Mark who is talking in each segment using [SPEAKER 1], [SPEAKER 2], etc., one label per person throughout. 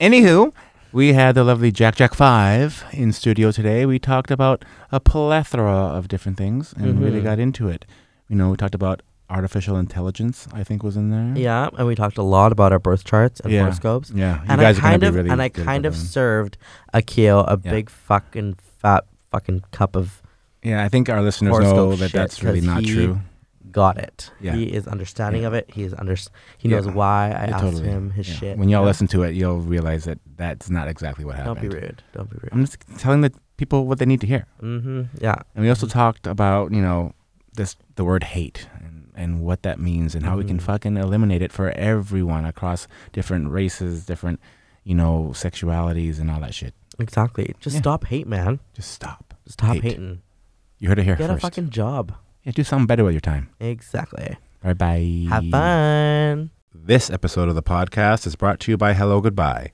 [SPEAKER 1] Anywho, we had the lovely Jack Jack Five in studio today. We talked about a plethora of different things and we really
[SPEAKER 2] Mhm.
[SPEAKER 1] got into it. You know, we talked about artificial intelligence. I think was in there.
[SPEAKER 2] Yeah, and we talked a lot about our birth charts and
[SPEAKER 1] Mm-hmm. Yeah.
[SPEAKER 2] horoscopes.
[SPEAKER 1] Yeah, you guys
[SPEAKER 2] and I
[SPEAKER 1] are gonna
[SPEAKER 2] kind
[SPEAKER 1] be
[SPEAKER 2] of
[SPEAKER 1] really
[SPEAKER 2] and I
[SPEAKER 1] good at
[SPEAKER 2] kind
[SPEAKER 1] that
[SPEAKER 2] of
[SPEAKER 1] one.
[SPEAKER 2] served Akil a
[SPEAKER 1] Yeah.
[SPEAKER 2] big fucking fat fucking cup of
[SPEAKER 1] Yeah, I think our listeners know
[SPEAKER 2] horoscope
[SPEAKER 1] that
[SPEAKER 2] shit,
[SPEAKER 1] that's really
[SPEAKER 2] 'cause
[SPEAKER 1] not
[SPEAKER 2] he-
[SPEAKER 1] true.
[SPEAKER 2] got it.
[SPEAKER 1] Yeah.
[SPEAKER 2] He is understanding
[SPEAKER 1] Yeah.
[SPEAKER 2] of it. He is under he
[SPEAKER 1] Yeah.
[SPEAKER 2] knows why I
[SPEAKER 1] Yeah,
[SPEAKER 2] asked
[SPEAKER 1] totally.
[SPEAKER 2] him his
[SPEAKER 1] Yeah.
[SPEAKER 2] shit.
[SPEAKER 1] When y'all
[SPEAKER 2] Yeah.
[SPEAKER 1] listen to it, you'll realize that that's not exactly what happened.
[SPEAKER 2] Don't be rude. Don't be rude.
[SPEAKER 1] I'm just telling the people what they need to hear.
[SPEAKER 2] Mm-hmm. Yeah.
[SPEAKER 1] And we also talked about, you know, this the word hate and, and what that means and how we can
[SPEAKER 2] Mhm.
[SPEAKER 1] fucking eliminate it for everyone across different races, different, you know, sexualities and all that shit.
[SPEAKER 2] Exactly. Just
[SPEAKER 1] Yeah.
[SPEAKER 2] stop hate, man.
[SPEAKER 1] Just stop.
[SPEAKER 2] Stop
[SPEAKER 1] Hate.
[SPEAKER 2] hating.
[SPEAKER 1] You heard it here
[SPEAKER 2] Get a
[SPEAKER 1] first.
[SPEAKER 2] fucking job.
[SPEAKER 1] yeah, do something better with your time.
[SPEAKER 2] Exactly.
[SPEAKER 1] All right, bye.
[SPEAKER 2] Have fun.
[SPEAKER 3] This episode of the podcast is brought to you by Hello Goodbye.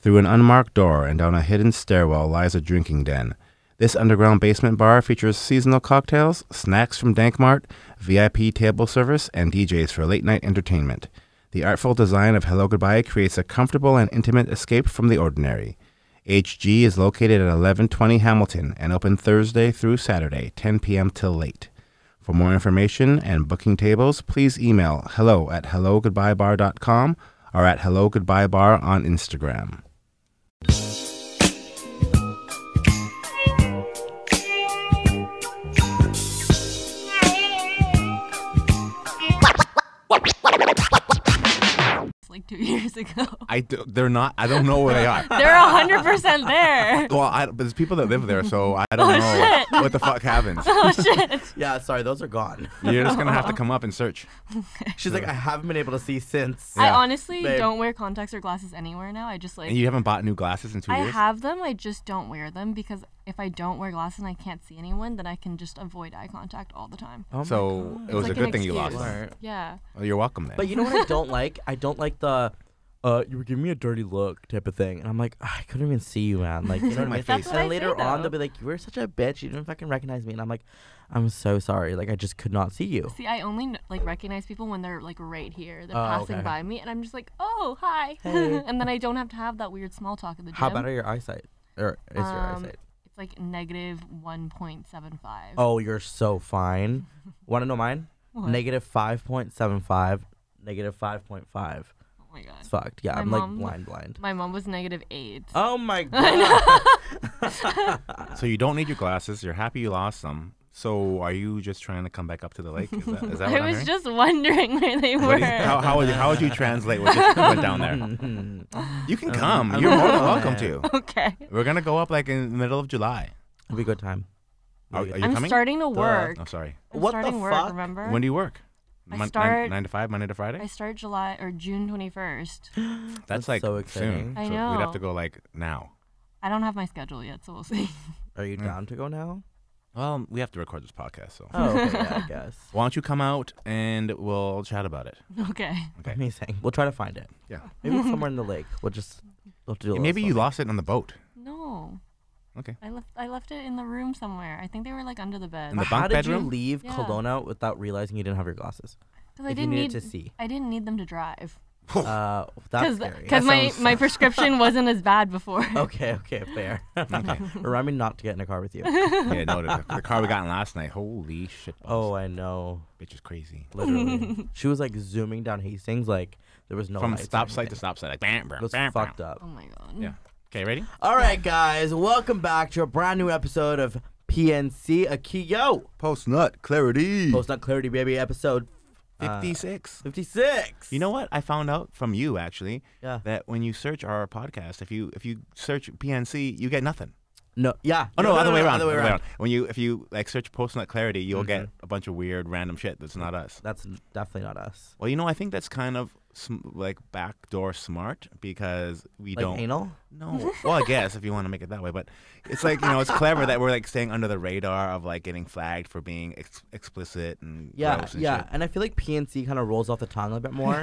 [SPEAKER 3] Through an unmarked door and down a hidden stairwell lies a drinking den. This underground basement bar features seasonal cocktails, snacks from Dankmart, VIP table service, and DJs for late night entertainment. The artful design of Hello Goodbye creates a comfortable and intimate escape from the ordinary. HG is located at 1120 Hamilton and open Thursday through Saturday, 10 p.m. till late. For more information and booking tables, please email hello at hellogoodbyebar.com or at hellogoodbyebar on Instagram.
[SPEAKER 4] It's like two years ago.
[SPEAKER 3] I do, they're not. I don't know where they are.
[SPEAKER 4] They're hundred percent there.
[SPEAKER 3] Well, I, but there's people that live there, so I don't
[SPEAKER 4] Oh,
[SPEAKER 3] know
[SPEAKER 4] shit.
[SPEAKER 3] what the fuck happens.
[SPEAKER 4] Oh shit!
[SPEAKER 2] Yeah, sorry, those are gone.
[SPEAKER 3] You're just gonna have to come up and search.
[SPEAKER 2] She's like, I haven't been able to see since.
[SPEAKER 4] I honestly
[SPEAKER 2] Babe.
[SPEAKER 4] don't wear contacts or glasses anywhere now. I just like
[SPEAKER 3] And you haven't bought new glasses in two
[SPEAKER 4] I
[SPEAKER 3] years.
[SPEAKER 4] have them. I just don't wear them because if I don't wear glasses and I can't see anyone, then I can just avoid eye contact all the time.
[SPEAKER 2] Oh my
[SPEAKER 3] so it
[SPEAKER 4] It's
[SPEAKER 3] was
[SPEAKER 4] like
[SPEAKER 3] a
[SPEAKER 4] an
[SPEAKER 3] good thing you lost.
[SPEAKER 4] excuse.
[SPEAKER 3] them.
[SPEAKER 2] Smart.
[SPEAKER 4] Yeah.
[SPEAKER 3] Well, you're welcome then.
[SPEAKER 2] But you know what I don't like? I don't like the uh you were giving me a dirty look type of thing. And I'm like, "Ah, I couldn't even see you, man. Like you know what I
[SPEAKER 3] my
[SPEAKER 2] mean?
[SPEAKER 3] face. That's
[SPEAKER 4] what
[SPEAKER 2] And
[SPEAKER 4] I
[SPEAKER 2] later
[SPEAKER 4] say,
[SPEAKER 2] on
[SPEAKER 4] though.
[SPEAKER 2] they'll be like, You were such a bitch, you didn't fucking recognize me and I'm like, I'm so sorry. Like I just could not see you.
[SPEAKER 4] See, I only kn- like recognize people when they're like right here. They're
[SPEAKER 2] Oh,
[SPEAKER 4] passing
[SPEAKER 2] okay.
[SPEAKER 4] by me, and I'm just like, oh hi,
[SPEAKER 2] Hey.
[SPEAKER 4] and then I don't have to have that weird small talk at the gym.
[SPEAKER 2] How bad are your eyesight? Or is your
[SPEAKER 4] Um,
[SPEAKER 2] eyesight?
[SPEAKER 4] It's like negative one point seven five.
[SPEAKER 2] Oh, you're so fine. Wanna know mine?
[SPEAKER 4] What?
[SPEAKER 2] Negative five point seven five, negative five point five.
[SPEAKER 4] Oh my god.
[SPEAKER 2] It's fucked. Yeah,
[SPEAKER 4] My
[SPEAKER 2] I'm like
[SPEAKER 4] mom-
[SPEAKER 2] blind blind.
[SPEAKER 4] My mom was negative eight.
[SPEAKER 2] Oh my god.
[SPEAKER 3] so you don't need your glasses. You're happy you lost them. So are you just trying to come back up to the lake? Is that, is that what
[SPEAKER 4] I
[SPEAKER 3] I'm
[SPEAKER 4] was
[SPEAKER 3] hearing?
[SPEAKER 4] just wondering where they
[SPEAKER 3] What
[SPEAKER 4] were.
[SPEAKER 3] do you- how, how, would you, how would you translate what just went down there? You can come.
[SPEAKER 2] I'm
[SPEAKER 3] You're more than
[SPEAKER 2] okay.
[SPEAKER 3] welcome to.
[SPEAKER 4] okay.
[SPEAKER 3] We're gonna go up like in the middle of July.
[SPEAKER 2] It'll be a good time.
[SPEAKER 3] Are, are you
[SPEAKER 4] I'm
[SPEAKER 3] coming?
[SPEAKER 4] starting to work.
[SPEAKER 3] I'm sorry.
[SPEAKER 4] I'm
[SPEAKER 2] What the
[SPEAKER 4] starting work,
[SPEAKER 2] fuck?
[SPEAKER 4] remember?
[SPEAKER 3] When do you work?
[SPEAKER 4] I
[SPEAKER 3] nine-
[SPEAKER 4] start-
[SPEAKER 3] nine to five, Monday to Friday.
[SPEAKER 4] I start July or June 21st.
[SPEAKER 3] that's,
[SPEAKER 2] That's
[SPEAKER 3] like
[SPEAKER 2] so
[SPEAKER 3] soon.
[SPEAKER 2] exciting.
[SPEAKER 4] I
[SPEAKER 3] so We'd have
[SPEAKER 4] know.
[SPEAKER 3] to go like now.
[SPEAKER 4] I don't have my schedule yet, so we'll see.
[SPEAKER 2] Are you down to go now?
[SPEAKER 3] Well, we have to record this podcast, so
[SPEAKER 2] Oh, okay, yeah, I guess.
[SPEAKER 3] why don't you come out and we'll chat about it?
[SPEAKER 4] Okay.
[SPEAKER 3] Okay.
[SPEAKER 2] Amazing. We'll try to find it.
[SPEAKER 3] Yeah.
[SPEAKER 2] Maybe it's somewhere in the lake. We'll just we'll have to do a little
[SPEAKER 3] Maybe you
[SPEAKER 2] something.
[SPEAKER 3] lost it on the boat.
[SPEAKER 4] No.
[SPEAKER 3] Okay.
[SPEAKER 4] I left I left it in the room somewhere. I think they were like under the bed.
[SPEAKER 3] In the
[SPEAKER 2] How
[SPEAKER 3] bunk
[SPEAKER 2] did you
[SPEAKER 3] bedroom?
[SPEAKER 2] leave
[SPEAKER 4] Yeah.
[SPEAKER 2] Kelowna without realizing you didn't have your glasses?
[SPEAKER 4] Because I
[SPEAKER 2] if you
[SPEAKER 4] didn't
[SPEAKER 2] needed
[SPEAKER 4] need
[SPEAKER 2] to see.
[SPEAKER 4] I didn't need them to drive.
[SPEAKER 2] Uh, that's Oh. scary.
[SPEAKER 4] because my, my prescription wasn't as bad before.
[SPEAKER 2] Okay, okay, fair.
[SPEAKER 3] Okay.
[SPEAKER 2] Remind me not to get in a car with you.
[SPEAKER 3] yeah, no, the, the car we got in last night. Holy shit!
[SPEAKER 2] oh,
[SPEAKER 3] Oh,
[SPEAKER 2] I know.
[SPEAKER 3] bitch is crazy.
[SPEAKER 2] Literally, she was like zooming down Hastings like there was no
[SPEAKER 3] From
[SPEAKER 2] lights or
[SPEAKER 3] stop site to
[SPEAKER 2] anything.
[SPEAKER 3] stop site, like bam, bam,
[SPEAKER 2] It was
[SPEAKER 3] bam, bam.
[SPEAKER 2] fucked up.
[SPEAKER 4] Oh my god.
[SPEAKER 3] Yeah. Okay, ready?
[SPEAKER 2] All right, guys, welcome back to a brand new episode of PNC Akiyo.
[SPEAKER 3] Post nut clarity.
[SPEAKER 2] Post Not Clarity Baby episode
[SPEAKER 3] Uh, Fifty-six.
[SPEAKER 2] 56.
[SPEAKER 3] You know what? I found out from you actually
[SPEAKER 2] Yeah.
[SPEAKER 3] that when you search our podcast, if you if you search PNC, you get nothing.
[SPEAKER 2] No, yeah.
[SPEAKER 3] Oh no, other way
[SPEAKER 2] no,
[SPEAKER 3] around. Other way around. Mm-hmm. When you if you like search post nut clarity, you'll get a bunch of weird random shit that's not us.
[SPEAKER 2] That's n- definitely not us.
[SPEAKER 3] Well, you know, I think that's kind of sm- like backdoor smart because we
[SPEAKER 2] Like
[SPEAKER 3] don't
[SPEAKER 2] anal?
[SPEAKER 3] No. Well, I guess if you want to make it that way, but it's like you know, it's clever that we're like staying under the radar of like getting flagged for being ex- explicit and
[SPEAKER 2] Yeah,
[SPEAKER 3] gross and
[SPEAKER 2] yeah.
[SPEAKER 3] shit.
[SPEAKER 2] And I feel like PNC kind of rolls off the tongue a little bit more.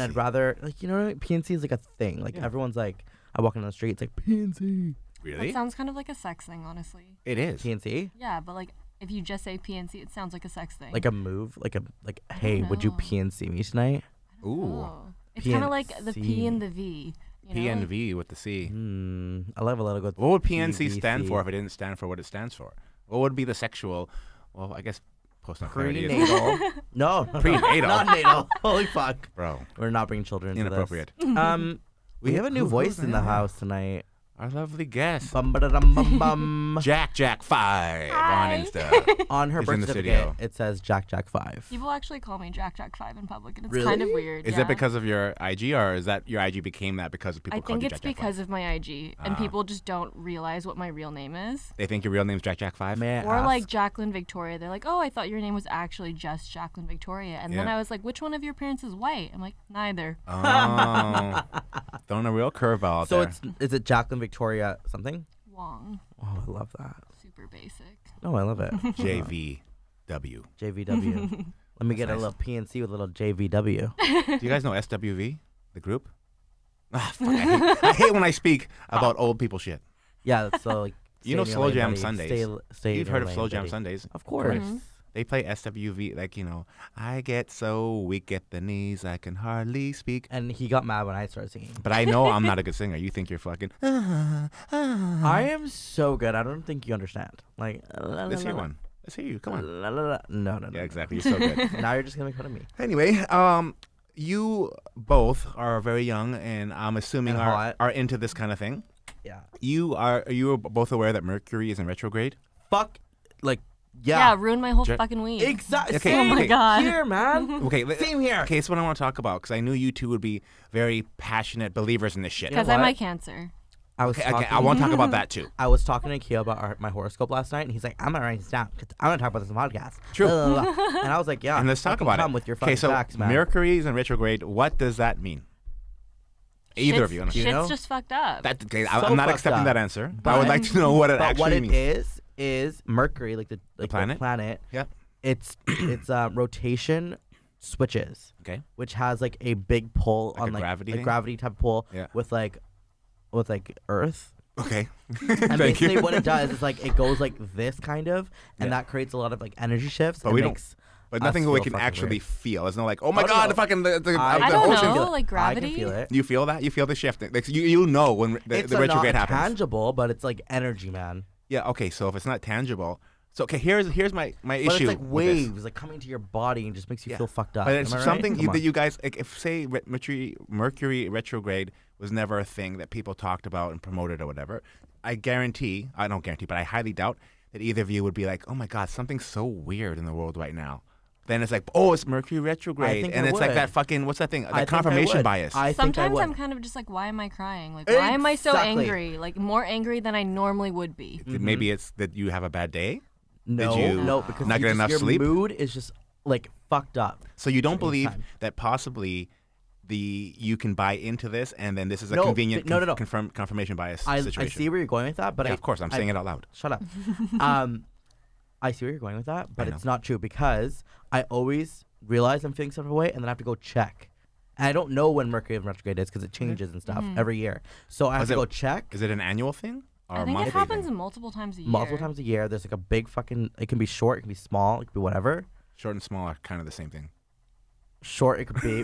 [SPEAKER 3] PNC.
[SPEAKER 2] I'd rather, like, you know, what I mean? PNC is like a thing. Like,
[SPEAKER 3] Yeah.
[SPEAKER 2] everyone's like, I walk down the street, it's like, PNC.
[SPEAKER 4] That
[SPEAKER 3] Really?
[SPEAKER 4] sounds kind of like a sex thing, honestly.
[SPEAKER 3] It is.
[SPEAKER 2] PNC?
[SPEAKER 4] Yeah, but like if you just say PNC, it sounds like a sex thing.
[SPEAKER 2] Like a move, like a, like, hey, would you
[SPEAKER 4] know.
[SPEAKER 2] PNC me tonight?
[SPEAKER 3] Ooh.
[SPEAKER 4] Oh. It's kind of like the P
[SPEAKER 2] PNC.
[SPEAKER 4] and the V. You know?
[SPEAKER 3] PNV with the C.
[SPEAKER 2] Hmm. I love a little good.
[SPEAKER 3] What would PNC stand
[SPEAKER 2] PVC.
[SPEAKER 3] for if it didn't stand for what it stands for? What would be the sexual? Well, I guess post clarity is
[SPEAKER 2] Prenatal. no,
[SPEAKER 3] Prenatal.
[SPEAKER 2] Not natal. Holy fuck.
[SPEAKER 3] bro
[SPEAKER 2] We're not bringing children. into this.
[SPEAKER 3] inappropriate.
[SPEAKER 2] Um, we have a new
[SPEAKER 3] Who-
[SPEAKER 2] voice
[SPEAKER 3] who's
[SPEAKER 2] in the
[SPEAKER 3] that?
[SPEAKER 2] house tonight.
[SPEAKER 3] Our lovely guest,
[SPEAKER 2] Bum ba da dum bum bum.
[SPEAKER 3] Jack Jack Five on
[SPEAKER 4] Hi.
[SPEAKER 3] Insta.
[SPEAKER 2] On her
[SPEAKER 3] He's
[SPEAKER 2] birth
[SPEAKER 3] in the
[SPEAKER 2] certificate,
[SPEAKER 3] studio.
[SPEAKER 2] it says Jack Jack Five.
[SPEAKER 4] People actually call me Jack Jack Five in public, and it's
[SPEAKER 2] Really?
[SPEAKER 4] kind of weird.
[SPEAKER 3] Is
[SPEAKER 4] yeah.
[SPEAKER 3] that because of your IG, or is that your IG became that because of people?
[SPEAKER 4] I
[SPEAKER 3] called
[SPEAKER 4] think
[SPEAKER 3] you
[SPEAKER 4] it's
[SPEAKER 3] Jack Jack Five? Ah.
[SPEAKER 4] because of my IG, and people just don't realize what my real name is.
[SPEAKER 3] they think your real name's Jack Jack Five.
[SPEAKER 2] May I
[SPEAKER 4] Or
[SPEAKER 2] ask?
[SPEAKER 4] like Jacqueline Victoria, they're like, "Oh, I thought your name was actually just Jacqueline Victoria," and then
[SPEAKER 3] Yeah. Ah.
[SPEAKER 4] I was like, "Which one of your parents is white?" I'm like, "Neither."
[SPEAKER 3] Oh, throwing a real curveball. out
[SPEAKER 2] So
[SPEAKER 3] there.
[SPEAKER 2] it's is it Jacqueline Victoria something?
[SPEAKER 4] Wong,
[SPEAKER 2] Oh, I love that.
[SPEAKER 4] super basic.
[SPEAKER 2] Oh, I love it.
[SPEAKER 3] JVW.
[SPEAKER 2] JVW. Let me get a
[SPEAKER 3] nice.
[SPEAKER 2] little PNC with a little JVW.
[SPEAKER 3] Do you guys know SWV, the group? Ah, fuck, I, hate, I hate when I speak about old people shit.
[SPEAKER 2] Yeah, so like
[SPEAKER 3] You know
[SPEAKER 2] stay in your
[SPEAKER 3] Slow
[SPEAKER 2] lane,
[SPEAKER 3] Jam
[SPEAKER 2] buddy.
[SPEAKER 3] Sundays.
[SPEAKER 2] Stay, stay in
[SPEAKER 3] You've
[SPEAKER 2] your
[SPEAKER 3] heard of
[SPEAKER 2] lane,
[SPEAKER 3] Slow Jam
[SPEAKER 2] budty.
[SPEAKER 3] Sundays.
[SPEAKER 2] Of course.
[SPEAKER 3] They play SWV, like, you know, I get so weak at the knees, I can hardly speak.
[SPEAKER 2] And he got mad when I started singing.
[SPEAKER 3] But I know I'm not a good singer. You think you're fucking. uh-huh,
[SPEAKER 2] I am so good. I don't think you understand. Like la,
[SPEAKER 3] Let's
[SPEAKER 2] la,
[SPEAKER 3] hear
[SPEAKER 2] la,
[SPEAKER 3] one. Let's hear you. Come on.
[SPEAKER 2] la, la, la. No, no, no.
[SPEAKER 3] Yeah, exactly. You're so good.
[SPEAKER 2] Now you're just gonna make fun of me.
[SPEAKER 3] Anyway, um, you both are very young, and I'm assuming
[SPEAKER 2] And
[SPEAKER 3] are,
[SPEAKER 2] hot.
[SPEAKER 3] are into this kind of thing.
[SPEAKER 2] Yeah.
[SPEAKER 3] You are, are you both aware that Mercury is in retrograde?
[SPEAKER 2] Fuck. Like.
[SPEAKER 4] Yeah,
[SPEAKER 2] Yeah.
[SPEAKER 4] ruined my whole
[SPEAKER 3] Ja-
[SPEAKER 4] fucking week.
[SPEAKER 2] Exactly.
[SPEAKER 3] Okay,
[SPEAKER 2] Same
[SPEAKER 3] Oh my okay.
[SPEAKER 4] God.
[SPEAKER 2] Here, man.
[SPEAKER 3] Okay, li-
[SPEAKER 2] Same here.
[SPEAKER 3] Okay, that's what I want to talk about because I knew you two would be very passionate believers in this shit.
[SPEAKER 2] Yeah.
[SPEAKER 4] Because I'm
[SPEAKER 2] what?
[SPEAKER 4] a Cancer.
[SPEAKER 2] I was
[SPEAKER 3] Okay,
[SPEAKER 2] talking.
[SPEAKER 3] okay, I want to talk about that too.
[SPEAKER 2] I was talking to Kia about our, my horoscope last night, and he's like, "I'm gonna write this down because I'm gonna talk about this on the podcast."
[SPEAKER 3] True.
[SPEAKER 2] Blah, blah, blah, blah. and I was like, "Yeah."
[SPEAKER 3] And let's talk
[SPEAKER 2] fucking
[SPEAKER 3] about
[SPEAKER 2] come
[SPEAKER 3] it.
[SPEAKER 2] with your fucking
[SPEAKER 3] okay, so
[SPEAKER 2] facts, man.
[SPEAKER 3] Mercury is in retrograde. What does that mean? Either of
[SPEAKER 4] Shit's-
[SPEAKER 3] you. I don't know.
[SPEAKER 4] Shit's
[SPEAKER 2] know?
[SPEAKER 4] just fucked up.
[SPEAKER 3] That, okay, I-
[SPEAKER 2] So
[SPEAKER 3] I'm not
[SPEAKER 2] fucked
[SPEAKER 3] accepting
[SPEAKER 2] up.
[SPEAKER 3] that answer. I would like to know what it
[SPEAKER 2] but
[SPEAKER 3] actually
[SPEAKER 2] what it
[SPEAKER 3] means.
[SPEAKER 2] is is Mercury, like the, like the
[SPEAKER 3] planet?
[SPEAKER 2] planet.
[SPEAKER 3] Yeah.
[SPEAKER 2] It's it's uh, rotation switches,
[SPEAKER 3] Okay.
[SPEAKER 2] which has like a big pull
[SPEAKER 3] Like
[SPEAKER 2] on
[SPEAKER 3] a
[SPEAKER 2] like
[SPEAKER 3] gravity
[SPEAKER 2] a
[SPEAKER 3] thing?
[SPEAKER 2] gravity type pull
[SPEAKER 3] Yeah.
[SPEAKER 2] with like with like Earth.
[SPEAKER 3] Okay.
[SPEAKER 2] And
[SPEAKER 3] Thank
[SPEAKER 2] basically
[SPEAKER 3] you.
[SPEAKER 2] what it does is like it goes like this kind of and that creates a lot of like energy shifts.
[SPEAKER 3] But
[SPEAKER 2] It
[SPEAKER 3] we don't-
[SPEAKER 2] makes
[SPEAKER 3] But
[SPEAKER 2] us
[SPEAKER 3] nothing we
[SPEAKER 2] feel
[SPEAKER 3] can
[SPEAKER 2] fucking
[SPEAKER 3] actually
[SPEAKER 2] weird.
[SPEAKER 3] feel. It's not like, oh my
[SPEAKER 2] Oh,
[SPEAKER 3] god,
[SPEAKER 2] no.
[SPEAKER 3] the fucking the, the, the
[SPEAKER 4] I don't
[SPEAKER 3] ocean.
[SPEAKER 4] know.
[SPEAKER 3] feel it.
[SPEAKER 4] like
[SPEAKER 2] I
[SPEAKER 4] gravity?
[SPEAKER 2] can feel it.
[SPEAKER 3] You feel that? You feel the shifting. Like, you, you know when re- the,
[SPEAKER 2] it's
[SPEAKER 3] the
[SPEAKER 2] a
[SPEAKER 3] retrograde
[SPEAKER 2] not
[SPEAKER 3] happens.
[SPEAKER 2] tangible, but it's like energy, man.
[SPEAKER 3] yeah. Okay. So if it's not tangible, so okay. Here's here's my my
[SPEAKER 2] But
[SPEAKER 3] issue.
[SPEAKER 2] it's like
[SPEAKER 3] with this.
[SPEAKER 2] waves, like coming to your body and just makes you
[SPEAKER 3] Yeah.
[SPEAKER 2] feel fucked up.
[SPEAKER 3] But it's
[SPEAKER 2] Am I right?
[SPEAKER 3] something
[SPEAKER 2] Come
[SPEAKER 3] you,
[SPEAKER 2] on.
[SPEAKER 3] that you guys, like, if say re- Mercury, Mercury retrograde was never a thing that people talked about and promoted or whatever, I guarantee, I don't guarantee, but I highly doubt that either of you would be like, oh my God, something's so weird in the world right now. Then it's like, oh, it's Mercury retrograde.
[SPEAKER 2] think
[SPEAKER 3] and
[SPEAKER 2] I
[SPEAKER 3] it's like
[SPEAKER 2] would.
[SPEAKER 3] that fucking, what's that thing?
[SPEAKER 2] I
[SPEAKER 3] That
[SPEAKER 2] think I
[SPEAKER 3] confirmation
[SPEAKER 2] would.
[SPEAKER 3] bias.
[SPEAKER 2] I think I
[SPEAKER 4] Sometimes
[SPEAKER 2] would.
[SPEAKER 4] I'm kind of just like, why am I crying? Like, why am I so
[SPEAKER 2] Exactly.
[SPEAKER 4] angry? Like, more angry than I normally would be.
[SPEAKER 2] Mm-hmm.
[SPEAKER 3] Maybe it's that you have a bad day.
[SPEAKER 2] no,
[SPEAKER 3] you
[SPEAKER 2] no, because
[SPEAKER 3] not
[SPEAKER 2] you
[SPEAKER 3] get
[SPEAKER 2] just-
[SPEAKER 3] enough
[SPEAKER 2] your
[SPEAKER 3] sleep?
[SPEAKER 2] mood is just like fucked up.
[SPEAKER 3] So you don't
[SPEAKER 2] Certain
[SPEAKER 3] believe
[SPEAKER 2] time.
[SPEAKER 3] that possibly the you can buy into this and then this is a
[SPEAKER 2] No,
[SPEAKER 3] convenient
[SPEAKER 2] but- no, no,
[SPEAKER 3] conf-
[SPEAKER 2] no.
[SPEAKER 3] confirm, confirmation bias
[SPEAKER 2] I, I
[SPEAKER 3] situation.
[SPEAKER 2] see where you're going with that, but
[SPEAKER 3] yeah,
[SPEAKER 2] I,
[SPEAKER 3] of course, I'm
[SPEAKER 2] I-
[SPEAKER 3] saying it out loud.
[SPEAKER 2] Shut up. um, I see where you're going with that, but
[SPEAKER 3] I know.
[SPEAKER 2] it's not true because I always realize I'm feeling some type of way, and then I have to go check. And I don't know when Mercury in retrograde is because it changes and stuff every year. So I have
[SPEAKER 3] Mm-hmm. Is
[SPEAKER 2] to
[SPEAKER 3] it-
[SPEAKER 2] go check
[SPEAKER 3] Is it an annual thing? Or
[SPEAKER 4] I think
[SPEAKER 3] monthly
[SPEAKER 4] it happens
[SPEAKER 3] Thing?
[SPEAKER 4] multiple times a year.
[SPEAKER 2] multiple times a year. There's like a big fucking. It can be short. It can be small. It could be whatever.
[SPEAKER 3] Short and small are kind of the same thing.
[SPEAKER 2] short it could be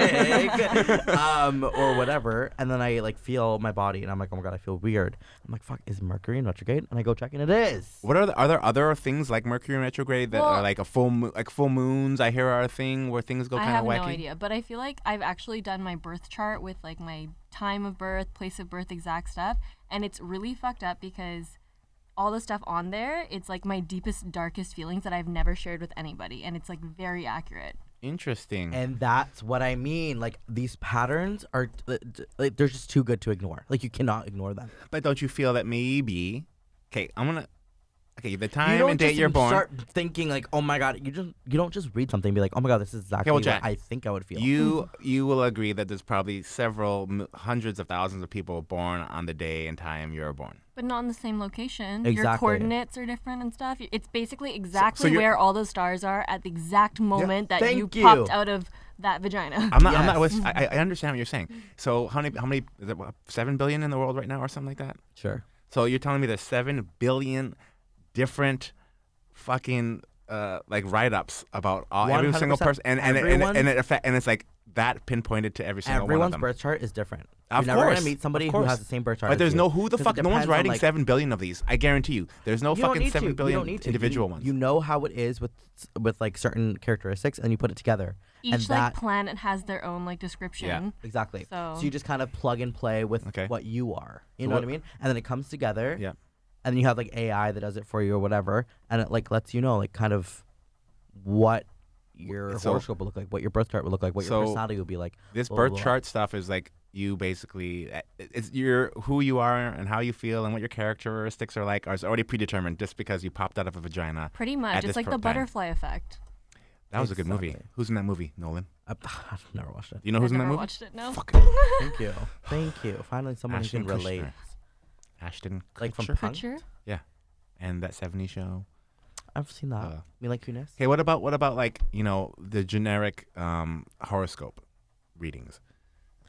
[SPEAKER 2] big, um, or whatever and then i like feel my body and i'm like oh my god i feel weird i'm like fuck is mercury in retrograde and i go check and it is
[SPEAKER 3] What are the, are there other things like Mercury in retrograde that are
[SPEAKER 4] Well-
[SPEAKER 3] like a full moon, like full moons? I hear are a thing where things go
[SPEAKER 4] I
[SPEAKER 3] kind
[SPEAKER 4] have
[SPEAKER 3] of wacky.
[SPEAKER 4] no idea, but I feel like I've actually done my birth chart with like my time of birth, place of birth, exact stuff, and it's really fucked up because all the stuff on there, it's like my deepest, darkest feelings that I've never shared with anybody, and it's like very accurate.
[SPEAKER 3] Interesting.
[SPEAKER 2] and that's what i mean like these patterns are uh, like, they're just too good to ignore like you cannot ignore them
[SPEAKER 3] but don't you feel that maybe? Okay, I'm gonna. Okay, the
[SPEAKER 2] you
[SPEAKER 3] time
[SPEAKER 2] don't
[SPEAKER 3] and date
[SPEAKER 2] just
[SPEAKER 3] you're born.
[SPEAKER 2] start thinking like oh my god you just you don't just read something and be like oh my god this is exactly
[SPEAKER 3] well,
[SPEAKER 2] what
[SPEAKER 3] Jack,
[SPEAKER 2] i think i would feel
[SPEAKER 3] You
[SPEAKER 2] Hmm.
[SPEAKER 3] you will agree that there's probably several m- hundreds of thousands of people born on the day and time you were born.
[SPEAKER 4] But not in the same location.
[SPEAKER 2] Exactly.
[SPEAKER 4] Your coordinates are different and stuff. It's basically exactly
[SPEAKER 3] you're-
[SPEAKER 4] where all those stars are at the exact moment that
[SPEAKER 2] Thank
[SPEAKER 4] you,
[SPEAKER 2] you.
[SPEAKER 4] popped out of that vagina.
[SPEAKER 3] I'm not. I'm not with. I, I understand what you're saying. So how many? How many? Is it, what, Seven billion in the world right now, or something like that.
[SPEAKER 2] sure
[SPEAKER 3] So you're telling me there's seven billion different fucking uh, like write ups about all every single
[SPEAKER 2] 100%.
[SPEAKER 3] person, and and, it- and, it-
[SPEAKER 2] Everyone-
[SPEAKER 3] and it affect, and it's like that pinpointed to every single one of
[SPEAKER 2] Everyone's
[SPEAKER 3] them.
[SPEAKER 2] birth chart is different.
[SPEAKER 3] Of
[SPEAKER 2] You're never
[SPEAKER 3] course,
[SPEAKER 2] gonna meet somebody
[SPEAKER 3] of
[SPEAKER 2] who
[SPEAKER 3] course.
[SPEAKER 2] has the same birth chart.
[SPEAKER 3] But
[SPEAKER 2] as
[SPEAKER 3] there's
[SPEAKER 2] you,
[SPEAKER 3] no who the
[SPEAKER 2] 'cause it
[SPEAKER 3] fuck. No one's
[SPEAKER 2] depends on,
[SPEAKER 3] writing
[SPEAKER 2] like-
[SPEAKER 3] seven billion of these. I guarantee you. There's no
[SPEAKER 2] You don't
[SPEAKER 3] fucking
[SPEAKER 2] need to.
[SPEAKER 3] seven
[SPEAKER 2] You
[SPEAKER 3] billion
[SPEAKER 2] don't need to.
[SPEAKER 3] individual
[SPEAKER 2] you,
[SPEAKER 3] ones.
[SPEAKER 2] You know how it is with with like certain characteristics, and you put it together.
[SPEAKER 4] Each
[SPEAKER 2] and
[SPEAKER 4] like
[SPEAKER 2] that
[SPEAKER 4] planet has their own like description.
[SPEAKER 2] exactly.
[SPEAKER 4] So-
[SPEAKER 2] you just kind of plug and play with
[SPEAKER 3] Okay.
[SPEAKER 2] what you are. You
[SPEAKER 3] So
[SPEAKER 2] know what, I
[SPEAKER 3] what-
[SPEAKER 2] mean? And then it comes together.
[SPEAKER 3] Yeah.
[SPEAKER 2] And then you have like AI that does it for you or whatever, and it like lets you know like kind of what your
[SPEAKER 3] So-
[SPEAKER 2] horoscope will look like, what your birth chart will look like, what
[SPEAKER 3] So
[SPEAKER 2] your personality will be like.
[SPEAKER 3] This
[SPEAKER 2] blah, blah,
[SPEAKER 3] birth
[SPEAKER 2] blah.
[SPEAKER 3] chart stuff is like you basically eh, it's your who you are and how you feel and what your characteristics are like is already predetermined just because you popped out of a vagina.
[SPEAKER 4] Pretty
[SPEAKER 3] at
[SPEAKER 4] much.
[SPEAKER 3] this
[SPEAKER 4] It's like
[SPEAKER 3] per-
[SPEAKER 4] the
[SPEAKER 3] time.
[SPEAKER 4] butterfly effect.
[SPEAKER 3] That was a good movie.
[SPEAKER 2] Exactly.
[SPEAKER 3] Who's in that movie? Nolan.
[SPEAKER 2] I've never watched it.
[SPEAKER 3] You know who's
[SPEAKER 4] I
[SPEAKER 3] in that
[SPEAKER 4] never
[SPEAKER 3] movie?
[SPEAKER 4] watched it. No.
[SPEAKER 3] Fuck.
[SPEAKER 2] Thank you. Thank you. Finally, someone who
[SPEAKER 3] Ashton
[SPEAKER 2] can relate.
[SPEAKER 3] Kutcher. Ashton Kutcher.
[SPEAKER 2] Like from Punk'd?
[SPEAKER 4] Picture.
[SPEAKER 3] yeah, and that '70s show.
[SPEAKER 2] I've seen that.
[SPEAKER 3] Uh,
[SPEAKER 2] Mila Kunis.
[SPEAKER 3] Okay, what about what about like you know the generic um, horoscope readings?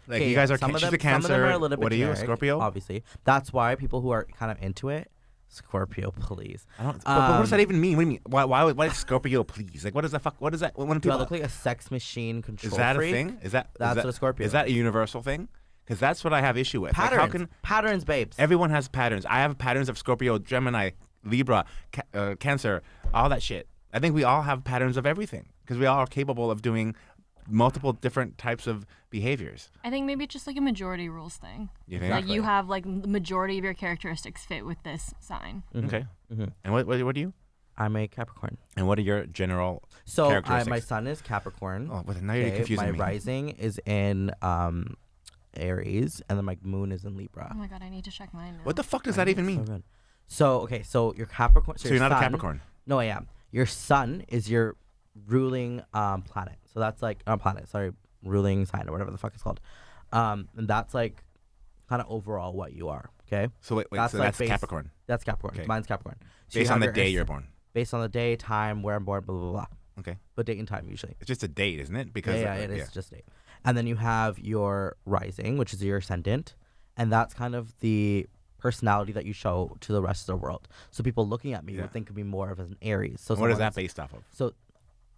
[SPEAKER 3] Like
[SPEAKER 2] Okay,
[SPEAKER 3] you guys
[SPEAKER 2] yeah,
[SPEAKER 3] are
[SPEAKER 2] some
[SPEAKER 3] ca-
[SPEAKER 2] of
[SPEAKER 3] she's
[SPEAKER 2] them-
[SPEAKER 3] a cancer.
[SPEAKER 2] Some of them are a little bit
[SPEAKER 3] what are you, a
[SPEAKER 2] generic,
[SPEAKER 3] Scorpio?
[SPEAKER 2] Obviously, that's why people who are kind of into it, Scorpio, please.
[SPEAKER 3] I don't. but, but what does
[SPEAKER 2] Um,
[SPEAKER 3] that even mean? What do you mean? Why? Why? would- Why is Scorpio? Please, like, what does that fuck? What does that? When
[SPEAKER 2] Do I
[SPEAKER 3] people
[SPEAKER 2] look like a sex machine control
[SPEAKER 3] is that
[SPEAKER 2] freak?
[SPEAKER 3] a thing? Is that is that,
[SPEAKER 2] That's what a Scorpio
[SPEAKER 3] Is that a
[SPEAKER 2] is.
[SPEAKER 3] universal thing? Because that's what I have issue with. Like,
[SPEAKER 2] Patterns,
[SPEAKER 3] how can
[SPEAKER 2] patterns, babes.
[SPEAKER 3] everyone has patterns? I have patterns of Scorpio, Gemini, Libra, ca- uh, Cancer, all that shit. I think we all have patterns of everything because we all are capable of doing multiple different types of behaviors.
[SPEAKER 4] I think maybe it's just like a majority rules thing.
[SPEAKER 3] You think?
[SPEAKER 4] Like you have like the majority of your characteristics fit with this sign.
[SPEAKER 3] Okay.
[SPEAKER 2] Mm-hmm.
[SPEAKER 3] And what, what what do you?
[SPEAKER 2] I'm a Capricorn.
[SPEAKER 3] And what are your general
[SPEAKER 2] So I,
[SPEAKER 3] characteristics?
[SPEAKER 2] my son is Capricorn.
[SPEAKER 3] Oh, well, now you're
[SPEAKER 2] okay?
[SPEAKER 3] confusing
[SPEAKER 2] my
[SPEAKER 3] me.
[SPEAKER 2] rising is in um, Aries, and then my moon is in Libra.
[SPEAKER 4] Oh my god, I need to check mine now.
[SPEAKER 3] What the fuck does that even
[SPEAKER 2] So
[SPEAKER 3] mean?
[SPEAKER 2] good. So okay, so your Capricorn. So,
[SPEAKER 3] So
[SPEAKER 2] your
[SPEAKER 3] you're not a
[SPEAKER 2] sun-
[SPEAKER 3] Capricorn?
[SPEAKER 2] No, I am. Your Sun is your ruling um, planet. So that's like not planet. Sorry, ruling sign or whatever the fuck it's called. Um, and that's like kind of overall what you are. Okay.
[SPEAKER 3] So wait, wait, so that's Capricorn.
[SPEAKER 2] That's Capricorn.
[SPEAKER 3] Okay.
[SPEAKER 2] Mine's Capricorn. So you
[SPEAKER 3] Based on
[SPEAKER 2] have
[SPEAKER 3] the
[SPEAKER 2] your
[SPEAKER 3] day
[SPEAKER 2] Earth-
[SPEAKER 3] you're born.
[SPEAKER 2] Based on the day, time, where I'm born, blah blah blah. blah.
[SPEAKER 3] Okay.
[SPEAKER 2] But date and time usually.
[SPEAKER 3] It's just a date, isn't it? Because
[SPEAKER 2] Yeah, yeah,
[SPEAKER 3] uh,
[SPEAKER 2] it is just date. And then you have your rising, which is your ascendant, and that's kind of the personality that you show to the rest of the world. So people looking at me
[SPEAKER 3] Yeah.
[SPEAKER 2] would think of me more of as an Aries. So
[SPEAKER 3] What is
[SPEAKER 2] someone
[SPEAKER 3] that
[SPEAKER 2] that's-
[SPEAKER 3] based off of?
[SPEAKER 2] So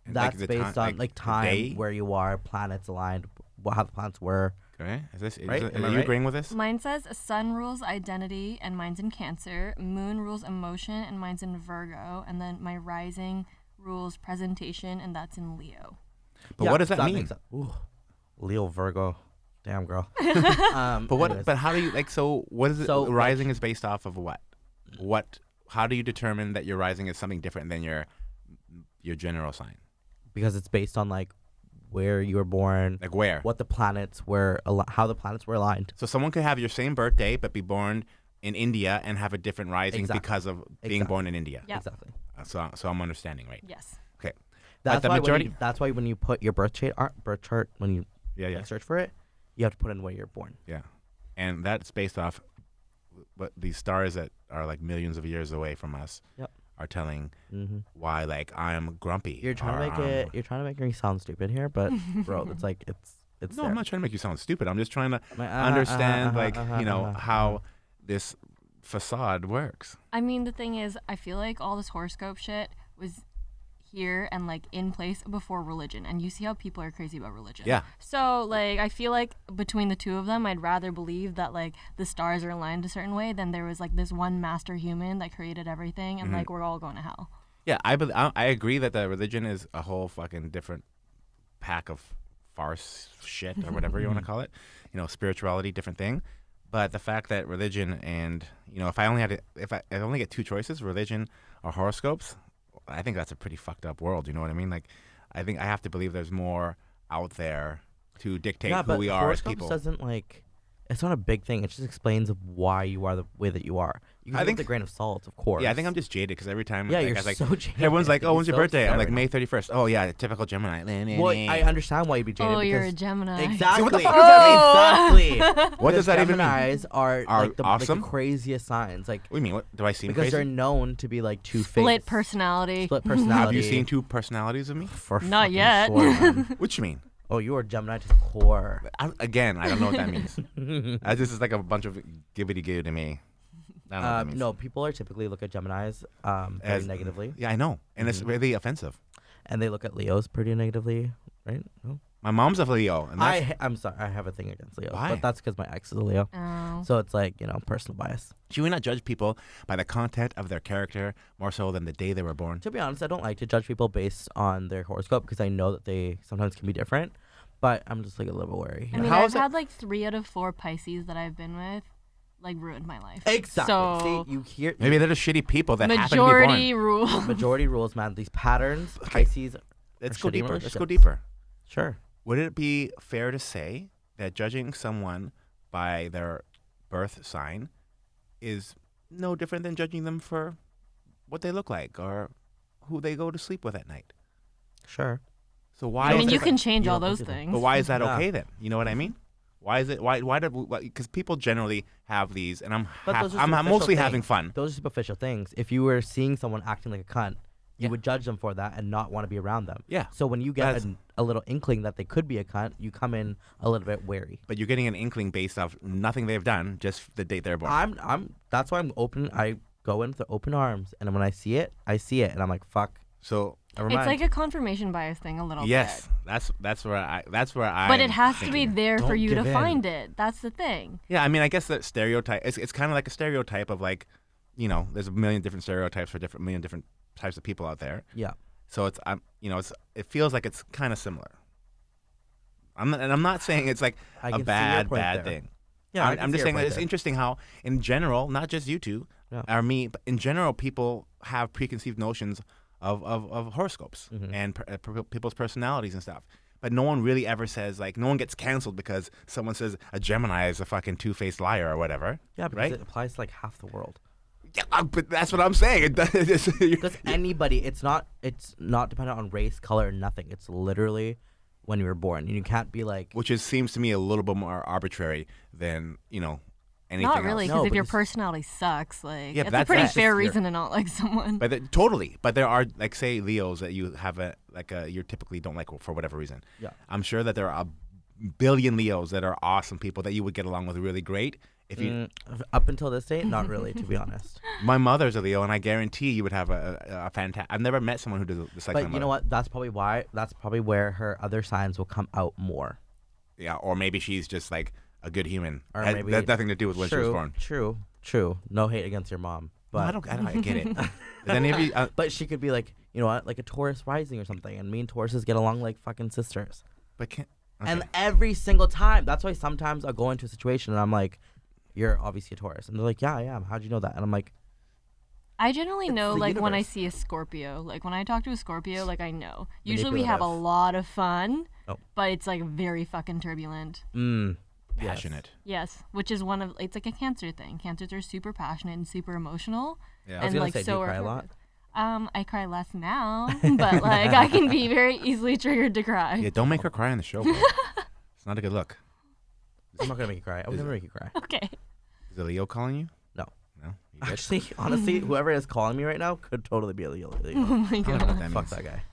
[SPEAKER 3] And, like,
[SPEAKER 2] that's
[SPEAKER 3] the
[SPEAKER 2] based
[SPEAKER 3] ti-
[SPEAKER 2] on
[SPEAKER 3] like,
[SPEAKER 2] like,
[SPEAKER 3] the
[SPEAKER 2] time,
[SPEAKER 3] day?
[SPEAKER 2] where you are, planets aligned, what how the planets were.
[SPEAKER 3] Okay. Is this? Is
[SPEAKER 2] Right?
[SPEAKER 3] it-
[SPEAKER 2] Am I
[SPEAKER 3] are you
[SPEAKER 2] right?
[SPEAKER 3] agreeing with this?
[SPEAKER 4] Mine says sun rules identity and mine's in Cancer. Moon rules emotion and mine's in Virgo. And then my rising rules presentation and that's in Leo.
[SPEAKER 3] But
[SPEAKER 2] Yeah,
[SPEAKER 3] what does that,
[SPEAKER 2] so
[SPEAKER 3] mean?
[SPEAKER 2] makes up- Ooh, Leo Virgo, damn girl. um,
[SPEAKER 3] But what?
[SPEAKER 2] anyways.
[SPEAKER 3] But how do you like? So what is it?
[SPEAKER 2] So, like-
[SPEAKER 3] rising is based off of what? What? How do you determine that your rising is something different than your your general sign?
[SPEAKER 2] because it's based on like where you were born,
[SPEAKER 3] Like where?
[SPEAKER 2] what the planets were, al- how the planets were aligned.
[SPEAKER 3] So someone could have your same birthday but be born in India and have a different rising
[SPEAKER 2] Exactly.
[SPEAKER 3] because of being
[SPEAKER 2] Exactly.
[SPEAKER 3] born in India.
[SPEAKER 4] Yeah.
[SPEAKER 2] Exactly.
[SPEAKER 3] Uh, So so I'm understanding right.
[SPEAKER 4] Yes.
[SPEAKER 3] Okay.
[SPEAKER 2] That's
[SPEAKER 3] the
[SPEAKER 2] why
[SPEAKER 3] majority-
[SPEAKER 2] When you, that's why when you put your birth chart, ar- birth chart, when you
[SPEAKER 3] Yeah, Oh, yeah.
[SPEAKER 2] like, search for it, you have to put in where you're born.
[SPEAKER 3] Yeah. And that's based off what these stars that are like millions of years away from us
[SPEAKER 2] Yep.
[SPEAKER 3] are telling why like I'm grumpy.
[SPEAKER 2] Mm-hmm.
[SPEAKER 3] Um,
[SPEAKER 2] You're trying
[SPEAKER 3] or
[SPEAKER 2] to make
[SPEAKER 3] I'm-
[SPEAKER 2] it. You're trying to make me sound stupid here, but bro, it's like it's it's.
[SPEAKER 3] No,
[SPEAKER 2] there.
[SPEAKER 3] I'm not trying to make you sound stupid. I'm just trying to
[SPEAKER 2] My- uh-huh,
[SPEAKER 3] understand
[SPEAKER 2] uh-huh,
[SPEAKER 3] like,
[SPEAKER 2] uh-huh,
[SPEAKER 3] you know,
[SPEAKER 2] uh-huh,
[SPEAKER 3] how this facade works.
[SPEAKER 4] I mean, the thing is, I feel like all this horoscope shit was here and like in place before religion. And you see how people are crazy about religion.
[SPEAKER 3] Yeah.
[SPEAKER 4] So, like, I feel like between the two of them, I'd rather believe that like the stars are aligned a certain way than there was like this one master human that created everything and like we're all going to hell.
[SPEAKER 3] Yeah, I, bel I I agree that the religion is a whole fucking different pack of farce shit or whatever you want to
[SPEAKER 2] Mm-hmm.
[SPEAKER 3] call it. You know, spirituality, different thing. But the fact that religion and you know, if I only had to, if I, if I only get two choices, religion or horoscopes, I think that's a pretty fucked up world. You know what I mean? Like, I think I have to believe there's more out there to dictate
[SPEAKER 2] Yeah,
[SPEAKER 3] who
[SPEAKER 2] but
[SPEAKER 3] we are as
[SPEAKER 2] horoscopes
[SPEAKER 3] people.
[SPEAKER 2] doesn't like. It's not a big thing. It just explains why you are the way that you are. You can
[SPEAKER 3] I
[SPEAKER 2] I
[SPEAKER 3] think-
[SPEAKER 2] think the grain of salt, of course.
[SPEAKER 3] Yeah, I think I'm just jaded because every time
[SPEAKER 2] Yeah,
[SPEAKER 3] like,
[SPEAKER 2] you're
[SPEAKER 3] I was like,
[SPEAKER 2] so jaded.
[SPEAKER 3] everyone's like, "Oh, when's your
[SPEAKER 2] You're so
[SPEAKER 3] birthday?" I'm like,
[SPEAKER 2] stubborn.
[SPEAKER 3] "May 31st." Oh yeah, typical Gemini.
[SPEAKER 2] Well, I understand why you'd be jaded.
[SPEAKER 4] Oh, you're a
[SPEAKER 2] because-
[SPEAKER 4] Gemini.
[SPEAKER 2] Exactly.
[SPEAKER 3] what the fuck does that
[SPEAKER 2] Exactly.
[SPEAKER 3] What does
[SPEAKER 2] Because
[SPEAKER 3] that even mean?
[SPEAKER 2] Geminis are,
[SPEAKER 3] Are
[SPEAKER 2] like, the,
[SPEAKER 3] awesome?
[SPEAKER 2] like the craziest signs, like
[SPEAKER 3] What do you mean? What do I seem
[SPEAKER 2] because
[SPEAKER 3] crazy?
[SPEAKER 2] they're known to be like two faced,
[SPEAKER 4] Split personality.
[SPEAKER 2] split
[SPEAKER 3] Have
[SPEAKER 2] personality.
[SPEAKER 3] you seen two personalities of me?
[SPEAKER 2] For
[SPEAKER 4] Not
[SPEAKER 2] fucking
[SPEAKER 4] yet.
[SPEAKER 2] sure, man.
[SPEAKER 3] What you mean?
[SPEAKER 2] oh, you are Gemini to the core. Um,
[SPEAKER 3] I, again, I don't know what that means. I, this is like a bunch of gibbity goo to me. I don't know what that
[SPEAKER 2] Um,
[SPEAKER 3] means.
[SPEAKER 2] no, people are typically look at Gemini's um, very
[SPEAKER 3] As-
[SPEAKER 2] negatively, Mm-hmm.
[SPEAKER 3] Yeah, I know, and it's really offensive.
[SPEAKER 2] and they look at Leos pretty negatively, right? No?
[SPEAKER 3] My mom's a Leo, and that's
[SPEAKER 2] I ha- I'm sorry, I have a thing against Leo,
[SPEAKER 3] Why?
[SPEAKER 2] but that's because my ex is a Leo,
[SPEAKER 4] Oh.
[SPEAKER 2] so it's like you know personal bias.
[SPEAKER 3] Should we not judge people by the content of their character more so than the day they were born?
[SPEAKER 2] To be honest, I don't like to judge people based on their horoscope because I know that they sometimes can be different, but I'm just like a little wary.
[SPEAKER 4] I mean,
[SPEAKER 3] How
[SPEAKER 4] I've
[SPEAKER 3] is it-
[SPEAKER 4] had like three out of four Pisces that I've been with, like ruined my life.
[SPEAKER 2] Exactly.
[SPEAKER 4] So
[SPEAKER 2] See, you hear
[SPEAKER 3] Maybe they're just shitty people that happen to be
[SPEAKER 4] majority
[SPEAKER 3] born.
[SPEAKER 4] rule.
[SPEAKER 2] majority rules, man. These patterns, Pisces.
[SPEAKER 3] Let's
[SPEAKER 2] or
[SPEAKER 3] go
[SPEAKER 2] shitty
[SPEAKER 3] deeper. Let's go
[SPEAKER 2] relationships.
[SPEAKER 3] deeper.
[SPEAKER 2] Sure.
[SPEAKER 3] Would it be fair to say that judging someone by their birth sign is no different than judging them for what they look like or who they go to sleep with at night?
[SPEAKER 2] Sure.
[SPEAKER 3] So why?
[SPEAKER 4] I
[SPEAKER 3] is
[SPEAKER 4] mean,
[SPEAKER 3] it-
[SPEAKER 4] you can change
[SPEAKER 2] You
[SPEAKER 4] all
[SPEAKER 2] don't
[SPEAKER 4] those
[SPEAKER 2] look at them.
[SPEAKER 4] things.
[SPEAKER 3] But why is that
[SPEAKER 2] Yeah.
[SPEAKER 3] okay then? You know what I mean? Why is it? Why? Why do? Because people generally have these, and I'm
[SPEAKER 2] But
[SPEAKER 3] hap-
[SPEAKER 2] those are
[SPEAKER 3] I'm
[SPEAKER 2] superficial
[SPEAKER 3] mostly
[SPEAKER 2] things.
[SPEAKER 3] having fun.
[SPEAKER 2] Those are superficial things. If you were seeing someone acting like a cunt, you would judge them for that and not want to be around them.
[SPEAKER 3] Yeah.
[SPEAKER 2] So when you get
[SPEAKER 3] That's-
[SPEAKER 2] an, a little inkling that they could be a cunt, you come in a little bit wary.
[SPEAKER 3] but you're getting an inkling based off nothing they've done, just the date they're born.
[SPEAKER 2] I'm I'm that's why I'm open I go in with open arms and when I see it, I see it and I'm like, fuck.
[SPEAKER 3] so
[SPEAKER 2] Never
[SPEAKER 4] It's
[SPEAKER 2] mind.
[SPEAKER 4] like a confirmation bias thing a little
[SPEAKER 3] yes,
[SPEAKER 4] bit.
[SPEAKER 3] that's that's where I that's where I.
[SPEAKER 4] But it has to be there for
[SPEAKER 2] Don't
[SPEAKER 4] you to
[SPEAKER 2] give in.
[SPEAKER 4] find it. That's the thing.
[SPEAKER 3] Yeah, I mean, I guess that stereotype. It's it's kind of like a stereotype of like, you know, there's a million different stereotypes for different million different types of people out there.
[SPEAKER 2] yeah.
[SPEAKER 3] So it's I'm you know it's it feels like it's kind of similar. I'm not, and I'm not saying it's like
[SPEAKER 2] I
[SPEAKER 3] a
[SPEAKER 2] can see your
[SPEAKER 3] bad
[SPEAKER 2] point
[SPEAKER 3] bad
[SPEAKER 2] there.
[SPEAKER 3] thing.
[SPEAKER 2] Yeah. I
[SPEAKER 3] I'm,
[SPEAKER 2] can
[SPEAKER 3] I'm
[SPEAKER 2] see
[SPEAKER 3] just
[SPEAKER 2] your
[SPEAKER 3] saying that
[SPEAKER 2] point
[SPEAKER 3] it's
[SPEAKER 2] there.
[SPEAKER 3] interesting how, in general, not just you two
[SPEAKER 2] Yeah.
[SPEAKER 3] or me, but in general, people have preconceived notions of, of, of horoscopes
[SPEAKER 2] Mm-hmm.
[SPEAKER 3] and per, uh, per, people's personalities and stuff. But no one really ever says, like, no one gets canceled because someone says a Gemini is a fucking two faced liar or whatever.
[SPEAKER 2] Yeah, because
[SPEAKER 3] right?
[SPEAKER 2] it applies to like half the world.
[SPEAKER 3] Yeah, uh, but that's what I'm saying. It does- it's- you-
[SPEAKER 2] Because anybody, it's not it's not dependent on race, color, nothing. It's literally when you were born. And you can't be like
[SPEAKER 3] Which is, seems to me a little bit more arbitrary than, you know, anything
[SPEAKER 4] Not really,
[SPEAKER 3] else.
[SPEAKER 4] because
[SPEAKER 2] No,
[SPEAKER 4] if your
[SPEAKER 2] because-
[SPEAKER 4] personality sucks, like
[SPEAKER 3] Yeah, but
[SPEAKER 4] it's
[SPEAKER 3] that's-
[SPEAKER 4] a pretty
[SPEAKER 3] that's
[SPEAKER 4] fair
[SPEAKER 2] just your-
[SPEAKER 4] reason to not like someone.
[SPEAKER 3] But the, totally. But there are like say Leos that you have a like a you typically don't like for whatever reason.
[SPEAKER 2] Yeah.
[SPEAKER 3] I'm sure that there are a billion Leos that are awesome people that you would get along with really great if you.
[SPEAKER 2] Mm, up until this date, not really, to be honest.
[SPEAKER 3] My mother's a Leo, and I guarantee you would have a a, a fantastic. I've never met someone who does this like. my
[SPEAKER 2] But you
[SPEAKER 3] mother.
[SPEAKER 2] know what? That's probably why. That's probably where her other signs will come out more.
[SPEAKER 3] Yeah. Or maybe she's just like a good human.
[SPEAKER 2] Or
[SPEAKER 3] Had-
[SPEAKER 2] maybe
[SPEAKER 3] that had nothing to do with when
[SPEAKER 2] true,
[SPEAKER 3] she was born.
[SPEAKER 2] True, true. No hate against your mom,
[SPEAKER 3] But
[SPEAKER 2] but
[SPEAKER 3] I don't. I don't I get it. Is any of you? Uh,
[SPEAKER 2] but she could be like, you know what, like a Taurus rising or something, and me and Tauruses get along like fucking sisters.
[SPEAKER 3] but can
[SPEAKER 2] And every single time, that's why sometimes I'll go into a situation and I'm like, "You're obviously a Taurus," and they're like, "Yeah, I am." How'd you know that? And I'm like,
[SPEAKER 4] I generally know
[SPEAKER 2] the
[SPEAKER 4] like when I
[SPEAKER 2] universe.
[SPEAKER 4] see a Scorpio, like when I talk to a Scorpio, like I know. Usually we have a
[SPEAKER 2] Manipulative.
[SPEAKER 4] lot of fun,
[SPEAKER 2] Oh.
[SPEAKER 4] but it's like very fucking turbulent.
[SPEAKER 2] "Mm,
[SPEAKER 3] passionate.
[SPEAKER 4] Yes, which is one of it's like a cancer thing. Cancers are super passionate and super emotional.
[SPEAKER 3] Yeah.
[SPEAKER 4] and
[SPEAKER 3] I was
[SPEAKER 2] gonna
[SPEAKER 4] like
[SPEAKER 2] say, do
[SPEAKER 4] so
[SPEAKER 2] you
[SPEAKER 4] are
[SPEAKER 2] cry a
[SPEAKER 4] Scorpios.
[SPEAKER 2] lot?
[SPEAKER 4] Um, I cry less now, but like I can be very easily triggered to cry.
[SPEAKER 3] Yeah. Don't make her cry on the show. Bro. it's not a good look.
[SPEAKER 2] "I'm not gonna make you cry. I would never make you cry."
[SPEAKER 4] Okay.
[SPEAKER 3] Is a Leo calling you?
[SPEAKER 2] No,
[SPEAKER 3] No. You good?
[SPEAKER 2] actually, honestly, whoever is calling me right now could totally be a Leo.
[SPEAKER 4] Oh my
[SPEAKER 3] I don't know what
[SPEAKER 4] god.
[SPEAKER 3] that
[SPEAKER 2] Fuck
[SPEAKER 3] means.
[SPEAKER 2] that guy.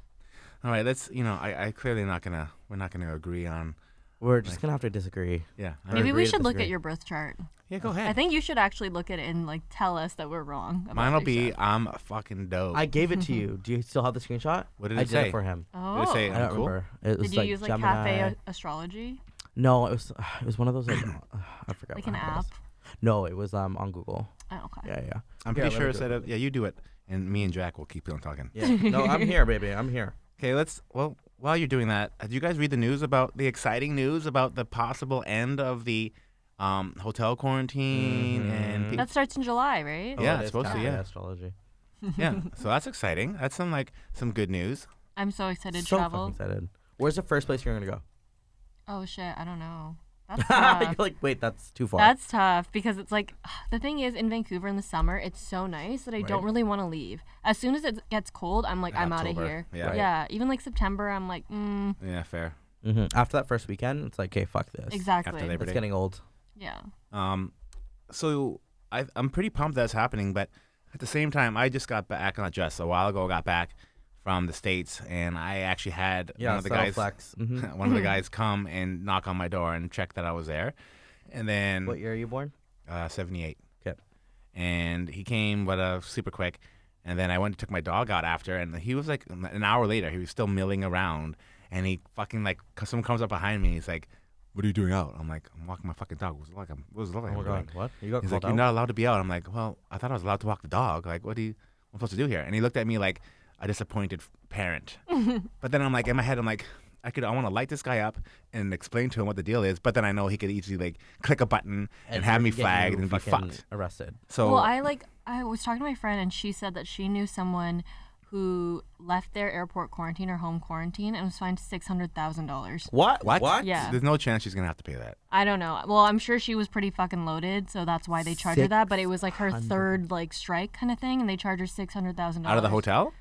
[SPEAKER 3] All right, let's. You know, I, I clearly not gonna. We're not gonna agree on.
[SPEAKER 2] We're just gonna have to disagree.
[SPEAKER 3] Yeah. I
[SPEAKER 4] Maybe
[SPEAKER 3] mean,
[SPEAKER 4] we
[SPEAKER 2] agree to
[SPEAKER 4] should look at
[SPEAKER 2] disagree.
[SPEAKER 4] your birth chart.
[SPEAKER 3] yeah. Go
[SPEAKER 4] I
[SPEAKER 3] ahead.
[SPEAKER 4] think you should actually look at it and like tell us that we're wrong. about
[SPEAKER 3] Mine'll
[SPEAKER 4] your
[SPEAKER 3] be.
[SPEAKER 4] chart.
[SPEAKER 3] I'm fucking dope.
[SPEAKER 2] I gave it to you. Do you still have the screenshot?
[SPEAKER 3] Oh. What did
[SPEAKER 2] I
[SPEAKER 3] it
[SPEAKER 2] did
[SPEAKER 3] say?
[SPEAKER 2] it for him.
[SPEAKER 4] Oh.
[SPEAKER 3] Did it say
[SPEAKER 2] I don't
[SPEAKER 3] I'm cool?
[SPEAKER 2] remember. It was
[SPEAKER 4] Did you
[SPEAKER 2] like
[SPEAKER 4] use like
[SPEAKER 2] Gemini.
[SPEAKER 4] cafe a- astrology,
[SPEAKER 2] No, it was it was one of those like uh, I forgot.
[SPEAKER 4] like
[SPEAKER 2] what
[SPEAKER 4] an
[SPEAKER 2] app it was.
[SPEAKER 4] app?
[SPEAKER 2] No, it was um on Google.
[SPEAKER 4] Oh, okay.
[SPEAKER 2] Yeah, yeah.
[SPEAKER 3] I'm pretty
[SPEAKER 2] Here, let me
[SPEAKER 3] sure it
[SPEAKER 2] do it
[SPEAKER 3] said.
[SPEAKER 2] real
[SPEAKER 3] uh, Yeah, you do it, and me and Jack will keep on talking.
[SPEAKER 2] Yeah. No, I'm here, baby. I'm here.
[SPEAKER 3] Okay, let's. Well, while you're doing that, did you guys read the news about the exciting news about the possible end of the um, hotel quarantine and pe-
[SPEAKER 4] That starts in July, right?
[SPEAKER 3] Oh. Yeah, it's supposed to, yeah.
[SPEAKER 2] astrology. Mm-hmm.
[SPEAKER 3] yeah? So that's exciting. That's some like some good news.
[SPEAKER 4] I'm so excited to
[SPEAKER 2] so
[SPEAKER 4] travel.
[SPEAKER 2] fucking excited. Where's the first place you're gonna go?
[SPEAKER 4] Oh shit, I don't know. That's
[SPEAKER 2] you're
[SPEAKER 4] tough.
[SPEAKER 2] like, wait, that's too far.
[SPEAKER 4] That's tough because it's like the thing is in Vancouver in the summer, it's so nice that I don't really want to leave. As soon as it gets cold, I'm like,
[SPEAKER 3] In
[SPEAKER 4] I'm out of
[SPEAKER 3] October,
[SPEAKER 4] here.
[SPEAKER 3] yeah. Right.
[SPEAKER 4] yeah. Even like September, I'm like, mm,
[SPEAKER 3] Yeah, fair.
[SPEAKER 2] Mhm. After that first weekend, it's like, okay, fuck this.
[SPEAKER 4] exactly.
[SPEAKER 3] Labor
[SPEAKER 2] It's
[SPEAKER 3] Day.
[SPEAKER 2] getting old.
[SPEAKER 4] Yeah.
[SPEAKER 3] Um, so I, I'm pretty pumped that's happening, but at the same time, I just got back, not just a while ago, I got back from the states, and I actually had one
[SPEAKER 2] Yeah,
[SPEAKER 3] of the
[SPEAKER 2] subtle
[SPEAKER 3] guys,
[SPEAKER 2] flex. Mhm.
[SPEAKER 3] one of the guys, come and knock on my door and check that I was there, and then
[SPEAKER 2] what year are you born?
[SPEAKER 3] uh, 78.
[SPEAKER 2] Okay.
[SPEAKER 3] And he came, but uh, super quick. And then I went and took my dog out after, and he was like an hour later. He was still milling around, and he fucking like c- someone comes up behind me. and He's like, "What are you doing out?" I'm like, "I'm walking my fucking dog." What's it like? I'm, what's it look like?
[SPEAKER 2] Oh my
[SPEAKER 3] I'm doing?"
[SPEAKER 2] god, what? You got
[SPEAKER 3] He's
[SPEAKER 2] called
[SPEAKER 3] like,
[SPEAKER 2] out?
[SPEAKER 3] "You're not allowed to be out." I'm like, "Well, I thought I was allowed to walk the dog. Like, what do you? What am I supposed to do here?" And he looked at me like a disappointed f- parent. but then I'm like, in my head, I'm like. I could. I want to light this guy up and explain to him what the deal is, but then I know he could easily like click a button and, have me
[SPEAKER 2] get you
[SPEAKER 3] flagged and be
[SPEAKER 2] fucking
[SPEAKER 3] fucked.
[SPEAKER 2] Arrested.
[SPEAKER 3] So
[SPEAKER 4] Well, I like I was talking to my friend and she said that she knew someone who left their airport quarantine or home quarantine and was fined six hundred thousand dollars.
[SPEAKER 2] What?
[SPEAKER 3] what?
[SPEAKER 4] Yeah.
[SPEAKER 3] There's no chance she's gonna have to pay that.
[SPEAKER 4] I don't know. Well, I'm sure she was pretty fucking loaded, so that's why they charged her that. But it was like her third like strike kind of thing, and they charged her six hundred thousand dollars
[SPEAKER 3] Out of the hotel?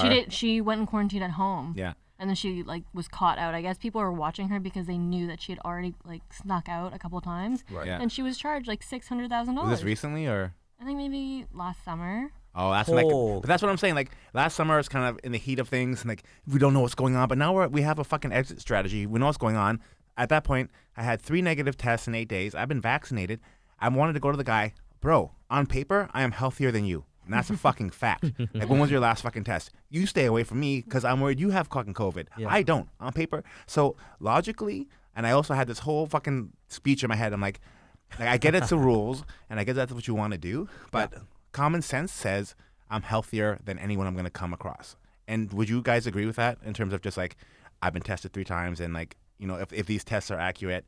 [SPEAKER 4] She did. She went and quarantined at home.
[SPEAKER 3] Yeah.
[SPEAKER 4] And then she like was caught out. I guess people were watching her because they knew that she had already like snuck out a couple times. Right.
[SPEAKER 3] Yeah.
[SPEAKER 4] And she was charged like six hundred thousand
[SPEAKER 3] Was
[SPEAKER 4] dollars.
[SPEAKER 3] this recently or?
[SPEAKER 4] I think maybe last summer.
[SPEAKER 3] Oh, that's when, like,
[SPEAKER 2] Oh.
[SPEAKER 3] but that's what I'm saying. Like last summer, it's kind of in the heat of things, and like we don't know what's going on. But now we're we have a fucking exit strategy. We know what's going on. At that point, I had three negative tests in eight days. I've been vaccinated. I wanted to go to the guy, bro. On paper, I am healthier than you. And that's a fucking fact. Like, when was your last fucking test? You stay away from me because I'm worried you have fucking COVID. I don't on paper. So logically, and I also had this whole fucking speech in my head. I'm like, like I get it's the rules, and I get that's what you want to do, but common sense says I'm healthier than anyone I'm going to come across. And would you guys agree with that in terms of just like I've been tested three times, and like you know if if these tests are accurate,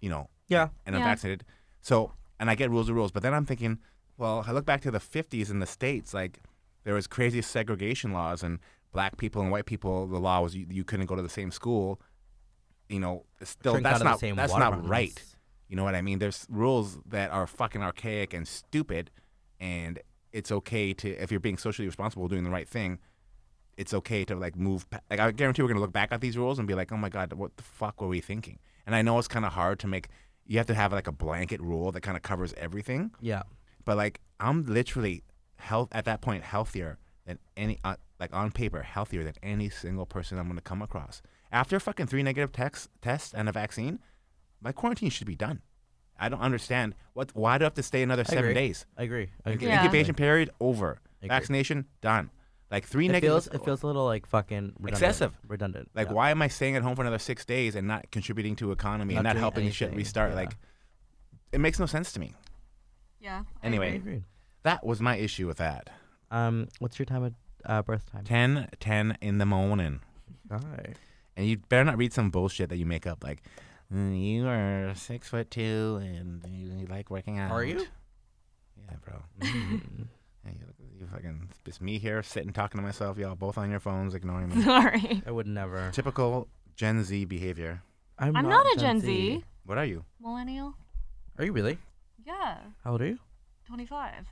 [SPEAKER 3] you know,
[SPEAKER 2] Yeah.
[SPEAKER 3] and I'm
[SPEAKER 4] Yeah.
[SPEAKER 3] vaccinated, so and I get rules are rules, but then I'm thinking, well, I look back to the '50s in the states, like there was crazy segregation laws and black people and white people the law was you, you couldn't go to the same school you know it's still
[SPEAKER 2] Drink out
[SPEAKER 3] that's
[SPEAKER 2] of the
[SPEAKER 3] not
[SPEAKER 2] same
[SPEAKER 3] that's
[SPEAKER 2] water
[SPEAKER 3] not
[SPEAKER 2] fountains.
[SPEAKER 3] right you know what I mean? There's rules that are fucking archaic and stupid, and it's okay to if you're being socially responsible, doing the right thing. It's okay to like move. pa- Like I guarantee we're gonna look back at these rules and be like, oh my god, what the fuck were we thinking? And I know it's kind of hard to make. You have to have like a blanket rule that kind of covers everything.
[SPEAKER 2] Yeah.
[SPEAKER 3] But like I'm literally health at that point healthier than any uh, like on paper healthier than any single person I'm gonna come across. After fucking three negative tests tests and a vaccine, my quarantine should be done. I don't understand what why do I have to stay another
[SPEAKER 2] I
[SPEAKER 3] seven
[SPEAKER 2] agree.
[SPEAKER 3] days?
[SPEAKER 2] I agree. I
[SPEAKER 3] Like,
[SPEAKER 2] agree.
[SPEAKER 4] Yeah.
[SPEAKER 3] Incubation period over.
[SPEAKER 2] agree.
[SPEAKER 3] Vaccination done. Like three
[SPEAKER 2] It
[SPEAKER 3] negative.
[SPEAKER 2] feels it feels a little like fucking redundant.
[SPEAKER 3] Excessive.
[SPEAKER 2] Redundant.
[SPEAKER 3] like
[SPEAKER 2] yeah.
[SPEAKER 3] why am I staying at home for another six days and not contributing to economy
[SPEAKER 2] Not
[SPEAKER 3] and not
[SPEAKER 2] doing
[SPEAKER 3] helping shit
[SPEAKER 2] anything,
[SPEAKER 3] restart?
[SPEAKER 2] yeah.
[SPEAKER 3] Like it makes no sense to me.
[SPEAKER 4] Yeah. I
[SPEAKER 3] Anyway.
[SPEAKER 4] agree.
[SPEAKER 2] Agreed.
[SPEAKER 3] That was my issue with that.
[SPEAKER 2] Um, what's your time of uh, birth time?
[SPEAKER 3] 10, 10 in the morning.
[SPEAKER 2] Hi.
[SPEAKER 3] And you better not read some bullshit that you make up, like "Mm, you are six foot two and you, you like working out.
[SPEAKER 2] Are you?
[SPEAKER 3] Yeah, bro.
[SPEAKER 2] Hmm.
[SPEAKER 3] Yeah, you, look- you fucking it's just me here sitting talking to myself. Y'all both on your phones, ignoring me.
[SPEAKER 4] Sorry.
[SPEAKER 2] I would never.
[SPEAKER 3] Typical Gen Z behavior.
[SPEAKER 2] I'm,
[SPEAKER 4] I'm not, a Gen Z.
[SPEAKER 3] What are you?
[SPEAKER 4] Millennial.
[SPEAKER 2] Are you really?
[SPEAKER 4] Yeah.
[SPEAKER 2] How old are you?
[SPEAKER 4] Twenty five.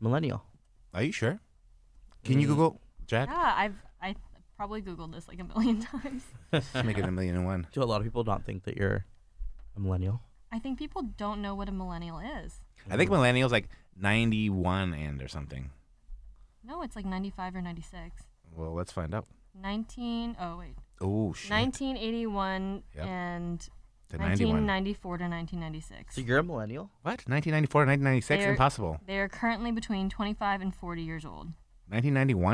[SPEAKER 2] Millennial.
[SPEAKER 3] Are you sure? Can you Google Jack?
[SPEAKER 4] Yeah. I've I probably googled this like a million times.
[SPEAKER 3] Make it a million and one.
[SPEAKER 2] Do a lot of people not think that you're a millennial?
[SPEAKER 4] I think people don't know what a millennial is.
[SPEAKER 3] I think millennials like ninety one and or something.
[SPEAKER 4] No, it's like ninety five or ninety six.
[SPEAKER 3] Well, let's find out.
[SPEAKER 4] Nineteen. Oh wait.
[SPEAKER 3] Oh shit.
[SPEAKER 4] Nineteen eighty one
[SPEAKER 3] Yep.
[SPEAKER 4] and.
[SPEAKER 3] The 91.
[SPEAKER 4] 1994 to 1996.
[SPEAKER 2] So you're a millennial?
[SPEAKER 3] What? 1994 to 1996?
[SPEAKER 4] They're-
[SPEAKER 3] Impossible.
[SPEAKER 4] They are currently between 25 and 40 years old.
[SPEAKER 3] 1991 to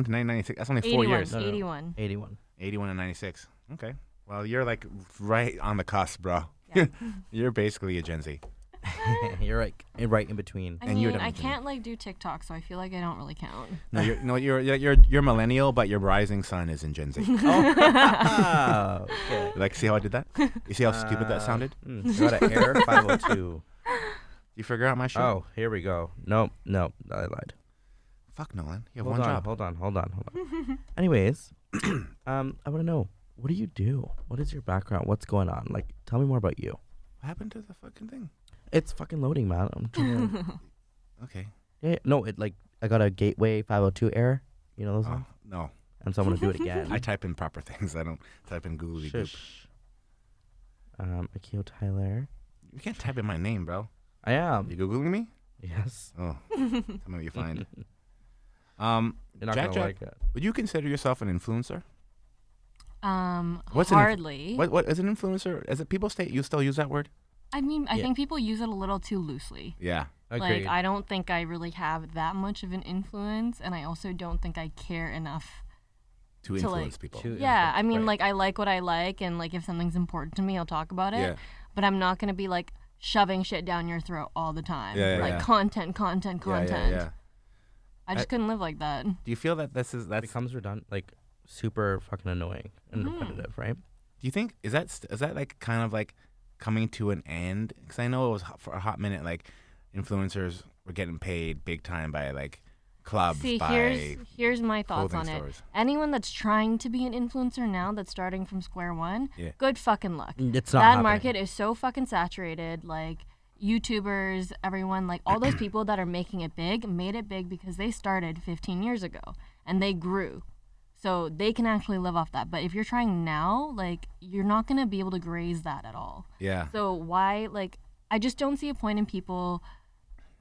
[SPEAKER 3] 1996. That's only four
[SPEAKER 4] 81,
[SPEAKER 3] years.
[SPEAKER 4] 81.
[SPEAKER 2] 81.
[SPEAKER 3] 81 and 96. Okay. Well, you're like right on the cusp, bro.
[SPEAKER 4] Yeah.
[SPEAKER 3] you're basically a Gen Z.
[SPEAKER 2] you're like in- right in between.
[SPEAKER 4] I
[SPEAKER 3] And you're
[SPEAKER 4] mean, I
[SPEAKER 3] definitely-
[SPEAKER 4] can't like do TikTok, so I feel like I don't really count.
[SPEAKER 3] No, you're no, you're you're you're, you're millennial, but your rising sun is in Gen Z.
[SPEAKER 2] Oh, okay.
[SPEAKER 3] like, see how I did that? You see how stupid that sounded?
[SPEAKER 2] Mm, got an error 502.
[SPEAKER 3] You figure out my shit?
[SPEAKER 2] Oh, here we go. Nope, nope, I lied.
[SPEAKER 3] Fuck, Nolan. You have
[SPEAKER 2] Hold
[SPEAKER 3] one
[SPEAKER 2] on,
[SPEAKER 3] job.
[SPEAKER 2] hold on, hold on, hold on. Anyways, um, I want to know what do you do? What is your background? What's going on? Like, tell me more about you.
[SPEAKER 3] What happened to the fucking thing?
[SPEAKER 2] It's fucking loading, man. I'm trying to,
[SPEAKER 3] Okay.
[SPEAKER 2] yeah, no, it like I got a gateway 502 error. You know those
[SPEAKER 3] Oh,
[SPEAKER 2] ones?
[SPEAKER 3] no.
[SPEAKER 2] And so I'm gonna do it again.
[SPEAKER 3] I type in proper things. I don't type in googly goop.
[SPEAKER 2] Shush. Um, Akio Tyler.
[SPEAKER 3] You can't type in my name, bro.
[SPEAKER 2] I am.
[SPEAKER 3] You googling me?
[SPEAKER 2] Yes.
[SPEAKER 3] Oh, tell me what you find. Um,
[SPEAKER 2] You're not
[SPEAKER 3] Jack
[SPEAKER 2] gonna
[SPEAKER 3] Jack,
[SPEAKER 2] like it.
[SPEAKER 3] would you consider yourself an influencer?
[SPEAKER 4] Um,
[SPEAKER 3] What's an inf-
[SPEAKER 4] hardly.
[SPEAKER 3] What what is an influencer? Is it people state you still use that word?
[SPEAKER 4] I mean, I
[SPEAKER 2] Yeah.
[SPEAKER 4] think people use it a little too loosely.
[SPEAKER 3] Yeah.
[SPEAKER 2] Agreed.
[SPEAKER 4] Like, I don't think I really have that much of an influence, and I also don't think I care enough
[SPEAKER 3] to
[SPEAKER 4] To, like,
[SPEAKER 3] influence people.
[SPEAKER 2] to-
[SPEAKER 4] Yeah, I mean,
[SPEAKER 3] Right.
[SPEAKER 4] like I like what I like, and like if something's important to me, I'll talk about it.
[SPEAKER 3] Yeah.
[SPEAKER 4] But I'm not gonna be like shoving shit down your throat all the time.
[SPEAKER 3] Yeah, yeah,
[SPEAKER 4] like
[SPEAKER 3] yeah.
[SPEAKER 4] content, content,
[SPEAKER 3] yeah,
[SPEAKER 4] content.
[SPEAKER 3] yeah, yeah.
[SPEAKER 4] I just
[SPEAKER 3] I-
[SPEAKER 4] couldn't live like that.
[SPEAKER 3] Do you feel that this is
[SPEAKER 2] It
[SPEAKER 3] that's?
[SPEAKER 2] becomes redundant, like super fucking annoying and
[SPEAKER 4] Hmm.
[SPEAKER 2] repetitive, right?
[SPEAKER 3] do you think is that st- is that like kind of like coming to an end? Because I know it was hot, for a hot minute, like influencers were getting paid big time by like clubs
[SPEAKER 4] See,
[SPEAKER 3] by
[SPEAKER 4] here's here's my thoughts
[SPEAKER 3] clothing
[SPEAKER 4] on it.
[SPEAKER 3] stores.
[SPEAKER 4] Anyone that's trying to be an influencer now, that's starting from square one,
[SPEAKER 3] Yeah.
[SPEAKER 4] good fucking luck.
[SPEAKER 2] It's not
[SPEAKER 4] that
[SPEAKER 2] happening.
[SPEAKER 4] market is so fucking saturated. Like YouTubers, everyone, like all those people that are making it big, made it big because they started 15 years ago and they grew. So they can actually live off that. But if you're trying now, like you're not gonna be able to graze that at all.
[SPEAKER 3] Yeah.
[SPEAKER 4] So why like I just don't see a point in people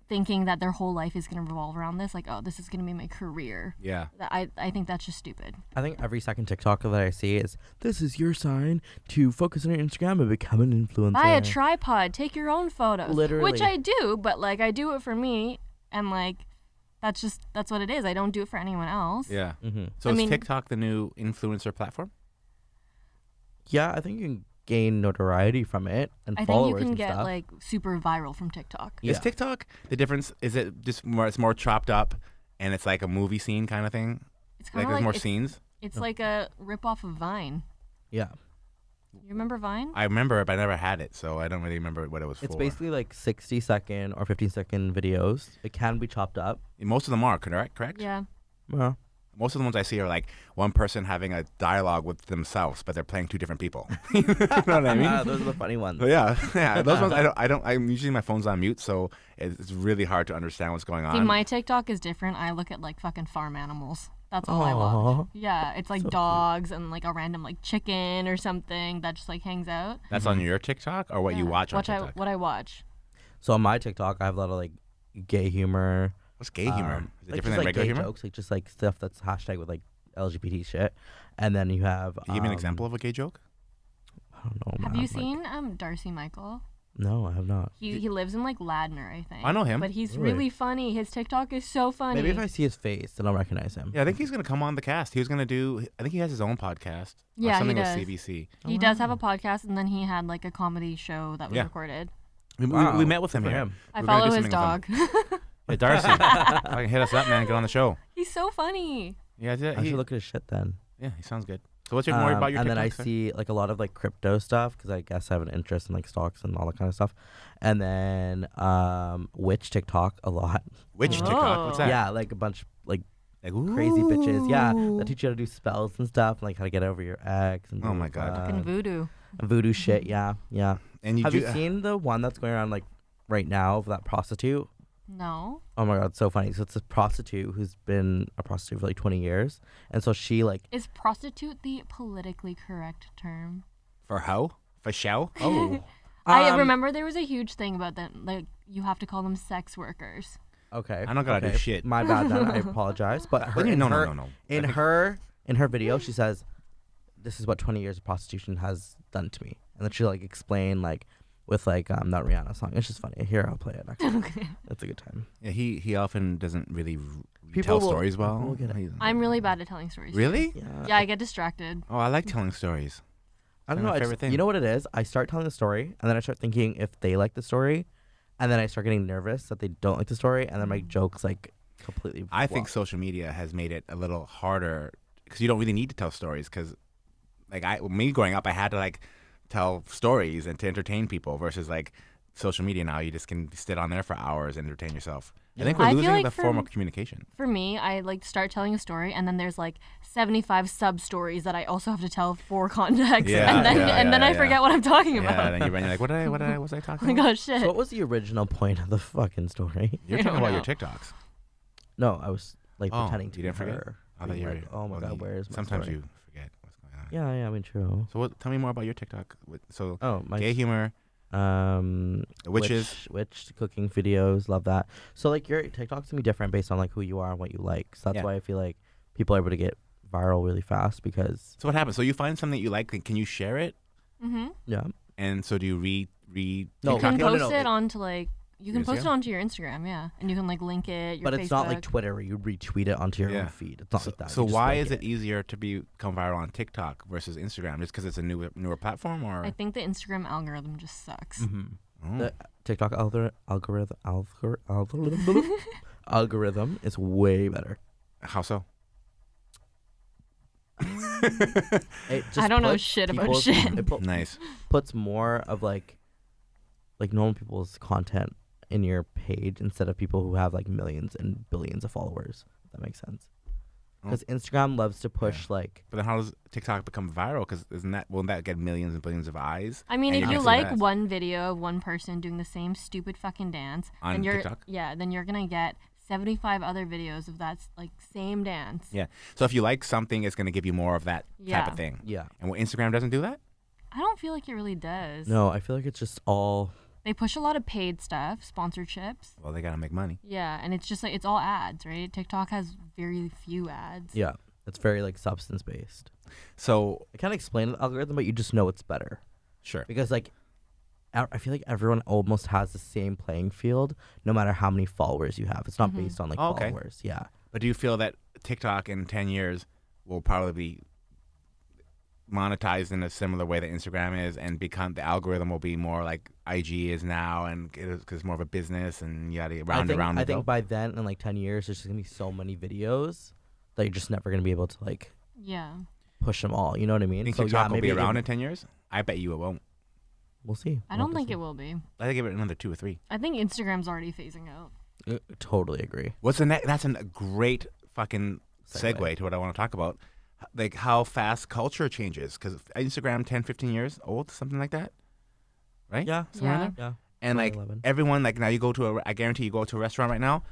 [SPEAKER 4] thinking that their whole life is going to revolve around this like oh this is going to be my career.
[SPEAKER 3] yeah.
[SPEAKER 4] That I I think that's just stupid.
[SPEAKER 2] I think every second TikTok that I see is this is your sign to focus on your Instagram and become an influencer.
[SPEAKER 4] Buy a tripod, take your own photos. Which
[SPEAKER 2] Literally.
[SPEAKER 4] I do, but like I do it for me and like that's just that's what it is. I don't do it for anyone else.
[SPEAKER 3] Yeah.
[SPEAKER 2] hmm
[SPEAKER 3] So
[SPEAKER 4] Mm-hmm. I
[SPEAKER 3] is
[SPEAKER 4] mean-
[SPEAKER 3] TikTok the new influencer platform?
[SPEAKER 2] Yeah, I think you can gain notoriety from it and
[SPEAKER 4] I think
[SPEAKER 2] followers
[SPEAKER 4] you can
[SPEAKER 2] and
[SPEAKER 4] get
[SPEAKER 2] stuff.
[SPEAKER 4] like super viral from TikTok.
[SPEAKER 3] Is
[SPEAKER 2] Yeah.
[SPEAKER 3] TikTok the difference? Is it just more? It's more chopped up, and it's like a movie scene kind of thing.
[SPEAKER 4] It's
[SPEAKER 3] Like
[SPEAKER 4] kind of
[SPEAKER 3] there's
[SPEAKER 4] like,
[SPEAKER 3] more
[SPEAKER 4] it's,
[SPEAKER 3] scenes.
[SPEAKER 4] it's
[SPEAKER 2] Oh.
[SPEAKER 4] like a rip off of Vine.
[SPEAKER 2] yeah,
[SPEAKER 4] You remember Vine?
[SPEAKER 3] I remember it, but I never had it, so I don't really remember what it was
[SPEAKER 2] it's
[SPEAKER 3] for.
[SPEAKER 2] basically like sixty second or fifteen second videos. It can be chopped up.
[SPEAKER 3] Most of them are correct. Correct.
[SPEAKER 4] Yeah.
[SPEAKER 2] Yeah.
[SPEAKER 3] Most of the ones I see are like one person having a dialogue with themselves, but they're playing two different people. you know what I mean?
[SPEAKER 2] Ah, those are the funny ones.
[SPEAKER 3] So yeah, yeah. Those ones I don't. I don't. I'm usually my phone's on mute, so it's it's really hard to understand what's going on.
[SPEAKER 4] See, my TikTok is different. I look at like fucking farm animals. That's all Oh, I watch. Yeah, it's like dogs and like a random like chicken or something that just like hangs out.
[SPEAKER 3] That's on your TikTok or what you
[SPEAKER 4] Yeah,
[SPEAKER 3] watch on
[SPEAKER 4] Which I,
[SPEAKER 3] TikTok.
[SPEAKER 4] what I watch.
[SPEAKER 2] So on my TikTok, I have a lot of like gay humor.
[SPEAKER 3] What's gay humor? Is it
[SPEAKER 2] um, like,
[SPEAKER 3] different
[SPEAKER 2] just,
[SPEAKER 3] than
[SPEAKER 2] like,
[SPEAKER 3] regular
[SPEAKER 2] gay
[SPEAKER 3] humor?
[SPEAKER 2] jokes, like just like stuff that's hashtag with like LGBT shit. And then you have.
[SPEAKER 3] Can you give me an
[SPEAKER 2] um,
[SPEAKER 3] example of a gay joke?
[SPEAKER 2] I don't know.
[SPEAKER 4] Have
[SPEAKER 2] man,
[SPEAKER 4] you
[SPEAKER 2] like-
[SPEAKER 4] seen um Darcy Michael?
[SPEAKER 2] No, I have not.
[SPEAKER 4] He he lives in like Ladner, I think.
[SPEAKER 3] I know him.
[SPEAKER 4] But he's
[SPEAKER 2] Really?
[SPEAKER 4] really, funny. His TikTok is so funny.
[SPEAKER 2] Maybe if I see his face, then I'll recognize him.
[SPEAKER 3] Yeah, I think he's gonna come on the cast. He was gonna do. I think he has his own podcast.
[SPEAKER 4] Yeah,
[SPEAKER 3] or
[SPEAKER 4] he
[SPEAKER 3] something
[SPEAKER 4] does.
[SPEAKER 3] with CBC.
[SPEAKER 4] he does have a podcast, and then he had like a comedy show that was
[SPEAKER 3] Oh, Yeah.
[SPEAKER 4] recorded.
[SPEAKER 3] We, we-
[SPEAKER 2] Wow,
[SPEAKER 3] we met with
[SPEAKER 2] good
[SPEAKER 3] him
[SPEAKER 2] for
[SPEAKER 3] here.
[SPEAKER 2] him.
[SPEAKER 4] I
[SPEAKER 3] We're gonna
[SPEAKER 4] follow
[SPEAKER 3] do
[SPEAKER 4] his
[SPEAKER 3] something
[SPEAKER 4] dog.
[SPEAKER 3] with him. Hey, Darcy, fucking hit us up, man. Get on the show.
[SPEAKER 4] he's so funny.
[SPEAKER 3] Yeah, yeah,
[SPEAKER 2] I
[SPEAKER 3] he,
[SPEAKER 2] should look at his shit then.
[SPEAKER 3] yeah. He sounds good. So what's your more
[SPEAKER 2] Um,
[SPEAKER 3] about your
[SPEAKER 2] and
[SPEAKER 3] TikTok?
[SPEAKER 2] then I
[SPEAKER 3] sir?
[SPEAKER 2] see like a lot of like crypto stuff because I guess I have an interest in like stocks and all that kind of stuff. And then um, witch TikTok a lot.
[SPEAKER 3] which TikTok? What's
[SPEAKER 4] Oh.
[SPEAKER 3] that?
[SPEAKER 2] Yeah, like a bunch of, like
[SPEAKER 3] Like,
[SPEAKER 2] crazy bitches. Yeah,
[SPEAKER 3] ooh.
[SPEAKER 2] that teach you how to do spells and stuff, and, like how to get over your ex. And
[SPEAKER 3] Oh
[SPEAKER 2] blah,
[SPEAKER 3] my
[SPEAKER 2] blah,
[SPEAKER 3] God.
[SPEAKER 2] blah.
[SPEAKER 4] Fucking voodoo.
[SPEAKER 2] voodoo shit. Yeah, yeah.
[SPEAKER 3] And you
[SPEAKER 2] have
[SPEAKER 3] do,
[SPEAKER 2] you seen the one that's going around like right now of that prostitute?
[SPEAKER 4] No.
[SPEAKER 2] Oh my god, it's so funny. So it's a prostitute who's been a prostitute for like 20 years, and so she like
[SPEAKER 4] Is prostitute the politically correct term?
[SPEAKER 3] for how for show?
[SPEAKER 2] oh.
[SPEAKER 4] I
[SPEAKER 2] Um,
[SPEAKER 4] remember there was a huge thing about that. Like you have to call them sex workers.
[SPEAKER 2] Okay.
[SPEAKER 3] I don't gotta do
[SPEAKER 2] okay.
[SPEAKER 3] shit.
[SPEAKER 2] My bad. Then I apologize. But her,
[SPEAKER 3] What do you-
[SPEAKER 2] in
[SPEAKER 3] no, no,
[SPEAKER 2] her,
[SPEAKER 3] no, no.
[SPEAKER 2] In her, in her video, she says, "This is what 20 years of prostitution has done to me," and then she like explain like with like um that Rihanna song. It's just funny. Here, I'll play it. Actually. It's a good time.
[SPEAKER 3] Yeah, he he often doesn't really r-
[SPEAKER 2] People
[SPEAKER 3] tell
[SPEAKER 2] will-
[SPEAKER 3] stories well.
[SPEAKER 2] people will get it.
[SPEAKER 3] He's-
[SPEAKER 4] I'm really bad at telling stories.
[SPEAKER 3] really?
[SPEAKER 2] Yeah.
[SPEAKER 4] Yeah, I get distracted.
[SPEAKER 3] Oh, I like telling stories.
[SPEAKER 2] I don't
[SPEAKER 3] my
[SPEAKER 2] know. I
[SPEAKER 3] favorite
[SPEAKER 2] just-
[SPEAKER 3] thing.
[SPEAKER 2] You know what it is? I start telling the story, and then I start thinking if they like the story, and then I start getting nervous that they don't like the story, and then my jokes like completely.
[SPEAKER 3] I think
[SPEAKER 2] flop.
[SPEAKER 3] social media has made it a little harder because you don't really need to tell stories. Because, like, I me growing up, I had to like tell stories and to entertain people. Versus like social media now, you just can sit on there for hours and entertain yourself. I think we're
[SPEAKER 4] I feel
[SPEAKER 3] losing
[SPEAKER 4] like
[SPEAKER 3] the
[SPEAKER 4] for-
[SPEAKER 3] form of communication.
[SPEAKER 4] For me, I like start telling a story, and then there's like 75 sub stories that I also have to tell for context,
[SPEAKER 3] Yeah,
[SPEAKER 4] and then
[SPEAKER 3] yeah,
[SPEAKER 4] and then
[SPEAKER 3] yeah,
[SPEAKER 4] I
[SPEAKER 3] yeah.
[SPEAKER 4] forget what I'm talking about.
[SPEAKER 3] Yeah, and then you're like, what did I, what did I, was I
[SPEAKER 4] Oh
[SPEAKER 3] talking
[SPEAKER 4] my
[SPEAKER 3] about?
[SPEAKER 4] gosh, shit.
[SPEAKER 2] So what was the original point of the fucking story?
[SPEAKER 3] You're
[SPEAKER 4] I
[SPEAKER 3] talking
[SPEAKER 4] don't
[SPEAKER 3] about your
[SPEAKER 4] know.
[SPEAKER 3] TikToks.
[SPEAKER 2] No, I was like
[SPEAKER 3] Oh,
[SPEAKER 2] pretending to
[SPEAKER 3] you
[SPEAKER 2] be
[SPEAKER 3] didn't forget?
[SPEAKER 2] her,
[SPEAKER 3] I thought
[SPEAKER 2] being
[SPEAKER 3] you were-
[SPEAKER 2] like, oh my
[SPEAKER 3] well, you-
[SPEAKER 2] god, where is my
[SPEAKER 3] Sometimes
[SPEAKER 2] story?
[SPEAKER 3] you forget what's going on.
[SPEAKER 2] Yeah, yeah, I mean true.
[SPEAKER 3] So what, tell me more about your TikTok. With, so
[SPEAKER 2] Oh my
[SPEAKER 3] gay humor,
[SPEAKER 2] um
[SPEAKER 3] which is
[SPEAKER 2] which cooking videos, love that. So like your TikToks can be different based on like who you are and what you like. So that's
[SPEAKER 3] Yeah.
[SPEAKER 2] why I feel like people are able to get viral really fast because
[SPEAKER 3] so what happens? So you find something that you like, and can you share it?
[SPEAKER 4] mm-hmm.
[SPEAKER 2] yeah.
[SPEAKER 3] And so do you re re
[SPEAKER 2] No,
[SPEAKER 4] You can
[SPEAKER 2] oh, no, no,
[SPEAKER 4] post
[SPEAKER 2] no,
[SPEAKER 4] it
[SPEAKER 2] it-
[SPEAKER 4] onto like You can
[SPEAKER 3] Instagram?
[SPEAKER 4] post it onto your Instagram, yeah, and you can like link it. Your
[SPEAKER 2] but it's not like
[SPEAKER 4] Facebook.
[SPEAKER 2] Twitter where you retweet it onto your
[SPEAKER 3] Yeah.
[SPEAKER 2] own feed. It's not
[SPEAKER 3] So,
[SPEAKER 2] like that.
[SPEAKER 3] so
[SPEAKER 2] You just
[SPEAKER 3] why
[SPEAKER 2] link
[SPEAKER 3] is it easier to be come viral on TikTok versus Instagram? Just because it's a newer newer platform, or
[SPEAKER 4] I think the Instagram algorithm just sucks.
[SPEAKER 2] Mm-hmm.
[SPEAKER 3] Oh.
[SPEAKER 2] The TikTok algor- algorithm algor- algorithm algorithm is way better.
[SPEAKER 3] how so?
[SPEAKER 2] It just
[SPEAKER 4] I don't know
[SPEAKER 2] puts
[SPEAKER 4] shit about
[SPEAKER 2] people's-
[SPEAKER 4] shit.
[SPEAKER 2] It pu-
[SPEAKER 3] Nice.
[SPEAKER 2] puts more of like like normal people's content in your page instead of people who have like millions and billions of followers. If that makes sense.
[SPEAKER 3] Oh.
[SPEAKER 2] Because Instagram loves to push like
[SPEAKER 3] But then how does TikTok become viral? Because isn't that won't that get millions and billions of eyes?
[SPEAKER 4] I mean,
[SPEAKER 3] And
[SPEAKER 4] if
[SPEAKER 3] you're
[SPEAKER 4] you
[SPEAKER 3] gonna see
[SPEAKER 4] like
[SPEAKER 3] that.
[SPEAKER 4] one video of one person doing the same stupid fucking dance,
[SPEAKER 3] On
[SPEAKER 4] then you're
[SPEAKER 3] TikTok?
[SPEAKER 4] yeah, then you're gonna get seventy-five other videos of that s- like same dance.
[SPEAKER 3] Yeah. So if you like something, it's going to give you more of that type
[SPEAKER 4] Yeah.
[SPEAKER 3] of thing.
[SPEAKER 2] yeah.
[SPEAKER 3] And what Instagram doesn't do that.
[SPEAKER 4] I don't feel like it really does.
[SPEAKER 2] No, I feel like it's just all
[SPEAKER 4] They push a lot of paid stuff, sponsorships.
[SPEAKER 3] Well, they got to make money.
[SPEAKER 4] Yeah, and it's just like it's all ads, right? TikTok has very few ads.
[SPEAKER 2] yeah. It's very like substance based.
[SPEAKER 3] So
[SPEAKER 2] I can't explain the algorithm, but you just know it's better.
[SPEAKER 3] sure.
[SPEAKER 2] because like I I feel like everyone almost has the same playing field, no matter how many followers you have. It's not
[SPEAKER 4] Mm-hmm.
[SPEAKER 2] based on like
[SPEAKER 3] Oh, okay.
[SPEAKER 2] followers. Yeah,
[SPEAKER 3] But do you feel that TikTok in ten years will probably be monetized in a similar way that Instagram is, and become the algorithm will be more like IG is now, and because more of a business and yada round
[SPEAKER 2] I think,
[SPEAKER 3] and round.
[SPEAKER 2] I
[SPEAKER 3] we go?
[SPEAKER 2] think by then, in like ten years, there's just gonna be so many videos that you're just never gonna be able to like
[SPEAKER 4] Yeah.
[SPEAKER 2] push them all. You know what I mean?
[SPEAKER 3] think
[SPEAKER 2] so
[SPEAKER 3] TikTok
[SPEAKER 2] yeah,
[SPEAKER 3] will
[SPEAKER 2] maybe
[SPEAKER 3] be
[SPEAKER 2] it-
[SPEAKER 3] around in ten years. I bet you it won't.
[SPEAKER 2] We'll see.
[SPEAKER 4] I don't think it will be.
[SPEAKER 3] I give it another two or three.
[SPEAKER 4] I think Instagram's already phasing out.
[SPEAKER 2] it. Uh, Totally agree.
[SPEAKER 3] What's the next? That's an- a great fucking segue.
[SPEAKER 2] Segue.
[SPEAKER 3] to what I want to talk about. H- Like how fast culture changes because Instagram 10, 15 years old, something like that, right?
[SPEAKER 2] Yeah.
[SPEAKER 3] somewhere in
[SPEAKER 4] Yeah.
[SPEAKER 3] there.
[SPEAKER 2] Yeah.
[SPEAKER 3] And like
[SPEAKER 2] 2011.
[SPEAKER 3] Mm-hmm. everyone, like now you go to a, re- I guarantee you go to a restaurant right now,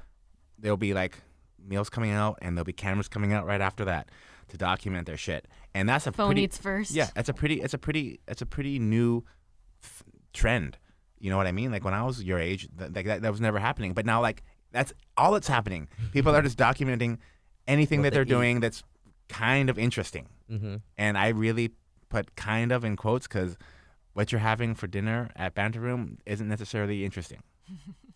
[SPEAKER 3] there'll be like meals coming out and there'll be cameras coming out right after that to document their shit. And that's a
[SPEAKER 4] Phone
[SPEAKER 3] pretty,
[SPEAKER 4] eats first.
[SPEAKER 3] yeah, it's a pretty, it's a pretty, it's a pretty new f- trend. You know what I mean? Like when I was your age, th- like that, that was never happening. But now, like that's all that's happening. People are just documenting anything
[SPEAKER 2] Mm-hmm. What
[SPEAKER 3] that
[SPEAKER 2] they
[SPEAKER 3] they're
[SPEAKER 2] eat.
[SPEAKER 3] doing that's kind of interesting.
[SPEAKER 2] Mm-hmm.
[SPEAKER 3] And I really put kind of in quotes because what you're having for dinner at Banter Room isn't necessarily interesting.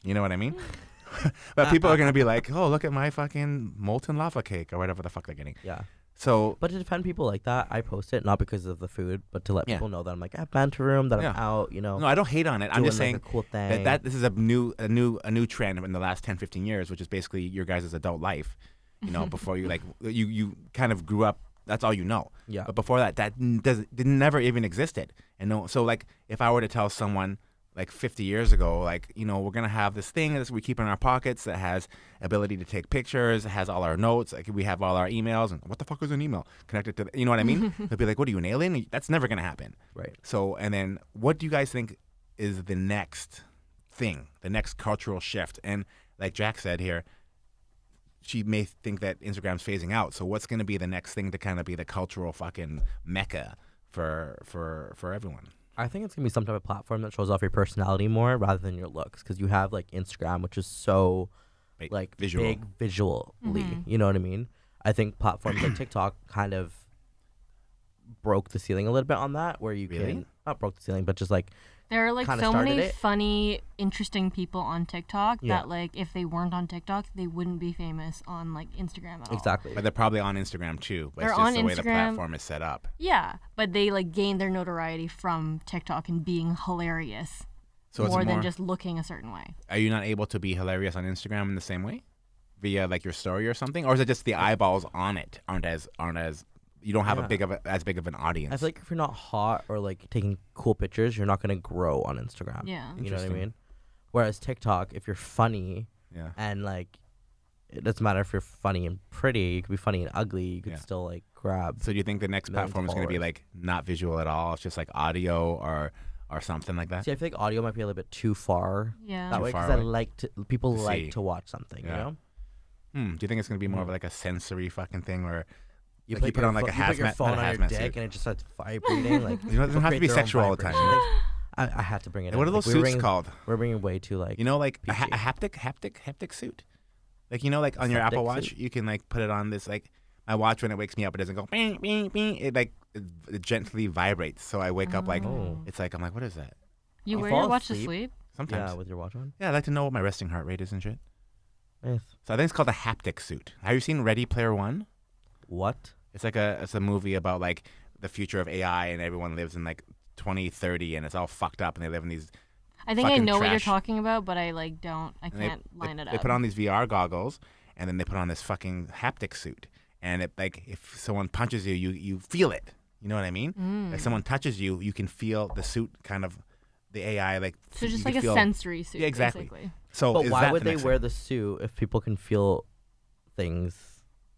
[SPEAKER 3] You know what I mean? but people are gonna be like, "Oh, look at my fucking molten lava cake or whatever the fuck they're getting."
[SPEAKER 2] Yeah.
[SPEAKER 3] So
[SPEAKER 2] But to defend people like that, I post it not because of the food, but to let
[SPEAKER 3] Yeah.
[SPEAKER 2] people know that I'm like at banter room, that I'm
[SPEAKER 3] Yeah.
[SPEAKER 2] out. You know,
[SPEAKER 3] no, I don't hate on it. I'm
[SPEAKER 2] doing,
[SPEAKER 3] just
[SPEAKER 2] like,
[SPEAKER 3] saying
[SPEAKER 2] a cool
[SPEAKER 3] that,
[SPEAKER 2] thing.
[SPEAKER 3] that this is a new a new a new trend in the last 10 15 years which is basically your guys' adult life you know before you like you you kind of grew up that's all you know
[SPEAKER 2] Yeah.
[SPEAKER 3] but before that that n- does didn't never even existed and no so like if i were to tell someone like 50 years ago like you know we're gonna have this thing that we keep in our pockets that has ability to take pictures it has all our notes like we have all our emails and what the fuck is an email connected to the, you know what i mean they'll be like what are you an alien that's never gonna happen
[SPEAKER 2] right.
[SPEAKER 3] so, and then what do you guys think is the next thing, the next cultural shift? And like Jack said here, she may think that Instagram's phasing out. So, what's going to be the next thing to kind of be the cultural fucking mecca for for for everyone?
[SPEAKER 2] I think it's gonna be some type of platform that shows off your personality more rather than your looks, because you have like Instagram, which is so
[SPEAKER 3] Big
[SPEAKER 2] like
[SPEAKER 3] visual.
[SPEAKER 2] big visually. You know what I mean? I think platforms like TikTok kind of broke the ceiling a little bit on that, where you
[SPEAKER 3] Really?
[SPEAKER 2] can not broke the ceiling, but just like
[SPEAKER 4] There are like
[SPEAKER 2] kinda
[SPEAKER 4] so many
[SPEAKER 2] started it.
[SPEAKER 4] funny, interesting people on TikTok
[SPEAKER 2] Yeah.
[SPEAKER 4] that like if they weren't on TikTok, they wouldn't be famous on like Instagram at all.
[SPEAKER 2] exactly.
[SPEAKER 3] But they're probably on Instagram too. But
[SPEAKER 4] They're
[SPEAKER 3] it's just
[SPEAKER 4] on
[SPEAKER 3] the way the
[SPEAKER 4] Instagram.
[SPEAKER 3] platform is set up.
[SPEAKER 4] Yeah, but they like gained their notoriety from TikTok and being hilarious
[SPEAKER 3] So
[SPEAKER 4] more
[SPEAKER 3] it's more.
[SPEAKER 4] than just looking a certain way.
[SPEAKER 3] are you not able to be hilarious on Instagram in the same way, via like your story or something, or is it just the eyeballs on it aren't as aren't as you don't have a
[SPEAKER 2] Yeah.
[SPEAKER 3] big of a, as big of an audience?
[SPEAKER 2] I feel like if you're not hot or like taking cool pictures, you're not gonna grow on Instagram.
[SPEAKER 4] Yeah.
[SPEAKER 2] You know what I
[SPEAKER 3] Interesting.
[SPEAKER 2] mean? Whereas TikTok, if you're funny
[SPEAKER 3] yeah.
[SPEAKER 2] and like it doesn't matter if you're funny and pretty, you could be funny and ugly, you could
[SPEAKER 3] Yeah.
[SPEAKER 2] still like grab
[SPEAKER 3] So do you think the next
[SPEAKER 2] Millions
[SPEAKER 3] platform is going to be
[SPEAKER 2] followers.
[SPEAKER 3] like not visual at all? It's just like audio or or something like that.
[SPEAKER 2] See, I feel like audio might be a little bit too far
[SPEAKER 4] Yeah.
[SPEAKER 2] that
[SPEAKER 3] Too
[SPEAKER 2] way
[SPEAKER 3] far
[SPEAKER 2] because I
[SPEAKER 3] away.
[SPEAKER 2] like to people
[SPEAKER 3] To
[SPEAKER 2] like
[SPEAKER 3] see.
[SPEAKER 2] to watch something.
[SPEAKER 3] Yeah.
[SPEAKER 2] You know,
[SPEAKER 3] Hmm. Do you think it's going to be more of like a sensory fucking thing where you, like you put
[SPEAKER 2] your
[SPEAKER 3] on like
[SPEAKER 2] pho-
[SPEAKER 3] a
[SPEAKER 2] you put your
[SPEAKER 3] hazmat,
[SPEAKER 2] phone
[SPEAKER 3] not a
[SPEAKER 2] on your
[SPEAKER 3] hazmat
[SPEAKER 2] dick
[SPEAKER 3] suit?
[SPEAKER 2] and it just starts vibrating. Like
[SPEAKER 3] You know, it doesn't have to
[SPEAKER 2] people create
[SPEAKER 3] be
[SPEAKER 2] their own
[SPEAKER 3] sexual all the time.
[SPEAKER 2] vibrations. I, I had to bring it.
[SPEAKER 3] And what
[SPEAKER 2] in.
[SPEAKER 3] are
[SPEAKER 2] Like,
[SPEAKER 3] those
[SPEAKER 2] we were
[SPEAKER 3] suits
[SPEAKER 2] bringing-
[SPEAKER 3] called?
[SPEAKER 2] We're bringing way too like
[SPEAKER 3] You know, like a, ha- a
[SPEAKER 2] PG.
[SPEAKER 3] haptic, haptic, haptic suit. Like you know, like on your Apple
[SPEAKER 2] Septic
[SPEAKER 3] Watch,
[SPEAKER 2] suit?
[SPEAKER 3] you can like put it on this like my watch when it wakes me up, it doesn't go bing bing bing. It like it, it gently vibrates, so I wake up like
[SPEAKER 2] Oh.
[SPEAKER 3] it's like I'm like what is that?
[SPEAKER 4] You
[SPEAKER 2] You
[SPEAKER 4] wear
[SPEAKER 2] fall
[SPEAKER 4] your watch to
[SPEAKER 2] asleep?
[SPEAKER 4] sleep?
[SPEAKER 3] Sometimes.
[SPEAKER 2] Yeah,
[SPEAKER 3] Yeah,
[SPEAKER 2] with your watch on. Eh,
[SPEAKER 3] I like to know what my resting heart rate is and shit.
[SPEAKER 2] Yes.
[SPEAKER 3] So I think it's called the haptic suit. Have you seen Ready Player One?
[SPEAKER 2] What?
[SPEAKER 3] It's like a it's a movie about like the future of AI and everyone lives in like 2030 and it's all fucked up and they live in these
[SPEAKER 4] I think I
[SPEAKER 3] Fucking
[SPEAKER 4] know what you're
[SPEAKER 3] trash.
[SPEAKER 4] talking about, but I like don't. I
[SPEAKER 3] and they-
[SPEAKER 4] can't
[SPEAKER 3] they,
[SPEAKER 4] line it up.
[SPEAKER 3] They put on these VR goggles and then they put on this fucking haptic suit. And it like if someone punches you, you you feel it. You know what I mean?
[SPEAKER 4] Mm.
[SPEAKER 3] If someone touches you, you can feel the suit kind of the AI like
[SPEAKER 4] so
[SPEAKER 3] you
[SPEAKER 4] just
[SPEAKER 3] can
[SPEAKER 4] like a
[SPEAKER 3] feel-
[SPEAKER 4] sensory suit,
[SPEAKER 3] Yeah, exactly.
[SPEAKER 4] basically.
[SPEAKER 3] So
[SPEAKER 2] but
[SPEAKER 3] Oh, is
[SPEAKER 2] why
[SPEAKER 3] that
[SPEAKER 2] would
[SPEAKER 3] the
[SPEAKER 2] they
[SPEAKER 3] next
[SPEAKER 2] wear
[SPEAKER 3] thing?
[SPEAKER 2] the suit if people can feel things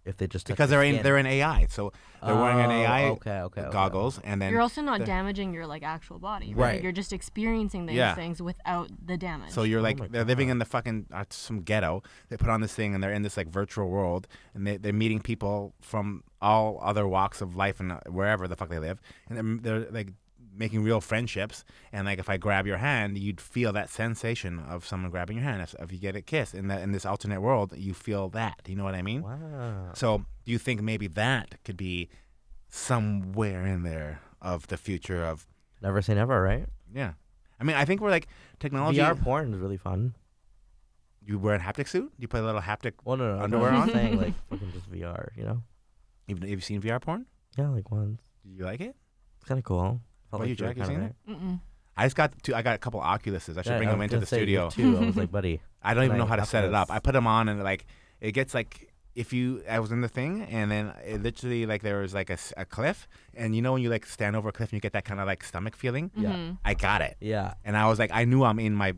[SPEAKER 2] if they just touch
[SPEAKER 3] because
[SPEAKER 2] their
[SPEAKER 3] they're in
[SPEAKER 2] skin?
[SPEAKER 3] they're in AI. So they're wearing an
[SPEAKER 2] Oh,
[SPEAKER 3] AI
[SPEAKER 2] okay, okay, okay.
[SPEAKER 3] goggles and then
[SPEAKER 4] You're also not
[SPEAKER 3] the-
[SPEAKER 4] damaging your like actual body, right?
[SPEAKER 2] Right.
[SPEAKER 4] You're just experiencing these
[SPEAKER 3] Yeah.
[SPEAKER 4] things without the damage.
[SPEAKER 3] So you're like
[SPEAKER 2] Oh my
[SPEAKER 3] they're living in the fucking uh, some ghetto. They put on this thing and they're in this like virtual world and they they're meeting people from all other walks of life and uh, wherever the fuck they live and they're, they're like making real friendships and like if I grab your hand, you'd feel that sensation of someone grabbing your hand. If, if you get a kiss in that in this alternate world, you feel that. You know what I mean?
[SPEAKER 2] Wow.
[SPEAKER 3] So do you think maybe that could be somewhere in there of the future of
[SPEAKER 2] Never say never, right?
[SPEAKER 3] yeah. I mean, I think we're like technology.
[SPEAKER 2] VR porn is really fun.
[SPEAKER 3] You wear a haptic suit? You put a little haptic.
[SPEAKER 2] Well, no, no,
[SPEAKER 3] Underwear
[SPEAKER 2] I'm
[SPEAKER 3] on?
[SPEAKER 2] saying like fucking just VR, you know?
[SPEAKER 3] Have have you seen VR porn?
[SPEAKER 2] Yeah, like once.
[SPEAKER 3] Do you like it?
[SPEAKER 2] It's kind of cool. Felt
[SPEAKER 3] What, you,
[SPEAKER 2] were
[SPEAKER 3] Jack, you
[SPEAKER 2] kinda
[SPEAKER 3] seen
[SPEAKER 2] right.
[SPEAKER 4] Mm-mm.
[SPEAKER 3] I just got two. I got a couple Oculuses. I should
[SPEAKER 2] Yeah,
[SPEAKER 3] bring
[SPEAKER 2] I
[SPEAKER 3] them
[SPEAKER 2] was
[SPEAKER 3] into the
[SPEAKER 2] gonna say,
[SPEAKER 3] studio.
[SPEAKER 2] you Too. I was like, buddy,
[SPEAKER 3] I don't even know
[SPEAKER 2] Like,
[SPEAKER 3] how to set it up.
[SPEAKER 2] Oculus.
[SPEAKER 3] I put them on and like it gets like if you I was in the thing and then it literally like there was like a, s- a cliff and you know when you like stand over a cliff and you get that kind of like stomach feeling.
[SPEAKER 2] Yeah.
[SPEAKER 4] Mhm.
[SPEAKER 3] I got it
[SPEAKER 2] yeah,
[SPEAKER 3] and I was like I knew I'm in my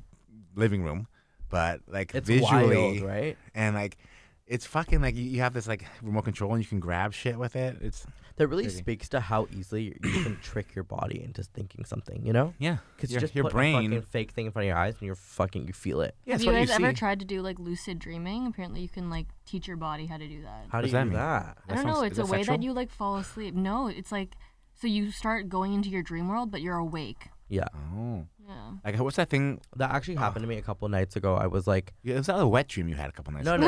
[SPEAKER 3] living room, but like
[SPEAKER 2] it's
[SPEAKER 3] visually
[SPEAKER 2] wild, right?
[SPEAKER 3] and like it's fucking like you, you have this like remote control and you can grab shit with it. It's
[SPEAKER 2] That really
[SPEAKER 3] Crazy.
[SPEAKER 2] speaks to how easily you can trick your body into thinking something, you know?
[SPEAKER 3] yeah,
[SPEAKER 2] Because
[SPEAKER 3] your,
[SPEAKER 2] you just
[SPEAKER 3] your
[SPEAKER 2] put a
[SPEAKER 3] brain.
[SPEAKER 2] fucking fake thing in front of your eyes and you're fucking, you feel it.
[SPEAKER 3] Yeah,
[SPEAKER 4] Have
[SPEAKER 3] it's
[SPEAKER 4] you
[SPEAKER 3] what
[SPEAKER 4] guys
[SPEAKER 3] you
[SPEAKER 4] ever
[SPEAKER 3] see.
[SPEAKER 4] tried to do like lucid dreaming? Apparently, you can like teach your body how to do that.
[SPEAKER 2] How do
[SPEAKER 3] does
[SPEAKER 2] you
[SPEAKER 3] that
[SPEAKER 2] do
[SPEAKER 3] mean?
[SPEAKER 2] that? Oh.
[SPEAKER 3] That
[SPEAKER 4] I don't
[SPEAKER 3] sounds-
[SPEAKER 4] know.
[SPEAKER 3] is
[SPEAKER 4] It's a way
[SPEAKER 3] sexual?
[SPEAKER 4] that you like fall asleep. No, it's like so you start going into your dream world, but you're awake.
[SPEAKER 2] Yeah.
[SPEAKER 3] Oh,
[SPEAKER 4] Yeah.
[SPEAKER 3] like what's that thing?
[SPEAKER 2] That actually happened to me a couple nights ago. I was like,
[SPEAKER 3] It was that a wet dream you had a couple nights.
[SPEAKER 2] no,
[SPEAKER 3] ago?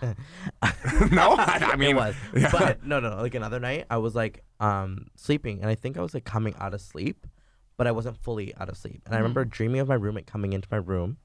[SPEAKER 2] no,
[SPEAKER 3] no, I mean,
[SPEAKER 2] it was. But no, no, no, like another night, I was like um sleeping, and I think I was like coming out of sleep, but I wasn't fully out of sleep. And I remember dreaming of my roommate coming into my room,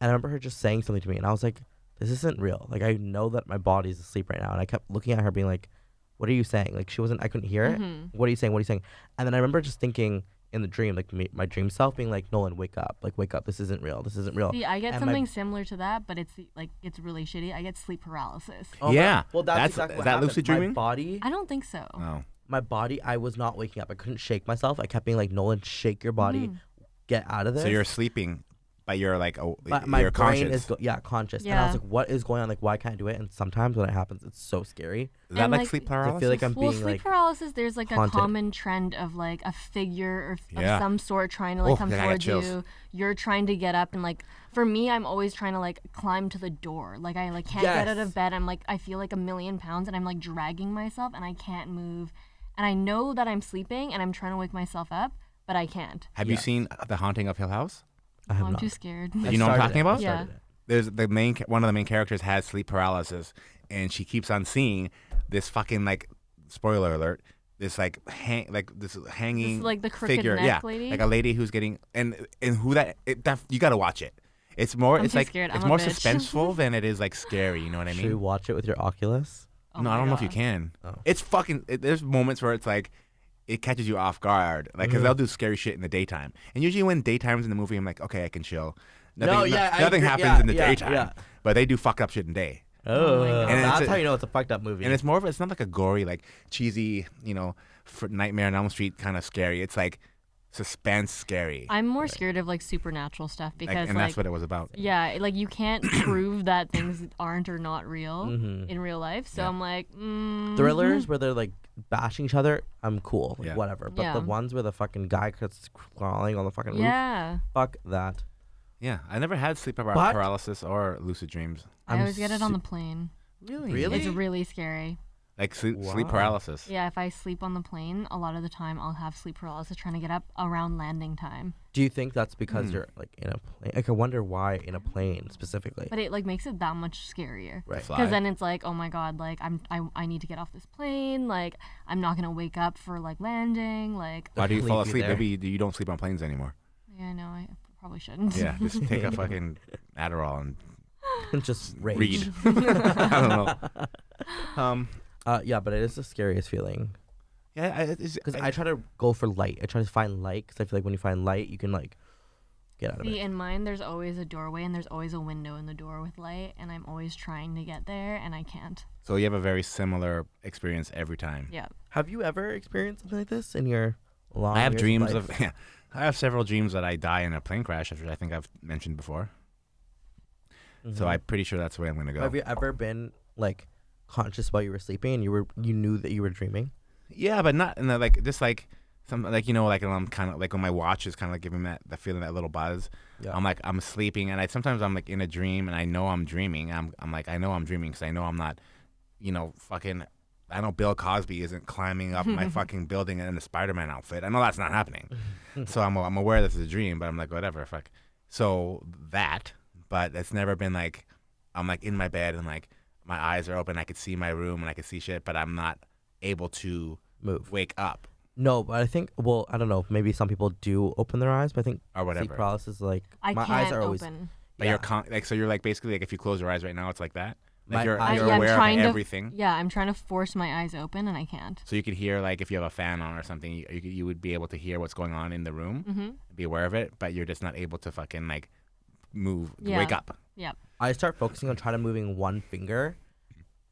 [SPEAKER 2] and I remember her just saying something to me, and I was like, "This isn't real." Like I know that my body's asleep right now, and I kept looking at her, being like, "What are you saying?" Like she wasn't. I couldn't hear it. What are you saying? What are you saying? And then I remember just thinking. In the dream, like me, my dream self being like, Nolan, wake up! Like, wake up! This isn't real. This isn't real.
[SPEAKER 4] See, I get
[SPEAKER 2] And my-
[SPEAKER 4] something similar to that, but it's like it's really shitty. I get sleep paralysis.
[SPEAKER 2] Oh my-
[SPEAKER 3] Yeah,
[SPEAKER 2] well,
[SPEAKER 3] that's-
[SPEAKER 2] that's, exactly
[SPEAKER 3] is
[SPEAKER 2] what
[SPEAKER 3] that
[SPEAKER 2] happened.
[SPEAKER 3] lucid
[SPEAKER 2] My
[SPEAKER 3] dreaming?
[SPEAKER 2] body,
[SPEAKER 4] I don't think so.
[SPEAKER 3] No.
[SPEAKER 2] my body, I was not waking up. I couldn't shake myself. I kept being like, Nolan, shake your body,
[SPEAKER 4] Mm.
[SPEAKER 2] get out of this.
[SPEAKER 3] So you're sleeping, but you're like, oh,
[SPEAKER 2] but my
[SPEAKER 3] you're
[SPEAKER 2] brain
[SPEAKER 3] conscious.
[SPEAKER 2] is go- yeah conscious. And I was
[SPEAKER 4] Yeah.
[SPEAKER 2] like, what is going on? Like, why can't I do it? And sometimes when it happens, it's so scary.
[SPEAKER 3] is that
[SPEAKER 4] And,
[SPEAKER 3] like,
[SPEAKER 4] like,
[SPEAKER 3] sleep
[SPEAKER 4] I
[SPEAKER 3] paralysis?
[SPEAKER 2] I feel like I'm
[SPEAKER 4] Well,
[SPEAKER 2] being
[SPEAKER 4] sleep
[SPEAKER 2] like,
[SPEAKER 4] paralysis. There's like
[SPEAKER 2] haunted.
[SPEAKER 4] a common trend of like a figure or f-
[SPEAKER 3] Yeah.
[SPEAKER 4] of some sort trying to like
[SPEAKER 3] Oh,
[SPEAKER 4] come
[SPEAKER 3] yeah, I got
[SPEAKER 4] towards
[SPEAKER 3] chills.
[SPEAKER 4] you. You're trying to get up and like for me, I'm always trying to like climb to the door. Like I like can't get out
[SPEAKER 2] Yes.
[SPEAKER 4] of bed. I'm like I feel like a million pounds and I'm like dragging myself and I can't move. And I know that I'm sleeping and I'm trying to wake myself up, but I can't.
[SPEAKER 3] Have you seen The Haunting of Hill House?
[SPEAKER 2] I
[SPEAKER 4] Oh,
[SPEAKER 2] have
[SPEAKER 4] I'm
[SPEAKER 2] not.
[SPEAKER 4] too scared.
[SPEAKER 3] Do
[SPEAKER 2] I
[SPEAKER 3] you know what I'm
[SPEAKER 2] started
[SPEAKER 3] talking
[SPEAKER 2] it. I
[SPEAKER 3] about?
[SPEAKER 4] Yeah.
[SPEAKER 2] started it.
[SPEAKER 3] There's the main ca- one of the main characters has sleep paralysis, and she keeps on seeing this fucking like spoiler alert. This like hang like this hanging
[SPEAKER 4] like the crooked
[SPEAKER 3] figure,
[SPEAKER 4] neck
[SPEAKER 3] yeah,
[SPEAKER 4] lady?
[SPEAKER 3] like a lady who's getting and and who that it, that you got to watch it. It's more
[SPEAKER 4] I'm
[SPEAKER 3] it's
[SPEAKER 4] too
[SPEAKER 3] like
[SPEAKER 4] scared.
[SPEAKER 3] it's
[SPEAKER 4] I'm a
[SPEAKER 3] more
[SPEAKER 4] bitch.
[SPEAKER 3] suspenseful than it is like scary. You know what I mean?
[SPEAKER 2] Should we watch it with your Oculus?
[SPEAKER 4] Oh
[SPEAKER 3] no,
[SPEAKER 4] my
[SPEAKER 3] I don't know if you
[SPEAKER 4] God.
[SPEAKER 3] can.
[SPEAKER 2] Oh.
[SPEAKER 3] It's fucking. It, there's moments where it's like, it catches you off guard, like because they'll do scary shit in the daytime. And usually when daytime's in the movie, I'm like, okay, I can chill. Nothing,
[SPEAKER 2] No, yeah, I
[SPEAKER 3] nothing
[SPEAKER 2] agree.
[SPEAKER 3] happens
[SPEAKER 2] Yeah,
[SPEAKER 3] in the
[SPEAKER 2] yeah,
[SPEAKER 3] daytime.
[SPEAKER 2] yeah.
[SPEAKER 3] But they do fuck up shit in day.
[SPEAKER 2] Oh,
[SPEAKER 4] my God.
[SPEAKER 3] And it's
[SPEAKER 2] that's
[SPEAKER 3] a-
[SPEAKER 2] how you know it's a fucked up movie.
[SPEAKER 3] And it's more of it's not like a gory, like cheesy, you know, fr Nightmare on Elm Street kind of scary. It's like suspense scary,
[SPEAKER 4] I'm more scared of like supernatural stuff
[SPEAKER 3] like,
[SPEAKER 4] because
[SPEAKER 3] and
[SPEAKER 4] like
[SPEAKER 3] that's what it was about.
[SPEAKER 4] Yeah, like you can't prove that things aren't or not real
[SPEAKER 2] Mm-hmm.
[SPEAKER 4] in real life. So I'm like, mm,
[SPEAKER 2] thrillers where they're like bashing each other. I'm cool, like,
[SPEAKER 3] Yeah.
[SPEAKER 2] whatever. But
[SPEAKER 4] Yeah.
[SPEAKER 2] the ones where the fucking guy gets crawling on the fucking roof,
[SPEAKER 4] yeah.
[SPEAKER 2] fuck that.
[SPEAKER 3] Yeah, I never had sleep par-
[SPEAKER 2] But-
[SPEAKER 3] paralysis or lucid dreams.
[SPEAKER 4] i
[SPEAKER 2] I'm
[SPEAKER 4] always get it on
[SPEAKER 2] su-
[SPEAKER 4] the plane.
[SPEAKER 3] Really?
[SPEAKER 2] Really?
[SPEAKER 4] It's really scary.
[SPEAKER 3] Like sleep, sleep
[SPEAKER 2] Wow.
[SPEAKER 3] paralysis.
[SPEAKER 4] Yeah, if I sleep on the plane, a lot of the time I'll have sleep paralysis trying to get up around landing time.
[SPEAKER 2] Do you think that's
[SPEAKER 3] Hmm.
[SPEAKER 2] because you're like in a plane? Like I wonder why in a plane specifically.
[SPEAKER 4] But it like makes it that much scarier.
[SPEAKER 2] Right.
[SPEAKER 3] Fly.
[SPEAKER 4] Because then it's like, oh my god, like I'm I, I need to get off this plane. Like I'm not gonna wake up for like landing. Like
[SPEAKER 3] Why do you
[SPEAKER 2] Leave
[SPEAKER 3] fall
[SPEAKER 2] you
[SPEAKER 3] asleep?
[SPEAKER 2] there.
[SPEAKER 3] Maybe you you don't sleep on planes anymore.
[SPEAKER 4] yeah, no, I probably shouldn't.
[SPEAKER 3] Yeah, just take a fucking Adderall and
[SPEAKER 2] just rage.
[SPEAKER 3] read. I don't know. Um,
[SPEAKER 2] Uh, yeah, but it is the scariest feeling.
[SPEAKER 3] yeah, I, it's,
[SPEAKER 2] Because
[SPEAKER 3] I-
[SPEAKER 2] I, try to go for light. I try to find light because I feel like when you find light, you can like get out of
[SPEAKER 4] See,
[SPEAKER 2] it.
[SPEAKER 4] in mine, there's always a doorway and there's always a window in the door with light, and I'm always trying to get there and I can't.
[SPEAKER 3] so you have a very similar experience every time.
[SPEAKER 4] Yeah.
[SPEAKER 2] Have you ever experienced something like this in your long?
[SPEAKER 3] I have
[SPEAKER 2] years
[SPEAKER 3] dreams
[SPEAKER 2] life?
[SPEAKER 3] of. Yeah, I have several dreams that I die in a plane crash, which I think I've mentioned before. So
[SPEAKER 2] Mhm.
[SPEAKER 3] I'm pretty sure that's where I'm going to go.
[SPEAKER 2] Have you ever been like conscious while you were sleeping and you were you knew that you were dreaming?
[SPEAKER 3] Yeah, but not in the, like just like some like you know like I'm kind of like when my watch is kind of like giving that the feeling that little buzz.
[SPEAKER 2] Yeah.
[SPEAKER 3] I'm like I'm sleeping and I sometimes I'm like in a dream and I know I'm dreaming. I'm I'm like I know I'm dreaming because I know I'm not, you know, fucking. I know Bill Cosby isn't climbing up my fucking building in a Spider-Man outfit. I know that's not happening. so I'm I'm aware this is a dream, but I'm like whatever, fuck. So that, but it's never been like I'm like in my bed and like my eyes are open. I could see my room and I could see shit, but I'm not able to
[SPEAKER 2] Move.
[SPEAKER 3] wake up
[SPEAKER 2] No, but I think well, I don't know. Maybe some people do open their eyes, but I think
[SPEAKER 3] or
[SPEAKER 2] sleep
[SPEAKER 3] whatever.
[SPEAKER 2] paralysis is like
[SPEAKER 4] I
[SPEAKER 2] my
[SPEAKER 4] can't
[SPEAKER 2] eyes are always.
[SPEAKER 4] open.
[SPEAKER 3] But
[SPEAKER 2] yeah.
[SPEAKER 3] you're con- like so you're like basically like if you close your eyes right now, it's like that. Like
[SPEAKER 2] My
[SPEAKER 3] you're,
[SPEAKER 2] eyes-
[SPEAKER 3] you're
[SPEAKER 4] Yeah, I'm
[SPEAKER 3] aware
[SPEAKER 4] trying
[SPEAKER 3] of
[SPEAKER 4] to-
[SPEAKER 3] everything.
[SPEAKER 4] Yeah, I'm trying to force my eyes open and I can't.
[SPEAKER 3] So you could hear like if you have a fan on or something, you you, could- you would be able to hear what's going on in the room,
[SPEAKER 4] Mm-hmm.
[SPEAKER 3] be aware of it, but you're just not able to fucking like move,
[SPEAKER 4] Yeah.
[SPEAKER 3] wake up.
[SPEAKER 4] Yep.
[SPEAKER 2] I start focusing on trying to moving one finger,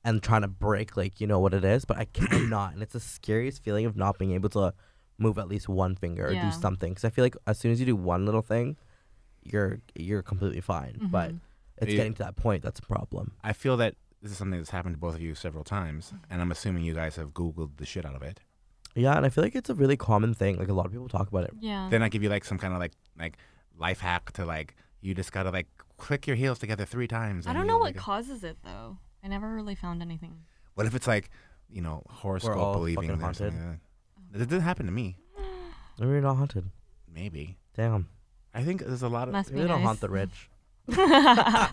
[SPEAKER 2] and trying to break like you know what it is, but I cannot, and it's the scariest feeling of not being able to move at least one finger or
[SPEAKER 4] Yeah.
[SPEAKER 2] do something. Because I feel like as soon as you do one little thing, you're you're completely fine. Mm-hmm. But
[SPEAKER 4] Mm-hmm.
[SPEAKER 2] it's
[SPEAKER 3] You-
[SPEAKER 2] getting to that point that's a problem.
[SPEAKER 3] I feel that this is something that's happened to both of you several times, and I'm assuming you guys have googled the shit out of it.
[SPEAKER 2] Yeah, and I feel like it's a really common thing. Like a lot of people talk about it.
[SPEAKER 4] Yeah.
[SPEAKER 3] Then I give you like some kind of like like life hack to like you just gotta like click your heels together three times.
[SPEAKER 4] I
[SPEAKER 3] and
[SPEAKER 4] don't
[SPEAKER 3] you'll
[SPEAKER 4] know what
[SPEAKER 3] wake up.
[SPEAKER 4] causes it though. I never really found anything.
[SPEAKER 3] What if it's like, you know, horoscope
[SPEAKER 2] all
[SPEAKER 3] believing
[SPEAKER 2] fucking
[SPEAKER 3] or something like that? It didn't happen to me.
[SPEAKER 2] Maybe you're not haunted.
[SPEAKER 3] Maybe.
[SPEAKER 2] Damn.
[SPEAKER 3] I think there's a lot of.
[SPEAKER 4] Must
[SPEAKER 2] Maybe
[SPEAKER 4] be
[SPEAKER 2] they don't
[SPEAKER 4] nice.
[SPEAKER 2] haunt the rich.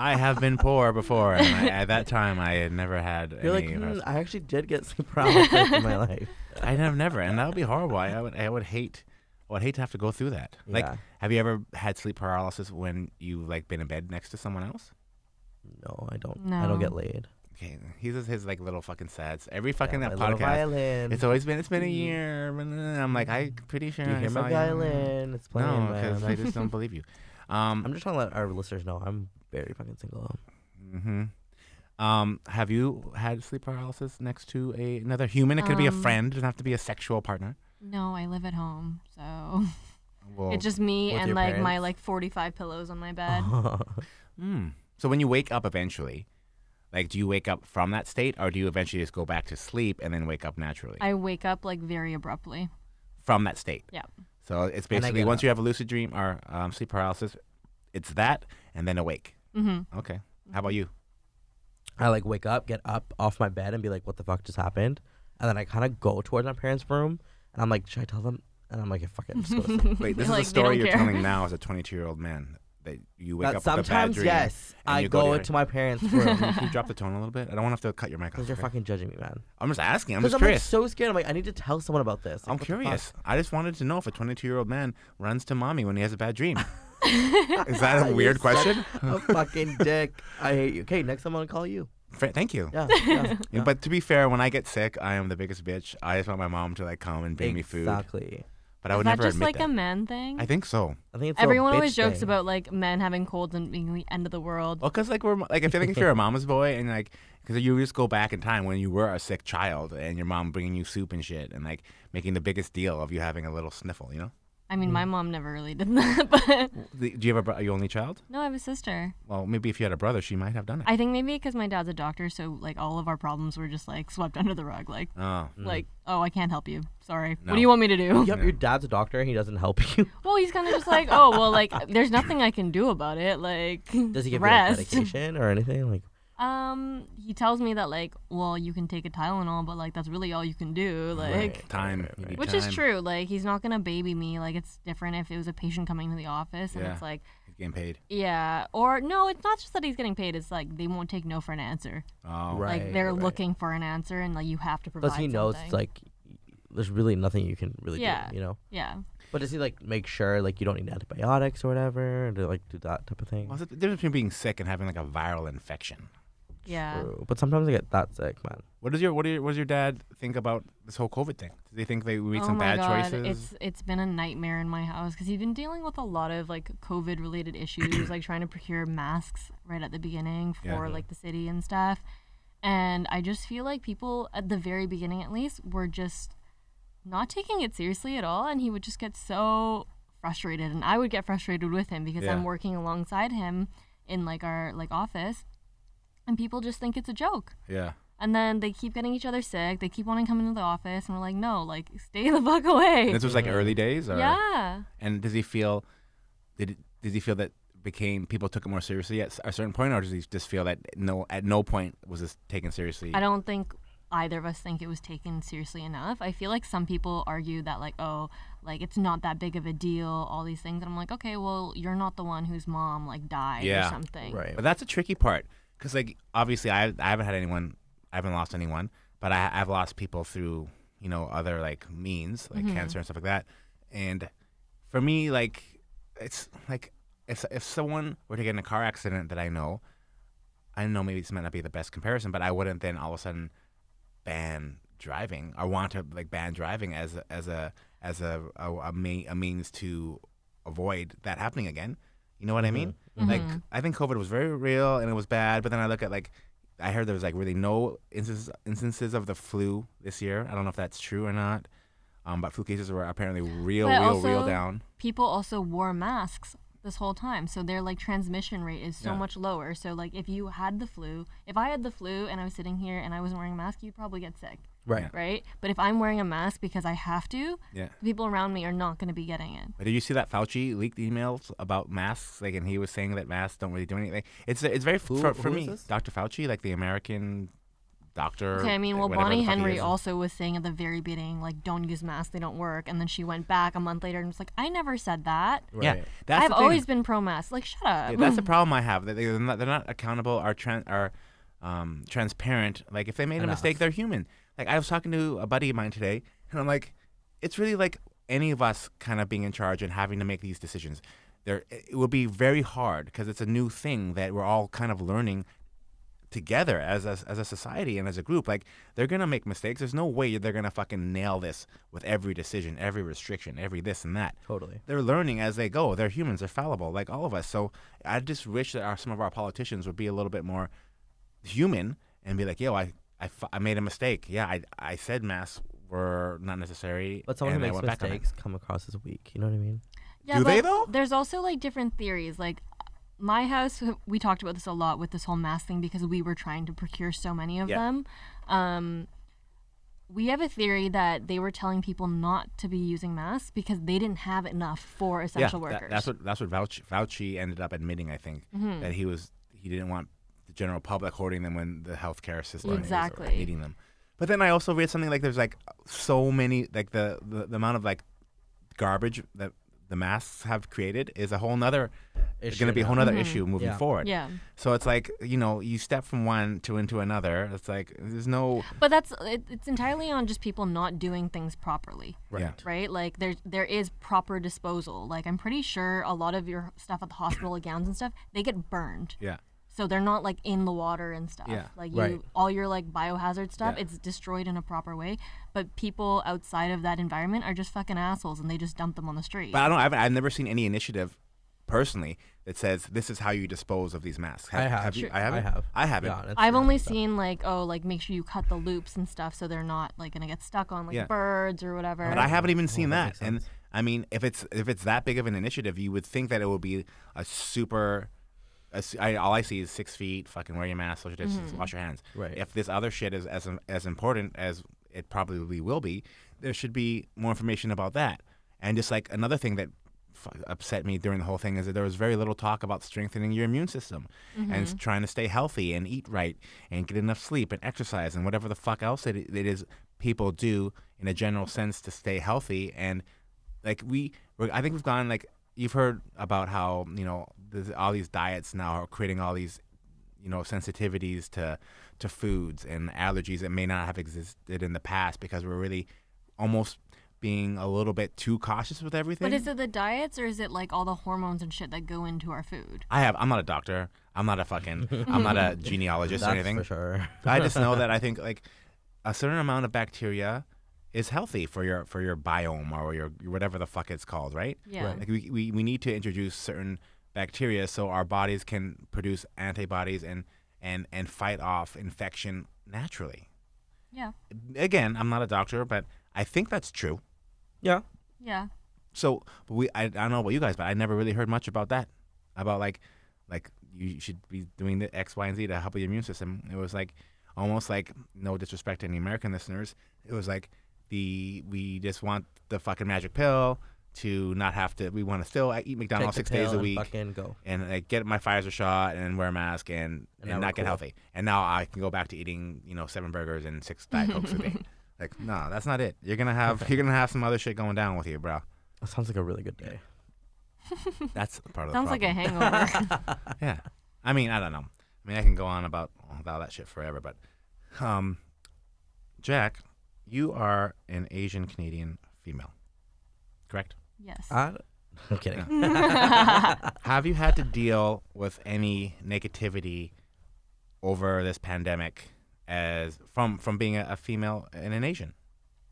[SPEAKER 3] I have been poor before, and I, at that time I had never had
[SPEAKER 2] You're like,
[SPEAKER 3] any. of
[SPEAKER 2] "Hmm,
[SPEAKER 3] us-
[SPEAKER 2] I actually did get sleep paralysis in my life.
[SPEAKER 3] I have never, and that would be horrible. I, I would, I would hate. I would hate to have to go through that. Like,
[SPEAKER 2] Yeah.
[SPEAKER 3] have you ever had sleep paralysis when you like been in bed next to someone else?
[SPEAKER 2] No, I don't. I don't
[SPEAKER 4] No.
[SPEAKER 2] get laid.
[SPEAKER 3] Okay, he's just his like little fucking sads. Every
[SPEAKER 2] Yeah,
[SPEAKER 3] fucking
[SPEAKER 2] my
[SPEAKER 3] that
[SPEAKER 2] little
[SPEAKER 3] podcast.
[SPEAKER 2] violin. Mm-hmm.
[SPEAKER 3] It's always been. It's been a year. but, uh, I'm like, I pretty sure.
[SPEAKER 2] Do you
[SPEAKER 3] I
[SPEAKER 2] hear
[SPEAKER 3] saw
[SPEAKER 2] my
[SPEAKER 3] you.
[SPEAKER 2] violin? It's playing.
[SPEAKER 3] No,
[SPEAKER 2] man.
[SPEAKER 3] because I just don't believe you. Um,
[SPEAKER 2] I'm just trying to let our listeners know I'm very fucking single.
[SPEAKER 3] hmm Um, have you had sleep paralysis next to a, another human? It could be a
[SPEAKER 4] Um,
[SPEAKER 3] friend. It doesn't have to be a sexual partner.
[SPEAKER 4] No, I live at home, so
[SPEAKER 3] Well,
[SPEAKER 4] it's just me
[SPEAKER 2] with
[SPEAKER 4] and
[SPEAKER 2] your
[SPEAKER 4] like my
[SPEAKER 2] parents? Uh-huh.
[SPEAKER 4] like 45 pillows on my bed.
[SPEAKER 3] mm. So when you wake up eventually, like, do you wake up from that state, or do you eventually just go back to sleep and then wake up naturally
[SPEAKER 4] I wake up like very abruptly.
[SPEAKER 3] from that state?
[SPEAKER 4] Yeah.
[SPEAKER 3] So it's
[SPEAKER 2] And I
[SPEAKER 3] basically
[SPEAKER 2] get
[SPEAKER 3] once
[SPEAKER 2] up.
[SPEAKER 3] you have a lucid dream or um, sleep paralysis, it's that and then awake.
[SPEAKER 4] Mm-hmm.
[SPEAKER 3] Okay. How about you?
[SPEAKER 2] I like wake up, get up off my bed, and be like, "What the fuck just happened?" And then I kind of go towards my parents' room, and I'm like, "Should I tell them?" And I'm like, "Yeah, "Fuck it." I'm just gonna sleep."
[SPEAKER 3] Wait, this is
[SPEAKER 4] Like,
[SPEAKER 3] a
[SPEAKER 4] they
[SPEAKER 3] story
[SPEAKER 4] don't
[SPEAKER 3] you're
[SPEAKER 4] care.
[SPEAKER 3] telling now as a 22 year old man that you wake
[SPEAKER 2] But
[SPEAKER 3] up with a bad
[SPEAKER 2] sometimes,
[SPEAKER 3] dream.
[SPEAKER 2] yes,
[SPEAKER 3] and
[SPEAKER 2] I
[SPEAKER 3] you
[SPEAKER 2] go,
[SPEAKER 3] go to your-
[SPEAKER 2] into my parents'
[SPEAKER 3] Can
[SPEAKER 2] room
[SPEAKER 3] you drop the tone a little bit? I don't want to have to cut your mic off.
[SPEAKER 2] because you're
[SPEAKER 3] okay?
[SPEAKER 2] fucking judging me, man.
[SPEAKER 3] I'm just asking. I'm
[SPEAKER 2] Because
[SPEAKER 3] just
[SPEAKER 2] I'm like
[SPEAKER 3] curious.
[SPEAKER 2] so scared. I'm like, I need to tell someone about this. Like,
[SPEAKER 3] I'm
[SPEAKER 2] what the fuck?
[SPEAKER 3] curious. I just wanted to know if a 22 year old man runs to mommy when he has a bad dream. Is that a
[SPEAKER 2] You're
[SPEAKER 3] weird
[SPEAKER 2] such
[SPEAKER 3] question?
[SPEAKER 2] a fucking dick. I hate you. Okay, next time I'm gonna call you.
[SPEAKER 3] Fa- Thank you.
[SPEAKER 2] Yeah. yeah,
[SPEAKER 3] Yeah, But to be fair, when I get sick, I am the biggest bitch. I just want my mom to like come and bring me food,
[SPEAKER 2] Exactly.
[SPEAKER 3] but I would
[SPEAKER 4] Is that
[SPEAKER 3] never
[SPEAKER 4] just
[SPEAKER 3] admit
[SPEAKER 4] like
[SPEAKER 3] that.
[SPEAKER 4] a man thing?
[SPEAKER 3] I think so.
[SPEAKER 2] I think it's a
[SPEAKER 4] Everyone always
[SPEAKER 2] bitch
[SPEAKER 4] jokes
[SPEAKER 2] thing.
[SPEAKER 4] about like men having colds and being the end of the world.
[SPEAKER 3] Well, cause like we're like I feel like if you're a mama's boy and like because you just go back in time when you were a sick child and your mom bringing you soup and shit and like making the biggest deal of you having a little sniffle, you know?
[SPEAKER 4] I
[SPEAKER 2] Mm.
[SPEAKER 4] mean, my mom never really did that, but
[SPEAKER 3] Do you have a bro- are you only child?
[SPEAKER 4] no, I have a sister.
[SPEAKER 3] Well, maybe if you had a brother, she might have done it.
[SPEAKER 4] I think maybe because my dad's a doctor, so like all of our problems were just like swept under the rug. Like,
[SPEAKER 3] oh,
[SPEAKER 4] like oh, I can't help you. Sorry.
[SPEAKER 3] No.
[SPEAKER 4] What do you want me to do?
[SPEAKER 2] Mm. Yep, your dad's a doctor and he doesn't help you.
[SPEAKER 4] Well, he's kind of just like, oh, well, like there's nothing I can do about it. Like,
[SPEAKER 2] Does he give you like,
[SPEAKER 4] rest?
[SPEAKER 2] medication or anything? Like,
[SPEAKER 4] um, he tells me that like, well, you can take a Tylenol, but like that's really all you can do. Like.
[SPEAKER 3] time,
[SPEAKER 2] right,
[SPEAKER 3] You
[SPEAKER 2] right.
[SPEAKER 3] need
[SPEAKER 4] Which
[SPEAKER 3] time.
[SPEAKER 4] is true. Like he's not gonna baby me. Like it's different if it was a patient coming to the office, and
[SPEAKER 3] Yeah.
[SPEAKER 4] it's like,
[SPEAKER 3] He's getting paid.
[SPEAKER 4] yeah, or no, it's not just that he's getting paid. It's like they won't take no for an answer.
[SPEAKER 3] Oh,
[SPEAKER 2] right?
[SPEAKER 4] like they're
[SPEAKER 2] right.
[SPEAKER 4] looking for an answer, and like you have to provide.
[SPEAKER 2] Plus, he knows
[SPEAKER 4] something.
[SPEAKER 2] like there's really nothing you can really
[SPEAKER 4] Yeah.
[SPEAKER 2] do, you know.
[SPEAKER 4] Yeah.
[SPEAKER 2] But does he like make sure like you don't need antibiotics or whatever, or do like do that type of thing?
[SPEAKER 3] Well, it's the difference between being sick and having like a viral infection.
[SPEAKER 4] Yeah.
[SPEAKER 2] True. But sometimes I get that sick, man.
[SPEAKER 3] What does your what, do your what does your dad think about this whole COVID thing? Does he think they we made
[SPEAKER 4] oh
[SPEAKER 3] some
[SPEAKER 4] my
[SPEAKER 3] bad
[SPEAKER 4] God.
[SPEAKER 3] choices?
[SPEAKER 4] It's it's been a nightmare in my house because he's been dealing with a lot of like COVID related issues, like trying to procure masks right at the beginning for
[SPEAKER 3] Yeah.
[SPEAKER 4] like the city and stuff. And I just feel like people at the very beginning, at least, were just not taking it seriously at all, and he would just get so frustrated, and I would get frustrated with him because
[SPEAKER 3] Yeah.
[SPEAKER 4] I'm working alongside him in like our like office, and people just think it's a joke.
[SPEAKER 3] yeah.
[SPEAKER 4] And then they keep getting each other sick. They keep wanting to come into the office, and we're like, no, like stay the fuck away.
[SPEAKER 3] And this was like early days, or
[SPEAKER 4] yeah,
[SPEAKER 3] and does he feel did does he feel that became people took it more seriously at s- a certain point, or does he just feel that no at no point was this taken seriously?
[SPEAKER 4] I don't think either of us think it was taken seriously enough. I feel like some people argue that like, oh, like it's not that big of a deal, all these things. And I'm like, okay, well, you're not the one whose mom like died
[SPEAKER 3] Yeah.
[SPEAKER 4] or something.
[SPEAKER 2] Right.
[SPEAKER 3] But that's a tricky part because, like, obviously, I I haven't had anyone, I haven't lost anyone, but I I've lost people through you know other like means like cancer and stuff like that. And for me, like, it's like if if someone were to get in a car accident that I know, I know maybe this might not be the best comparison, but I wouldn't then all of a sudden ban driving or want to like ban driving as a- as a as a a, a, me- a means to avoid that happening again. You know what I mean?
[SPEAKER 4] Mm-hmm.
[SPEAKER 3] Like I think COVID was very real and it was bad, but then I look at like I heard there was like really no instances instances of the flu this year. I don't know if that's true or not. Um, but flu cases were apparently real,
[SPEAKER 4] But
[SPEAKER 3] real, real
[SPEAKER 4] also-
[SPEAKER 3] down.
[SPEAKER 4] People also wore masks this whole time, so their like transmission rate is so
[SPEAKER 3] Yeah.
[SPEAKER 4] much lower. So like, if you had the flu, if I had the flu and I was sitting here and I wasn't wearing a mask, you'd probably get sick.
[SPEAKER 2] Right.
[SPEAKER 4] right? But if I'm wearing a mask because I have to,
[SPEAKER 3] Yeah.
[SPEAKER 4] the people around me are not going to be getting it.
[SPEAKER 3] But did you see that Fauci leaked emails about masks? Like, and he was saying that masks don't really do anything. It's it's very
[SPEAKER 2] Who-
[SPEAKER 3] for, for
[SPEAKER 2] who is
[SPEAKER 3] me,
[SPEAKER 2] this?
[SPEAKER 3] Dr. Fauci, like the American doctor.
[SPEAKER 4] Okay, I mean, well,
[SPEAKER 3] whatever the
[SPEAKER 4] Bonnie
[SPEAKER 3] fuck he
[SPEAKER 4] Henry
[SPEAKER 3] is.
[SPEAKER 4] also was saying at the very beginning, like, don't use masks, they don't work. And then she went back a month later and was like, I never said that.
[SPEAKER 3] Yeah, that's
[SPEAKER 4] I've
[SPEAKER 3] the thing.
[SPEAKER 4] always been pro mask. Like, shut up.
[SPEAKER 3] Yeah, that's the problem I have. That they- they're not, they're not accountable or tran or um, transparent. Like if they made a mistake, they're human. Like I was talking to a buddy of mine today, and I'm like, it's really like any of us kind of being in charge and having to make these decisions. There, it would be very hard because it's a new thing that we're all kind of learning together as a, as a society and as a group. Like they're gonna make mistakes. There's no way they're gonna fucking nail this with every decision, every restriction, every this and that.
[SPEAKER 2] Totally.
[SPEAKER 3] They're learning as they go. They're humans. They're fallible, like all of us. So I just wish that our, some of our politicians would be a little bit more human and be like, "Yo, I I, fu- I made a mistake. Yeah, I I said masks were not necessary,
[SPEAKER 2] But someone
[SPEAKER 3] and I
[SPEAKER 2] who
[SPEAKER 3] went
[SPEAKER 2] makes
[SPEAKER 3] back on it."
[SPEAKER 2] mistakes come across as weak. You know what I mean?
[SPEAKER 4] Yeah,
[SPEAKER 3] Do they,
[SPEAKER 4] but
[SPEAKER 3] though?
[SPEAKER 4] There's also like different theories. Like my house, we talked about this a lot with this whole mask thing because we were trying to procure so many of
[SPEAKER 3] Yeah.
[SPEAKER 4] them. Um, we have a theory that they were telling people not to be using masks because they didn't have enough for essential
[SPEAKER 3] tha-
[SPEAKER 4] workers. Mm-hmm.
[SPEAKER 3] that's what that's what Fauci, Fauci ended up admitting. I think that he was he didn't want the general public hoarding them when the healthcare system is
[SPEAKER 4] Exactly.
[SPEAKER 3] needing them. But then I also read something like there's like so many like the the, the amount of like garbage that the masks have created is a whole nother
[SPEAKER 2] Issue
[SPEAKER 3] going to be a
[SPEAKER 2] now.
[SPEAKER 3] whole nother issue moving
[SPEAKER 2] Yeah.
[SPEAKER 3] forward.
[SPEAKER 4] Mm-hmm. yeah.
[SPEAKER 3] So it's like you know you step from one to into another. It's like there's no
[SPEAKER 4] But that's it, it's entirely on just people not doing things properly,
[SPEAKER 3] right. Yeah.
[SPEAKER 4] right? Like there there is proper disposal. Like I'm pretty sure a lot of your stuff at the hospital, like gowns and stuff, they get burned.
[SPEAKER 3] Yeah.
[SPEAKER 4] So they're not like in the water and stuff.
[SPEAKER 3] Yeah.
[SPEAKER 4] Like
[SPEAKER 2] Right.
[SPEAKER 4] you all your like biohazard stuff,
[SPEAKER 3] Yeah.
[SPEAKER 4] it's destroyed in a proper way. But people outside of that environment are just fucking assholes and they just dump them on the street.
[SPEAKER 3] But I don't. I've, I've never seen any initiative, personally, that says this is how you dispose of these masks.
[SPEAKER 2] I have.
[SPEAKER 3] you,
[SPEAKER 2] Sure.
[SPEAKER 3] I haven't.
[SPEAKER 2] I have.
[SPEAKER 3] I haven't.
[SPEAKER 2] Yeah, that's-
[SPEAKER 4] I've only seen like oh like make sure you cut the loops and stuff so they're not like gonna get stuck on like
[SPEAKER 3] Yeah.
[SPEAKER 4] birds or whatever.
[SPEAKER 3] But I haven't even seen that.
[SPEAKER 2] makes
[SPEAKER 3] And I mean, if it's if it's that big of an initiative, you would think that it would be a super. a s- I- all I see is six feet. Fucking wear your mask, social distance, wash your hands.
[SPEAKER 2] Right.
[SPEAKER 3] If this other shit is as im- as important as it probably will be, there should be more information about that. And just like another thing that f- upset me during the whole thing is that there was very little talk about strengthening your immune system and s- trying to stay healthy and eat right and get enough sleep and exercise and whatever the fuck else it, it is people do in a general sense to stay healthy and like we we're, i think we've gone like you've heard about how you know this, all these diets now are creating all these you know sensitivities to to foods and allergies that may not have existed in the past because we're really almost being a little bit too cautious with everything.
[SPEAKER 4] But is it the diets or is it like all the hormones and shit that go into our food?
[SPEAKER 3] I have. I'm not a doctor. I'm not a fucking. I'm not a genealogist or
[SPEAKER 2] That's
[SPEAKER 3] anything.
[SPEAKER 2] for sure.
[SPEAKER 3] I just know that I think like a certain amount of bacteria is healthy for your for your biome or your whatever the fuck it's called, right?
[SPEAKER 4] Yeah. Right.
[SPEAKER 3] Like we, we we need to introduce certain bacteria so our bodies can produce antibodies and and and fight off infection naturally.
[SPEAKER 4] Yeah.
[SPEAKER 3] Again, I'm not a doctor, but I think that's true.
[SPEAKER 2] Yeah.
[SPEAKER 4] Yeah.
[SPEAKER 3] So but we I, I don't know about you guys, but I never really heard much about that. About like like you should be doing the X, Y, and Z to help your immune system. It was like almost like no disrespect to any American listeners. It was like the we just want the fucking magic pill to not have to we want to still eat McDonald's
[SPEAKER 2] Take
[SPEAKER 3] six
[SPEAKER 2] the pill
[SPEAKER 3] days a
[SPEAKER 2] and
[SPEAKER 3] week
[SPEAKER 2] Fucking go.
[SPEAKER 3] and like get my Pfizer shot and wear a mask and,
[SPEAKER 2] And
[SPEAKER 3] and,
[SPEAKER 2] now we're
[SPEAKER 3] not get
[SPEAKER 2] cool.
[SPEAKER 3] healthy. And now I can go back to eating, you know, seven burgers and six diet cokes a day. Like, no, that's not it. You're gonna have you're gonna have some other shit going down with you, bro.
[SPEAKER 2] That sounds like a really good day.
[SPEAKER 3] That's part of the
[SPEAKER 4] Sounds like a
[SPEAKER 3] problem.
[SPEAKER 4] hangover.
[SPEAKER 3] yeah. I mean, I don't know. I mean, I can go on about all that shit forever, but um, Jack, you are an Asian Canadian female, correct?
[SPEAKER 4] yes.
[SPEAKER 2] I, I'm kidding.
[SPEAKER 3] Have you had to deal with any negativity over this pandemic as from from being a, a female and an Asian?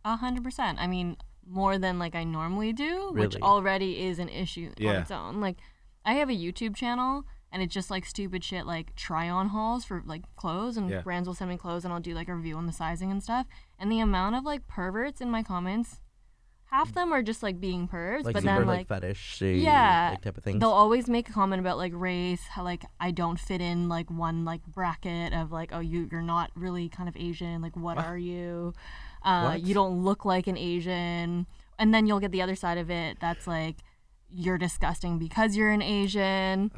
[SPEAKER 4] A hundred percent. I mean, more than like I normally do, which
[SPEAKER 2] Really?
[SPEAKER 4] already is an issue on
[SPEAKER 3] Yeah.
[SPEAKER 4] its own. Like, I have a YouTube channel, and it's just like stupid shit, like try-on hauls for like clothes, and
[SPEAKER 3] Yeah.
[SPEAKER 4] brands will send me clothes, and I'll do like a review on the sizing and stuff. And the amount of like perverts in my comments, half them are just like being pervs,
[SPEAKER 2] Mm. Like
[SPEAKER 4] but
[SPEAKER 2] super
[SPEAKER 4] then
[SPEAKER 2] like,
[SPEAKER 4] like.
[SPEAKER 2] fetish,
[SPEAKER 4] yeah,
[SPEAKER 2] like type of things.
[SPEAKER 4] They'll always make a comment about like race, how like I don't fit in like one like bracket of like oh you you're not really kind of Asian, like what, are you? Uh,
[SPEAKER 2] What?
[SPEAKER 4] You don't look like an Asian, and then you'll get the other side of it that's like you're disgusting because you're an Asian.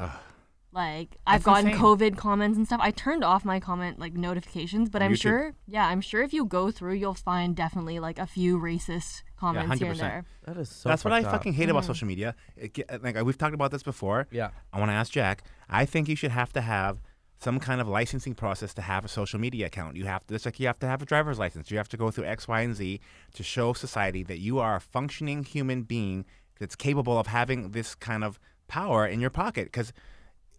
[SPEAKER 4] Like I've
[SPEAKER 3] That's
[SPEAKER 4] gotten
[SPEAKER 3] insane.
[SPEAKER 4] COVID comments and stuff. I turned off my comment like notifications, but I'm
[SPEAKER 3] YouTube.
[SPEAKER 4] sure, yeah, I'm sure if you go through, you'll find definitely like a few racist comments here and
[SPEAKER 3] 100%.
[SPEAKER 4] there.
[SPEAKER 2] that is so.
[SPEAKER 3] That's what I
[SPEAKER 2] fucked up.
[SPEAKER 3] fucking hate about social media. It, ge- like we've talked about this before.
[SPEAKER 2] Yeah.
[SPEAKER 3] I want to ask Jack. I think you should have to have some kind of licensing process to have a social media account. You have to, just like you have to have a driver's license. You have to go through X, Y, and Z to show society that you are a functioning human being that's capable of having this kind of power in your pocket. Because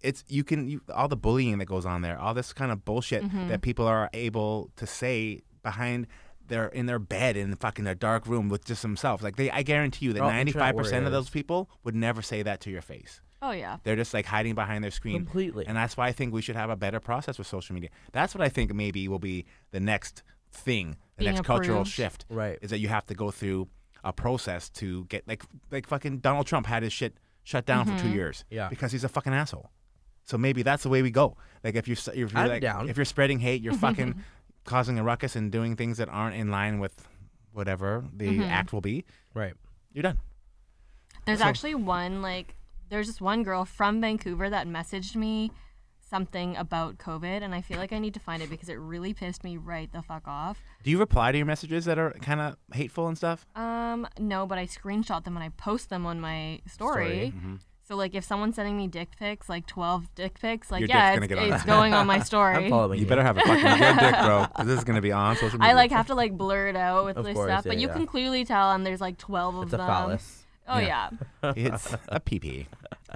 [SPEAKER 3] it's you can you, all the bullying that goes on there, all this kind of bullshit that people are able to say behind. their in their bed in fucking their dark room with just themselves. Like they, I guarantee you that
[SPEAKER 2] They're all internet
[SPEAKER 3] ninety-five percent
[SPEAKER 2] warriors.
[SPEAKER 3] of those people would never say that to your face.
[SPEAKER 4] Oh yeah,
[SPEAKER 3] They're just like hiding behind their screen.
[SPEAKER 2] Completely.
[SPEAKER 3] And that's why I think we should have a better process with social media. That's what I think maybe will be the next thing, the
[SPEAKER 4] Being
[SPEAKER 3] next cultural
[SPEAKER 4] approved.
[SPEAKER 3] shift.
[SPEAKER 2] Right.
[SPEAKER 3] Is that you have to go through a process to get like like fucking Donald Trump had his shit shut down for two years.
[SPEAKER 2] Mm-hmm. Yeah.
[SPEAKER 3] Because he's a fucking asshole. So maybe that's the way we go. Like if you're s- if you're
[SPEAKER 2] I'm
[SPEAKER 3] like
[SPEAKER 2] down.
[SPEAKER 3] if you're spreading hate, you're fucking causing a ruckus and doing things that aren't in line with whatever the
[SPEAKER 2] Mm-hmm.
[SPEAKER 3] act will be.
[SPEAKER 2] Right.
[SPEAKER 3] You're done.
[SPEAKER 4] There's actually one like there's this one girl from Vancouver that messaged me something about COVID and I feel like I need to find it because it really pissed me right the fuck off.
[SPEAKER 3] Do you reply to your messages that are kind of hateful and stuff?
[SPEAKER 4] Um no, but I screenshot them and I post them on my story.
[SPEAKER 2] Story. mm-hmm.
[SPEAKER 4] So like if someone's sending me dick pics, like 12 dick pics, like
[SPEAKER 3] Your
[SPEAKER 4] yeah,
[SPEAKER 3] dick's
[SPEAKER 4] it's,
[SPEAKER 3] gonna get on
[SPEAKER 4] it's
[SPEAKER 3] it.
[SPEAKER 4] going on my
[SPEAKER 2] I'm
[SPEAKER 4] story.
[SPEAKER 2] following you.
[SPEAKER 3] You better have a fucking good dick, bro. 'cause This is gonna be on social media.
[SPEAKER 4] I like have to like blur it out with
[SPEAKER 2] Of
[SPEAKER 4] this
[SPEAKER 2] course,
[SPEAKER 4] stuff, but
[SPEAKER 2] yeah,
[SPEAKER 4] you
[SPEAKER 2] yeah.
[SPEAKER 4] can clearly tell and there's like 12 of
[SPEAKER 2] It's a
[SPEAKER 4] them.
[SPEAKER 2] phallus.
[SPEAKER 4] Oh
[SPEAKER 3] Yeah.
[SPEAKER 4] yeah.
[SPEAKER 3] it's a PP.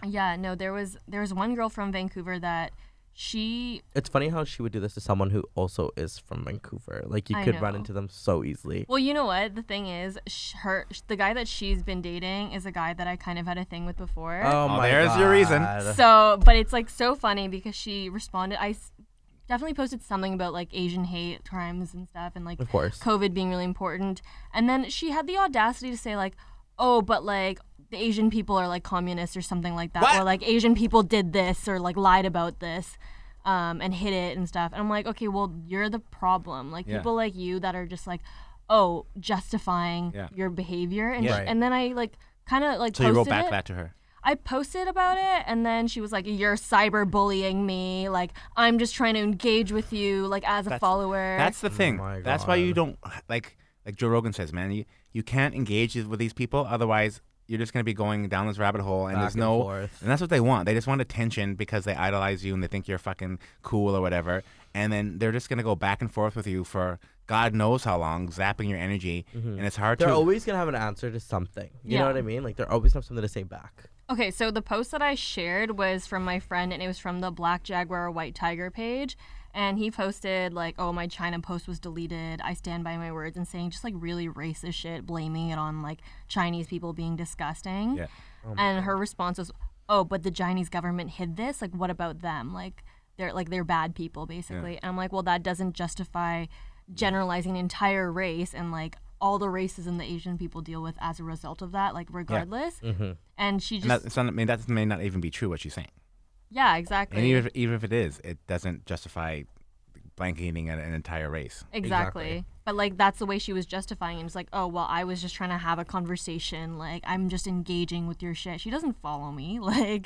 [SPEAKER 4] yeah, no, there was there was one girl from Vancouver that she
[SPEAKER 2] It's funny how she would do this to someone who also is from Vancouver. Like you
[SPEAKER 4] I
[SPEAKER 2] could run
[SPEAKER 4] know.
[SPEAKER 2] into them so easily.
[SPEAKER 4] Well, you know what? The thing is, sh- her sh- the guy that she's been dating is a guy that I kind of had a thing with before.
[SPEAKER 2] Oh my
[SPEAKER 3] there's your reason.
[SPEAKER 2] God.
[SPEAKER 4] So, but it's like so funny because she responded. I s- definitely posted something about like Asian hate crimes and stuff, and like
[SPEAKER 2] Of course.
[SPEAKER 4] COVID being really important. And then she had the audacity to say like, "Oh, but like." The Asian people are like communists or something like that, or like Asian people did this or like lied about this, um, and hid it and stuff. And I'm like, okay, well, you're the problem. Like
[SPEAKER 3] Yeah.
[SPEAKER 4] people like you that are just like, oh, justifying
[SPEAKER 3] Yeah.
[SPEAKER 4] your behavior. And
[SPEAKER 2] Yeah.
[SPEAKER 4] sh-
[SPEAKER 2] Right.
[SPEAKER 4] and then I like kind of like
[SPEAKER 3] So you
[SPEAKER 4] posted
[SPEAKER 3] wrote back
[SPEAKER 4] it.
[SPEAKER 3] that to her.
[SPEAKER 4] I posted about it, and then she was like, "You're cyberbullying me. Like, I'm just trying to engage with you, like as a follower."
[SPEAKER 3] That's the thing.
[SPEAKER 2] Oh my
[SPEAKER 3] That's why you
[SPEAKER 2] God.
[SPEAKER 3] don't like like Joe Rogan says, man. You you can't engage with these people, otherwise you're just gonna be going down this rabbit hole, and
[SPEAKER 2] Back
[SPEAKER 3] there's
[SPEAKER 2] and
[SPEAKER 3] no,
[SPEAKER 2] forth.
[SPEAKER 3] and that's what they want. They just want attention because they idolize you and they think you're fucking cool or whatever, and then they're just gonna go back and forth with you for God knows how long, zapping your energy, and it's hard
[SPEAKER 2] Mm-hmm. They're
[SPEAKER 3] to.
[SPEAKER 2] always gonna have an answer to something. You know
[SPEAKER 4] Yeah.
[SPEAKER 2] what I mean? Like they're always gonna have something to say back.
[SPEAKER 4] Okay, so the post that I shared was from my friend, and it was from the Black Jaguar White Tiger page. And he posted, like, oh, my China post was deleted. I stand by my words, and saying just like really racist shit, blaming it on like Chinese people being disgusting.
[SPEAKER 3] Yeah. Oh
[SPEAKER 4] and her response was, oh, but the Chinese government hid this. Like, what about them? Like, they're like they're bad people, basically. And I'm like, well, that doesn't justify generalizing an entire race and like all the racism that Asian people deal with as a result of that, like regardless. And she just
[SPEAKER 3] Mm-hmm. and that, it's not- I mean, that may not even be true what she's saying.
[SPEAKER 4] yeah, exactly.
[SPEAKER 3] And even if, even if it is, it doesn't justify blanketing an, an entire race.
[SPEAKER 4] exactly. But like that's the way she was justifying it. It's like, oh well, I was just trying to have a conversation. Like I'm just engaging with your shit. She doesn't follow me. Like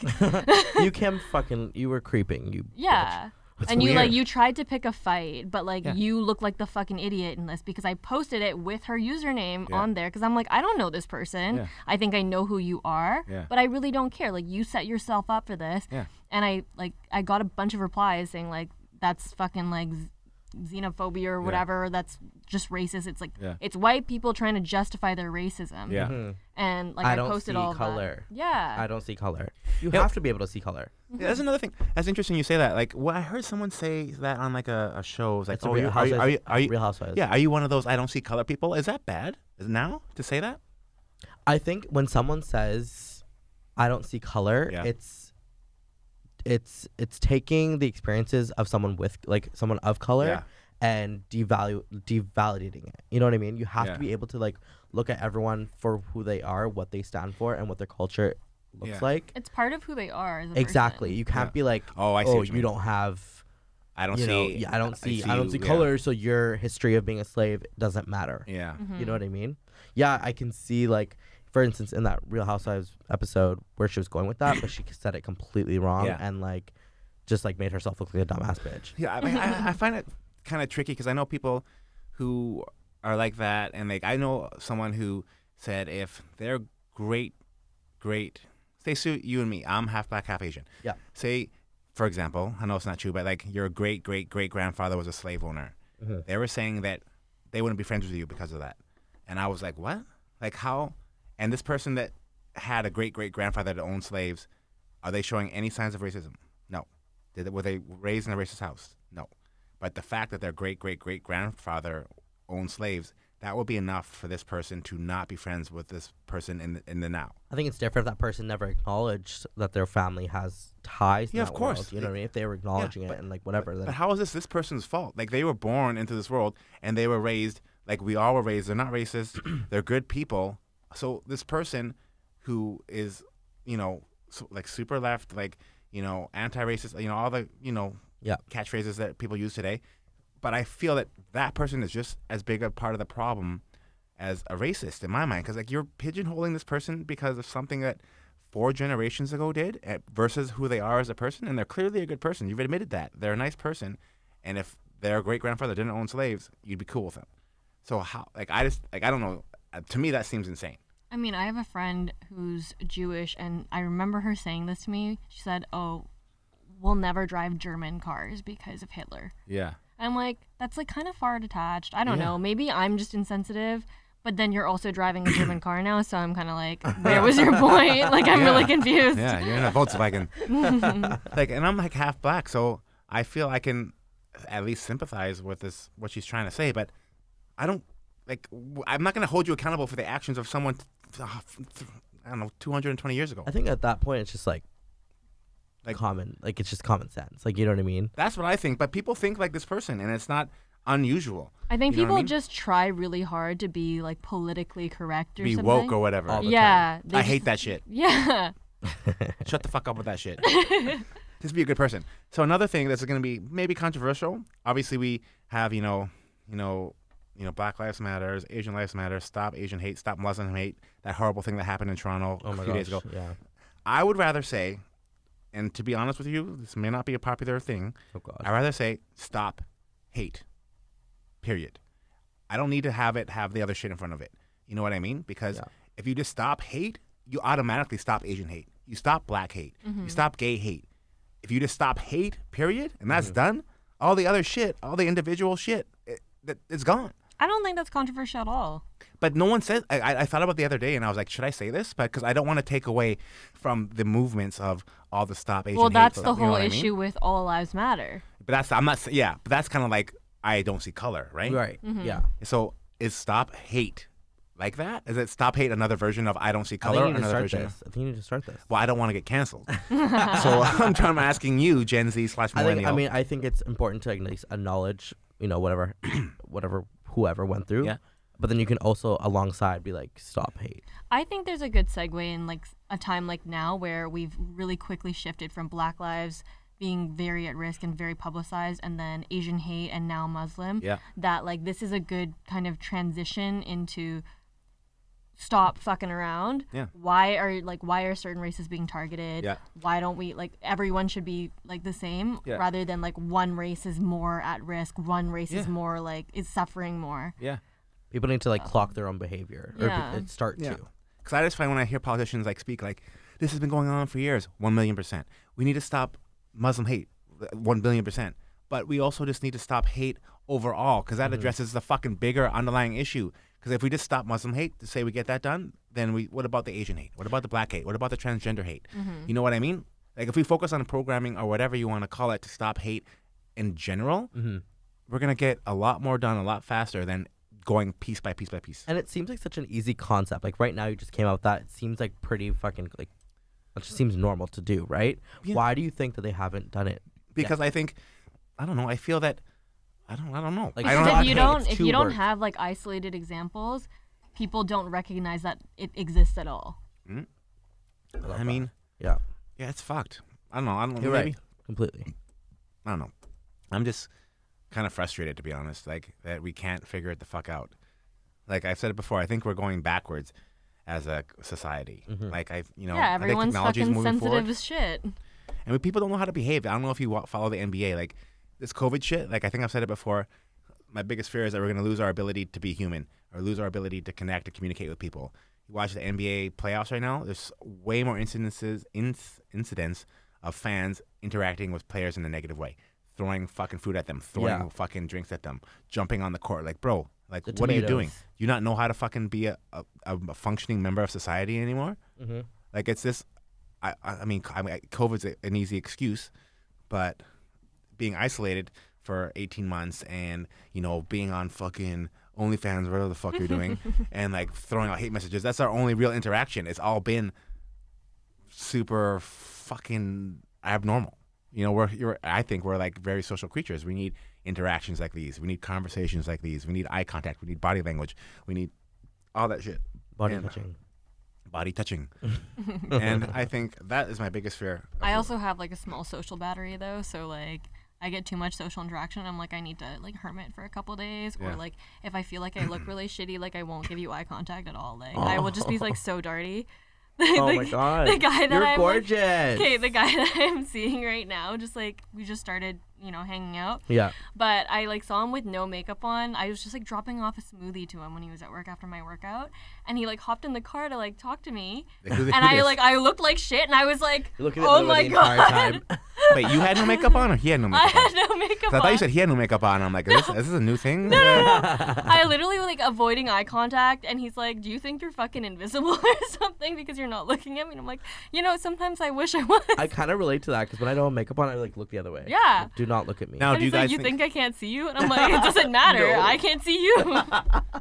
[SPEAKER 2] you can fucking you were creeping. You
[SPEAKER 4] yeah. and you like
[SPEAKER 3] weird.
[SPEAKER 4] you tried to pick a fight, but like you look like the fucking idiot in this because I posted it with her username on there because I'm like I don't know this person.
[SPEAKER 3] Yeah.
[SPEAKER 4] I think I know who you are,
[SPEAKER 3] Yeah.
[SPEAKER 4] but I really don't care. Like you set yourself up for this.
[SPEAKER 3] Yeah.
[SPEAKER 4] And I like I got a bunch of replies saying like that's fucking like z- xenophobia or whatever. That's just racist. It's like
[SPEAKER 3] Yeah.
[SPEAKER 4] it's white people trying to justify their racism.
[SPEAKER 3] Yeah.
[SPEAKER 4] And like
[SPEAKER 2] I
[SPEAKER 4] I,
[SPEAKER 2] don't
[SPEAKER 4] posted
[SPEAKER 2] see
[SPEAKER 4] all of that.
[SPEAKER 2] color.
[SPEAKER 4] Yeah.
[SPEAKER 2] I don't see color. You have to be able to see color.
[SPEAKER 3] Yeah, that's another thing. That's interesting you say that. Like, well, I heard someone say that on like a, a show. It was like,
[SPEAKER 2] It's a
[SPEAKER 3] oh,
[SPEAKER 2] Real
[SPEAKER 3] you, are, you, are, you,
[SPEAKER 2] Housewives-
[SPEAKER 3] are you-
[SPEAKER 2] Real Housewives.
[SPEAKER 3] Yeah, are you one of those I don't see color people? Is that bad Is now to say that?
[SPEAKER 2] I think when someone says I don't see color,
[SPEAKER 3] Yeah.
[SPEAKER 2] it's it's it's taking the experiences of someone with like someone of color
[SPEAKER 3] Yeah.
[SPEAKER 2] and devalue devalidating it. You know what I mean? You have
[SPEAKER 3] Yeah.
[SPEAKER 2] to be able to like look at everyone for who they are, what they stand for, and what their culture looks
[SPEAKER 3] Yeah.
[SPEAKER 2] like.
[SPEAKER 4] It's part of who they are. As a person.
[SPEAKER 2] Exactly. You can't
[SPEAKER 3] Yeah.
[SPEAKER 2] be like,
[SPEAKER 3] Oh, I see
[SPEAKER 2] oh,
[SPEAKER 3] what
[SPEAKER 2] you
[SPEAKER 3] you mean.
[SPEAKER 2] don't have
[SPEAKER 3] I don't
[SPEAKER 2] you
[SPEAKER 3] see.
[SPEAKER 2] know, yeah, I don't see, I, don't
[SPEAKER 3] you,"
[SPEAKER 2] see
[SPEAKER 3] yeah.
[SPEAKER 2] color, so your history of being a slave doesn't matter.
[SPEAKER 3] Yeah.
[SPEAKER 2] You know what I mean? Yeah, I can see like, for instance, in that Real Housewives episode where she was going with that, but she said it completely wrong
[SPEAKER 3] Yeah.
[SPEAKER 2] and like, just like made herself look like a dumbass bitch.
[SPEAKER 3] Yeah, I, mean, I, I find it kind of tricky because I know people who are like that, and like I know someone who said if their great, great, say, Sue, you and me, I'm half black, half Asian.
[SPEAKER 2] Yeah.
[SPEAKER 3] Say, for example, I know it's not true, but like your great, great, great grandfather was a slave owner. They were saying that they wouldn't be friends with you because of that, and I was like, what? Like how? And this person that had a great great grandfather that owned slaves, are they showing any signs of racism? No. Did they, were they raised in a racist house? No. But the fact that their great great great grandfather owned slaves, that will be enough for this person to not be friends with this person in the, in the now.
[SPEAKER 2] I think it's different if that person never acknowledged that their family has ties.
[SPEAKER 3] Yeah,
[SPEAKER 2] in
[SPEAKER 3] of
[SPEAKER 2] that world,
[SPEAKER 3] course.
[SPEAKER 2] you know what I mean? If they were acknowledging it and like whatever, then
[SPEAKER 3] But how is this this person's fault? Like they were born into this world and they were raised like we all were raised. They're not racist. they're good people. So this person who is, you know, so, like super left, like you know, anti-racist, you know, all the you know
[SPEAKER 2] Yeah.
[SPEAKER 3] catchphrases that people use today. But I feel that that person is just as big a part of the problem as a racist in my mind, because like you're pigeonholing this person because of something that four generations ago did eh, versus who they are as a person, and they're clearly a good person. You've admitted that they're a nice person, and if their great grandfather didn't own slaves, you'd be cool with them. So how? Like I just like I don't know. Uh, To me, that seems insane.
[SPEAKER 4] I mean, I have a friend who's Jewish, and I remember her saying this to me. She said, "Oh, we'll never drive German cars because of Hitler."
[SPEAKER 3] Yeah.
[SPEAKER 4] I'm like, that's like kind of far detached. I don't know. Maybe I'm just insensitive, but then you're also driving a German car now, so I'm kind of like, where was your point? Like, I'm really
[SPEAKER 3] Yeah.
[SPEAKER 4] confused.
[SPEAKER 3] Yeah, you're in a Volkswagen. like, and I'm like half black, so I feel I can at least sympathize with this what she's trying to say. But I don't like. w- I'm not going to hold you accountable for the actions of someone. th- th- th- I don't know, 220 years ago.
[SPEAKER 2] I think at that point it's just like,
[SPEAKER 3] Like-
[SPEAKER 2] common, like it's just common sense. Like you know what I mean?
[SPEAKER 3] That's what I think. But people think like this person, and it's not unusual.
[SPEAKER 4] I think
[SPEAKER 3] You know what
[SPEAKER 4] people
[SPEAKER 3] I mean?
[SPEAKER 4] just try really hard to be like politically correct or
[SPEAKER 3] Be
[SPEAKER 4] something.
[SPEAKER 3] woke or whatever.
[SPEAKER 2] All the
[SPEAKER 4] yeah, they
[SPEAKER 3] I
[SPEAKER 4] just-
[SPEAKER 3] hate that shit.
[SPEAKER 4] Yeah,
[SPEAKER 3] Shut the fuck up with that shit. Just be a good person. So another thing that's going to be maybe controversial. Obviously, we have you know, you know, you know, Black Lives Matters, Asian Lives Matter, Stop Asian Hate, Stop Muslim Hate. That horrible thing that happened in Toronto
[SPEAKER 2] Oh
[SPEAKER 3] a few days ago.
[SPEAKER 2] Yeah.
[SPEAKER 3] I would rather say, and to be honest with you, this may not be a popular thing.
[SPEAKER 2] Oh god.
[SPEAKER 3] I'd rather say stop hate. Period. I don't need to have it have the other shit in front of it. You know what I mean? Because
[SPEAKER 2] Yeah.
[SPEAKER 3] if you just stop hate, you automatically stop Asian hate. You stop black hate.
[SPEAKER 4] Mm-hmm.
[SPEAKER 3] You stop gay hate. If you just stop hate, period, and
[SPEAKER 4] Mm-hmm.
[SPEAKER 3] that's done, all the other shit, all the individual shit, it, that it's gone.
[SPEAKER 4] I don't think that's controversial at all.
[SPEAKER 3] But no one says. I, I I thought about the other day, and I was like, should I say this? But because I don't want to take away from the movements of all the stop Asian.
[SPEAKER 4] well,
[SPEAKER 3] hate
[SPEAKER 4] that's
[SPEAKER 3] stuff,
[SPEAKER 4] the
[SPEAKER 3] you know
[SPEAKER 4] whole
[SPEAKER 3] what I mean?
[SPEAKER 4] issue with All Lives Matter.
[SPEAKER 3] But that's I'm not. s- Yeah, but that's kind of like I don't see color, right? Mm-hmm.
[SPEAKER 2] Right. Yeah.
[SPEAKER 3] So is stop hate like that? Is it stop hate another version of I don't see
[SPEAKER 2] I think
[SPEAKER 3] color?
[SPEAKER 2] you need to
[SPEAKER 3] another
[SPEAKER 2] start
[SPEAKER 3] version. of-
[SPEAKER 2] this. I think you need to start this.
[SPEAKER 3] Well, I don't want to get canceled. so I'm trying. I'm asking you, Gen Z slash
[SPEAKER 2] I think.
[SPEAKER 3] millennial.
[SPEAKER 2] I mean, I think it's important to at least acknowledge, you know, whatever, whatever whoever went through.
[SPEAKER 3] Yeah.
[SPEAKER 2] But then you can also alongside be like, stop hate.
[SPEAKER 4] I think there's a good segue in like a time like now where we've really quickly shifted from Black lives being very at risk and very publicized, and then Asian hate and now Muslim.
[SPEAKER 3] Yeah.
[SPEAKER 4] That like this is a good kind of transition into stop fucking around.
[SPEAKER 3] Yeah.
[SPEAKER 4] Why are like why are certain races being targeted?
[SPEAKER 3] Yeah.
[SPEAKER 4] Why don't we like everyone should be like the same
[SPEAKER 3] Yeah.
[SPEAKER 4] rather than like one race is more at risk, one race is
[SPEAKER 3] Yeah.
[SPEAKER 4] more like is suffering more.
[SPEAKER 3] yeah.
[SPEAKER 2] People need to like clock their own behavior or
[SPEAKER 4] Yeah.
[SPEAKER 2] be- uh, start
[SPEAKER 3] Yeah.
[SPEAKER 2] to.
[SPEAKER 3] Because I just find when I hear politicians like speak like, this has been going on for years, one million percent. We need to stop Muslim hate, uh, one billion percent. But we also just need to stop hate overall because that addresses the fucking bigger underlying issue. Because if we just stop Muslim hate to say we get that done, then we what about the Asian hate? What about the black hate? What about the transgender hate? You know what I mean? Like if we focus on programming or whatever you want to call it to stop hate in general, we're gonna get a lot more done a lot faster than going piece by piece by piece.
[SPEAKER 2] And it seems like such an easy concept. Like right now, you just came out with that. It seems like pretty fucking like. It just seems normal to do, right? Why do you think that they haven't done it?
[SPEAKER 3] because I think I don't know. I feel that I don't. I don't know.
[SPEAKER 2] Like,
[SPEAKER 3] I
[SPEAKER 2] It's
[SPEAKER 3] don't.
[SPEAKER 4] Because
[SPEAKER 2] know.
[SPEAKER 4] if you
[SPEAKER 2] Okay,
[SPEAKER 4] don't
[SPEAKER 2] it's
[SPEAKER 4] if
[SPEAKER 2] two
[SPEAKER 4] you don't
[SPEAKER 2] words.
[SPEAKER 4] have like isolated examples, people don't recognize that it exists at all.
[SPEAKER 3] I mean,
[SPEAKER 2] Yeah,
[SPEAKER 3] yeah, it's fucked. I don't know. I don't know.
[SPEAKER 2] you're
[SPEAKER 3] maybe
[SPEAKER 2] right. Completely.
[SPEAKER 3] I don't know. I'm just kind of frustrated to be honest. Like that we can't figure it the fuck out. Like I've said it before. I think we're going backwards as a society.
[SPEAKER 2] Mm-hmm.
[SPEAKER 3] Like I, you know,
[SPEAKER 4] yeah,
[SPEAKER 3] I think
[SPEAKER 4] everyone's
[SPEAKER 3] technology is
[SPEAKER 4] fucking
[SPEAKER 3] moving
[SPEAKER 4] sensitive
[SPEAKER 3] forward,
[SPEAKER 4] as shit.
[SPEAKER 3] and we, people don't know how to behave. I don't know if you wa- follow the NBA. Like this COVID shit. Like I think I've said it before. my biggest fear is that we're going to lose our ability to be human or lose our ability to connect and communicate with people. You watch the NBA playoffs right now. There's way more incidences, inc- incidents of fans interacting with players in a negative way, throwing fucking food at them, throwing
[SPEAKER 2] Yeah.
[SPEAKER 3] fucking drinks at them, jumping on the court. Like, bro, like,
[SPEAKER 2] The
[SPEAKER 3] what are you doing?
[SPEAKER 2] tomatoes.
[SPEAKER 3] Do you not know how to fucking be a, a, a functioning member of society anymore?
[SPEAKER 2] Mhm.
[SPEAKER 3] Like, it's this. I, I I mean, c- I mean, COVID's a- an easy excuse, but being isolated for 18 months and you know being on fucking OnlyFans, whatever the fuck you're doing, and like throwing out hate messages. That's our only real interaction. It's all been super fucking abnormal. You know, we're you're, I think we're like very social creatures. We need interactions like these. We need conversations like these. We need eye contact. We need body language. We need all that shit.
[SPEAKER 2] Body
[SPEAKER 3] And-
[SPEAKER 2] touching.
[SPEAKER 3] Body touching. and I think that is my biggest fear.
[SPEAKER 4] I also have like a small social battery though, so like I get too much social interaction. I'm like I need to like hermit for a couple days,
[SPEAKER 3] Yeah.
[SPEAKER 4] or like if I feel like I look really shitty, like I won't give you eye contact at all. Like I will just be
[SPEAKER 3] Oh.
[SPEAKER 4] like so darty. Like,
[SPEAKER 2] Oh
[SPEAKER 4] the-
[SPEAKER 2] my god.
[SPEAKER 4] The guy that
[SPEAKER 2] You're
[SPEAKER 4] I'm like-
[SPEAKER 2] gorgeous.
[SPEAKER 4] okay, the guy that I'm seeing right now, just like we just started, you know, hanging out.
[SPEAKER 2] Yeah.
[SPEAKER 4] But I like saw him with no makeup on. I was just like dropping off a smoothie to him when he was at work after my workout, and he like hopped in the car to like talk to me.
[SPEAKER 3] Like, who- who
[SPEAKER 4] And I
[SPEAKER 3] this?
[SPEAKER 4] like I looked like shit, and I was like,
[SPEAKER 2] You're looking at
[SPEAKER 4] oh
[SPEAKER 2] Lua
[SPEAKER 4] my
[SPEAKER 2] the
[SPEAKER 4] god,
[SPEAKER 2] entire time.
[SPEAKER 3] Wait, you had no makeup on, or he had no
[SPEAKER 4] I
[SPEAKER 3] makeup on?
[SPEAKER 4] had no makeup.
[SPEAKER 3] I thought you
[SPEAKER 4] on.
[SPEAKER 3] said he had no makeup on. I'm like, is, this, is this a new thing?
[SPEAKER 4] I literally was like avoiding eye contact, and he's like, "Do you think you're fucking invisible or something because you're not looking at me?" And I'm like, "You know, sometimes I wish I was."
[SPEAKER 2] I kind of relate to that because when I don't have makeup on, I like look the other way.
[SPEAKER 4] Yeah.
[SPEAKER 2] Like, do not look at me.
[SPEAKER 3] Now,
[SPEAKER 4] and
[SPEAKER 3] do you
[SPEAKER 4] he's
[SPEAKER 3] guys
[SPEAKER 4] like, "You think I can't see you?" And I'm like, "It doesn't matter.
[SPEAKER 2] No.
[SPEAKER 4] I can't see you."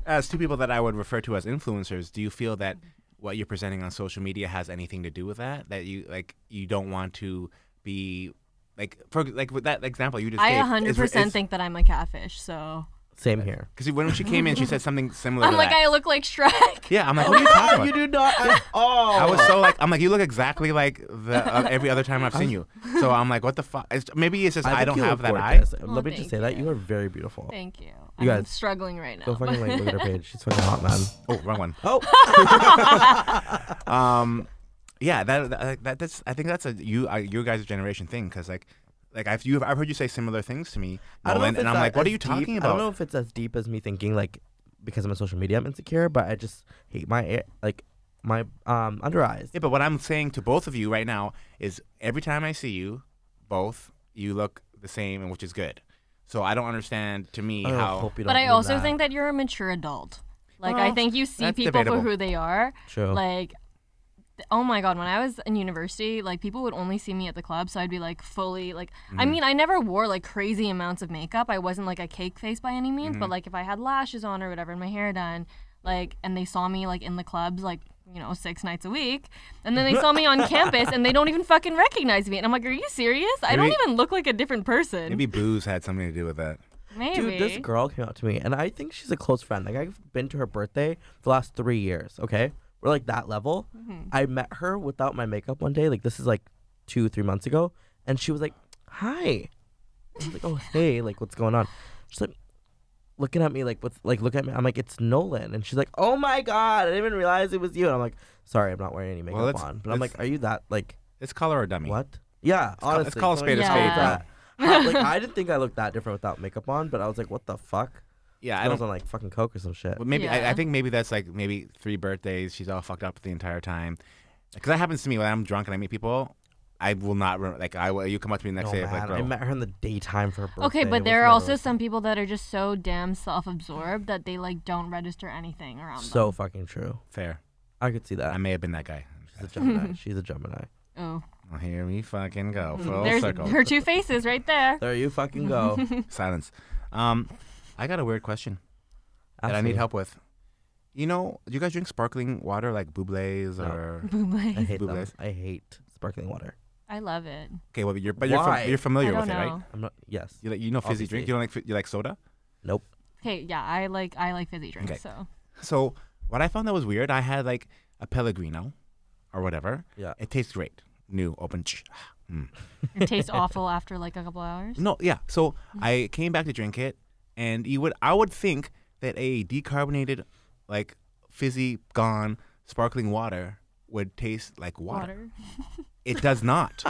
[SPEAKER 3] as two people that I would refer to as influencers, do you feel that what you're presenting on social media has anything to do with that? That you like you don't want to be like for like with that example you just
[SPEAKER 4] I
[SPEAKER 3] gave.
[SPEAKER 4] 100 percent think that I'm a catfish. So
[SPEAKER 2] Same here.
[SPEAKER 3] because when she came in, she said something similar.
[SPEAKER 4] I'm
[SPEAKER 3] to
[SPEAKER 4] like,
[SPEAKER 3] that.
[SPEAKER 4] I look like Shrek.
[SPEAKER 3] yeah, I'm like, what are you talking about?
[SPEAKER 2] You do not at all.
[SPEAKER 3] I was so like, I'm like, you look exactly like the uh, every other time I've seen you. So I'm like, what the fuck? Maybe it's just I,
[SPEAKER 2] think
[SPEAKER 3] don't
[SPEAKER 2] you
[SPEAKER 3] have
[SPEAKER 2] look
[SPEAKER 3] that eye.
[SPEAKER 2] gorgeous. Let me
[SPEAKER 4] Oh, thank
[SPEAKER 2] just say that you are very beautiful.
[SPEAKER 4] Thank you.
[SPEAKER 2] You
[SPEAKER 4] I'm
[SPEAKER 2] guys-
[SPEAKER 4] struggling right now.
[SPEAKER 2] Go fucking
[SPEAKER 4] but-
[SPEAKER 2] like, look at her page. She's fucking hot, man.
[SPEAKER 3] Oh, wrong one.
[SPEAKER 2] Oh,
[SPEAKER 3] um yeah that, that that- that's i think that's a you uh, your guys generation thing because like like i've you i've heard you say similar things to me
[SPEAKER 2] I don't know
[SPEAKER 3] Nolan,
[SPEAKER 2] if
[SPEAKER 3] and
[SPEAKER 2] it's
[SPEAKER 3] i'm
[SPEAKER 2] that
[SPEAKER 3] like what are
[SPEAKER 2] as
[SPEAKER 3] you
[SPEAKER 2] deep-
[SPEAKER 3] talking
[SPEAKER 2] I don't know
[SPEAKER 3] about
[SPEAKER 2] if it's as deep as me thinking like because I'm on social media I'm insecure, but I just hate my air, like my um under eyes.
[SPEAKER 3] Yeah, but what I'm saying to both of you right now is every time I see you, both, you look the same, and which is good. So I don't understand to me
[SPEAKER 2] I
[SPEAKER 3] how.
[SPEAKER 2] hope you don't
[SPEAKER 4] But I
[SPEAKER 2] do
[SPEAKER 4] also
[SPEAKER 2] that.
[SPEAKER 4] think that you're a mature adult. Like I
[SPEAKER 3] Well,
[SPEAKER 4] think you see
[SPEAKER 3] that's
[SPEAKER 4] people
[SPEAKER 3] debatable.
[SPEAKER 4] for who they are.
[SPEAKER 2] True.
[SPEAKER 4] Like th- oh my god, when I was in university, like people would only see me at the club, so I'd be like fully like I
[SPEAKER 2] Mm.
[SPEAKER 4] mean, I never wore like crazy amounts of makeup. I wasn't like a cake face by any means,
[SPEAKER 2] Mm-hmm.
[SPEAKER 4] but like if I had lashes on or whatever and my hair done, like and they saw me like in the clubs like you know, six nights a week, and then they saw me on campus, and they don't even fucking recognize me. And I'm like, "Are you serious? I don't
[SPEAKER 3] Maybe-
[SPEAKER 4] even look like a different person."
[SPEAKER 3] Maybe booze had something to do with that.
[SPEAKER 4] Maybe.
[SPEAKER 2] Dude, this girl came up to me, and I think she's a close friend. Like I've been to her birthday for the last three years. Okay, we're like that level. I met her without my makeup one day. Like this is like two, three months ago, and she was like, "Hi," I was like, "Oh, hey, like what's going on?" She's like, looking at me like with like look at me. I'm like, "It's Nolan," and she's like, "Oh my god, I didn't even realize it was you." And I'm like, "Sorry, I'm not wearing any makeup
[SPEAKER 3] Well, let's-
[SPEAKER 2] on," but I'm
[SPEAKER 3] let's-
[SPEAKER 2] like, "Are you that like
[SPEAKER 3] It's color or dummy.
[SPEAKER 2] what?" Yeah,
[SPEAKER 3] call-
[SPEAKER 2] honestly,
[SPEAKER 3] let's call a
[SPEAKER 2] someone
[SPEAKER 3] spade
[SPEAKER 4] a
[SPEAKER 2] told
[SPEAKER 4] spade,
[SPEAKER 2] me
[SPEAKER 4] bro.
[SPEAKER 2] that. How- like I didn't think I looked that different without makeup on, but I was like, "What the fuck?"
[SPEAKER 3] Yeah, I
[SPEAKER 2] I was
[SPEAKER 3] don't.
[SPEAKER 2] on like fucking coke or some shit.
[SPEAKER 3] But maybe I,
[SPEAKER 4] Yeah.
[SPEAKER 3] I think maybe that's like maybe three birthdays. She's all fucked up the entire time. Because that happens to me when I'm drunk and I meet people. I will not remember. Like I, will- you come up to me the next
[SPEAKER 2] No,
[SPEAKER 3] day I'm like,
[SPEAKER 2] man, I
[SPEAKER 3] bro.
[SPEAKER 2] met her in the daytime for her birthday.
[SPEAKER 4] Okay,
[SPEAKER 2] It was
[SPEAKER 4] but there are
[SPEAKER 2] never,
[SPEAKER 4] also
[SPEAKER 2] like,
[SPEAKER 4] some people that are just so damn self-absorbed that they like don't register anything around
[SPEAKER 2] so fucking true.
[SPEAKER 3] fair.
[SPEAKER 2] I could see that.
[SPEAKER 3] I may have been that guy.
[SPEAKER 2] She's a Gemini. She's a Gemini.
[SPEAKER 4] them.
[SPEAKER 3] Well, here we fucking go.
[SPEAKER 4] Oh,
[SPEAKER 3] Full
[SPEAKER 4] there's
[SPEAKER 3] circle.
[SPEAKER 4] her two faces right there.
[SPEAKER 2] There you fucking go.
[SPEAKER 3] Silence. Um, I got a weird question that I
[SPEAKER 2] Absolutely.
[SPEAKER 3] need help with. You know, do you guys drink sparkling water like Bublé's
[SPEAKER 2] No.
[SPEAKER 3] or?
[SPEAKER 2] I hate
[SPEAKER 3] Blue
[SPEAKER 2] them.
[SPEAKER 3] eyes.
[SPEAKER 2] I hate sparkling water.
[SPEAKER 4] I love it.
[SPEAKER 3] Okay, well, you're but you're,
[SPEAKER 2] Why?
[SPEAKER 3] fam- Oh, you're familiar
[SPEAKER 4] I don't
[SPEAKER 3] with
[SPEAKER 4] know.
[SPEAKER 3] it, right?
[SPEAKER 2] I'm not. Yes.
[SPEAKER 3] You like you know fizzy drink.
[SPEAKER 2] Obviously.
[SPEAKER 3] You don't like fi- you like soda.
[SPEAKER 2] Nope.
[SPEAKER 4] Okay, yeah, I like I like fizzy drinks.
[SPEAKER 3] Okay.
[SPEAKER 4] So
[SPEAKER 3] So what I found that was weird, I had like a Pellegrino, or whatever.
[SPEAKER 2] Yeah.
[SPEAKER 3] It tastes great, new, open. ch- Mm.
[SPEAKER 4] it tastes awful after like a couple hours.
[SPEAKER 3] No, yeah. So I came back to drink it, and you would I would think that a decarbonated, like fizzy gone sparkling water would taste like water.
[SPEAKER 4] Water.
[SPEAKER 3] It does not.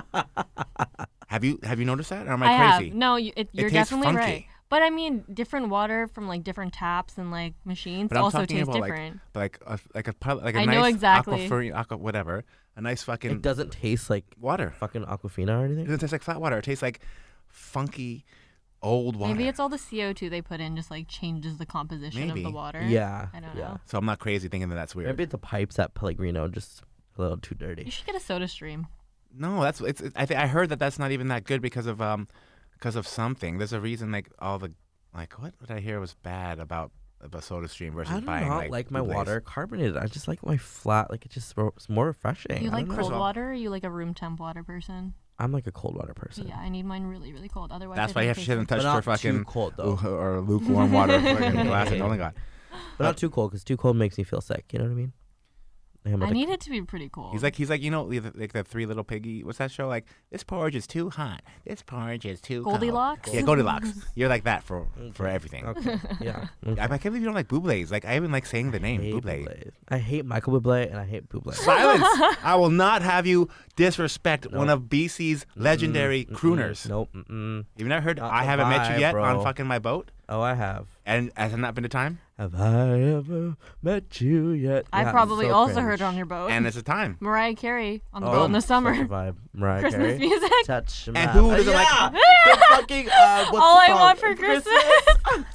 [SPEAKER 3] have you have you noticed that? Or am I,
[SPEAKER 4] I
[SPEAKER 3] crazy?
[SPEAKER 4] have no. You, it,
[SPEAKER 3] It
[SPEAKER 4] you're
[SPEAKER 3] tastes
[SPEAKER 4] definitely
[SPEAKER 3] funky.
[SPEAKER 4] right. But I mean, different water from like different taps and like machines
[SPEAKER 3] But I'm
[SPEAKER 4] also
[SPEAKER 3] talking
[SPEAKER 4] tastes
[SPEAKER 3] about
[SPEAKER 4] different.
[SPEAKER 3] like like a like a pel- like a
[SPEAKER 4] I
[SPEAKER 3] nice
[SPEAKER 4] know exactly.
[SPEAKER 3] aquaferine- aqua whatever a nice
[SPEAKER 2] It
[SPEAKER 3] fucking
[SPEAKER 2] doesn't taste like
[SPEAKER 3] water.
[SPEAKER 2] fucking Aquafina or
[SPEAKER 3] It
[SPEAKER 2] anything.
[SPEAKER 3] doesn't taste like flat water. It tastes like funky old water.
[SPEAKER 4] Maybe it's all the CO2 they put in just like changes the composition
[SPEAKER 3] Maybe.
[SPEAKER 4] of the water.
[SPEAKER 2] Yeah.
[SPEAKER 4] I don't
[SPEAKER 2] yeah.
[SPEAKER 4] know.
[SPEAKER 3] so I'm not crazy thinking that that's weird.
[SPEAKER 2] Maybe the pipes at Pellegrino just a little too
[SPEAKER 4] You
[SPEAKER 2] dirty.
[SPEAKER 4] should get a Soda Stream.
[SPEAKER 3] No, that's it's. It, I think I heard that that's not even that good because of um, because of something. There's a reason like all the like what did I hear was bad about about Soda Stream versus
[SPEAKER 2] I do
[SPEAKER 3] buying
[SPEAKER 2] not
[SPEAKER 3] like,
[SPEAKER 2] like, my
[SPEAKER 3] Bublé's.
[SPEAKER 2] water carbonated. I just like my flat. Like it just it's more refreshing.
[SPEAKER 4] You
[SPEAKER 2] I
[SPEAKER 4] like
[SPEAKER 2] don't know.
[SPEAKER 4] cold
[SPEAKER 3] all-
[SPEAKER 4] water? Or you like a room temp water person?
[SPEAKER 2] I'm like a cold water person.
[SPEAKER 4] Yeah, I need mine really, really cold. Otherwise,
[SPEAKER 3] That's
[SPEAKER 4] I
[SPEAKER 3] why you have
[SPEAKER 4] don't taste
[SPEAKER 3] to
[SPEAKER 4] it.
[SPEAKER 3] touch
[SPEAKER 2] But
[SPEAKER 3] your
[SPEAKER 2] not too
[SPEAKER 3] fucking
[SPEAKER 2] cold though.
[SPEAKER 3] or lukewarm water fucking glass. and- Oh my god.
[SPEAKER 2] But not too cold, because too cold makes me feel sick. You know what I mean? Like, I'm
[SPEAKER 4] I
[SPEAKER 2] addic-
[SPEAKER 4] need it to be pretty cool.
[SPEAKER 3] He's like he's like you know the- like the Three Little Piggy. What's that show like? This porridge is too hot. This porridge is too cold."
[SPEAKER 4] Goldilocks?
[SPEAKER 3] Yeah, Goldilocks. You're like that for for everything.
[SPEAKER 2] Okay. Yeah. Mm.
[SPEAKER 3] I, I can't believe you don't like Bublé's. Like I even like saying the name
[SPEAKER 2] hate
[SPEAKER 3] Buble.
[SPEAKER 2] Bublé. I hate Michael Bublé and I hate Bublé.
[SPEAKER 3] Silence! I will not have you disrespect one of BC's legendary crooners.
[SPEAKER 2] Nope. Mm-mm.
[SPEAKER 3] You've never heard
[SPEAKER 2] Not
[SPEAKER 3] I
[SPEAKER 2] the
[SPEAKER 3] Haven't Met You
[SPEAKER 2] vibe,
[SPEAKER 3] Yet on
[SPEAKER 2] bro.
[SPEAKER 3] fucking my boat?
[SPEAKER 2] Oh, I have.
[SPEAKER 3] And has it not been to time?
[SPEAKER 2] Have I ever met you yet?
[SPEAKER 4] I
[SPEAKER 2] Yeah,
[SPEAKER 4] probably
[SPEAKER 2] so
[SPEAKER 4] also
[SPEAKER 2] cringe.
[SPEAKER 4] heard on your boat.
[SPEAKER 3] And it's a time.
[SPEAKER 4] Mariah Carey on the
[SPEAKER 2] Oh,
[SPEAKER 4] boat in the
[SPEAKER 2] Such a
[SPEAKER 4] summer.
[SPEAKER 2] vibe. Mariah
[SPEAKER 4] Christmas
[SPEAKER 2] Carey.
[SPEAKER 4] music.
[SPEAKER 2] Touch my
[SPEAKER 3] And who doesn't
[SPEAKER 2] yeah!
[SPEAKER 3] like
[SPEAKER 2] the fucking, uh, what's
[SPEAKER 4] All
[SPEAKER 2] the
[SPEAKER 4] I
[SPEAKER 2] song?
[SPEAKER 4] want for Christmas.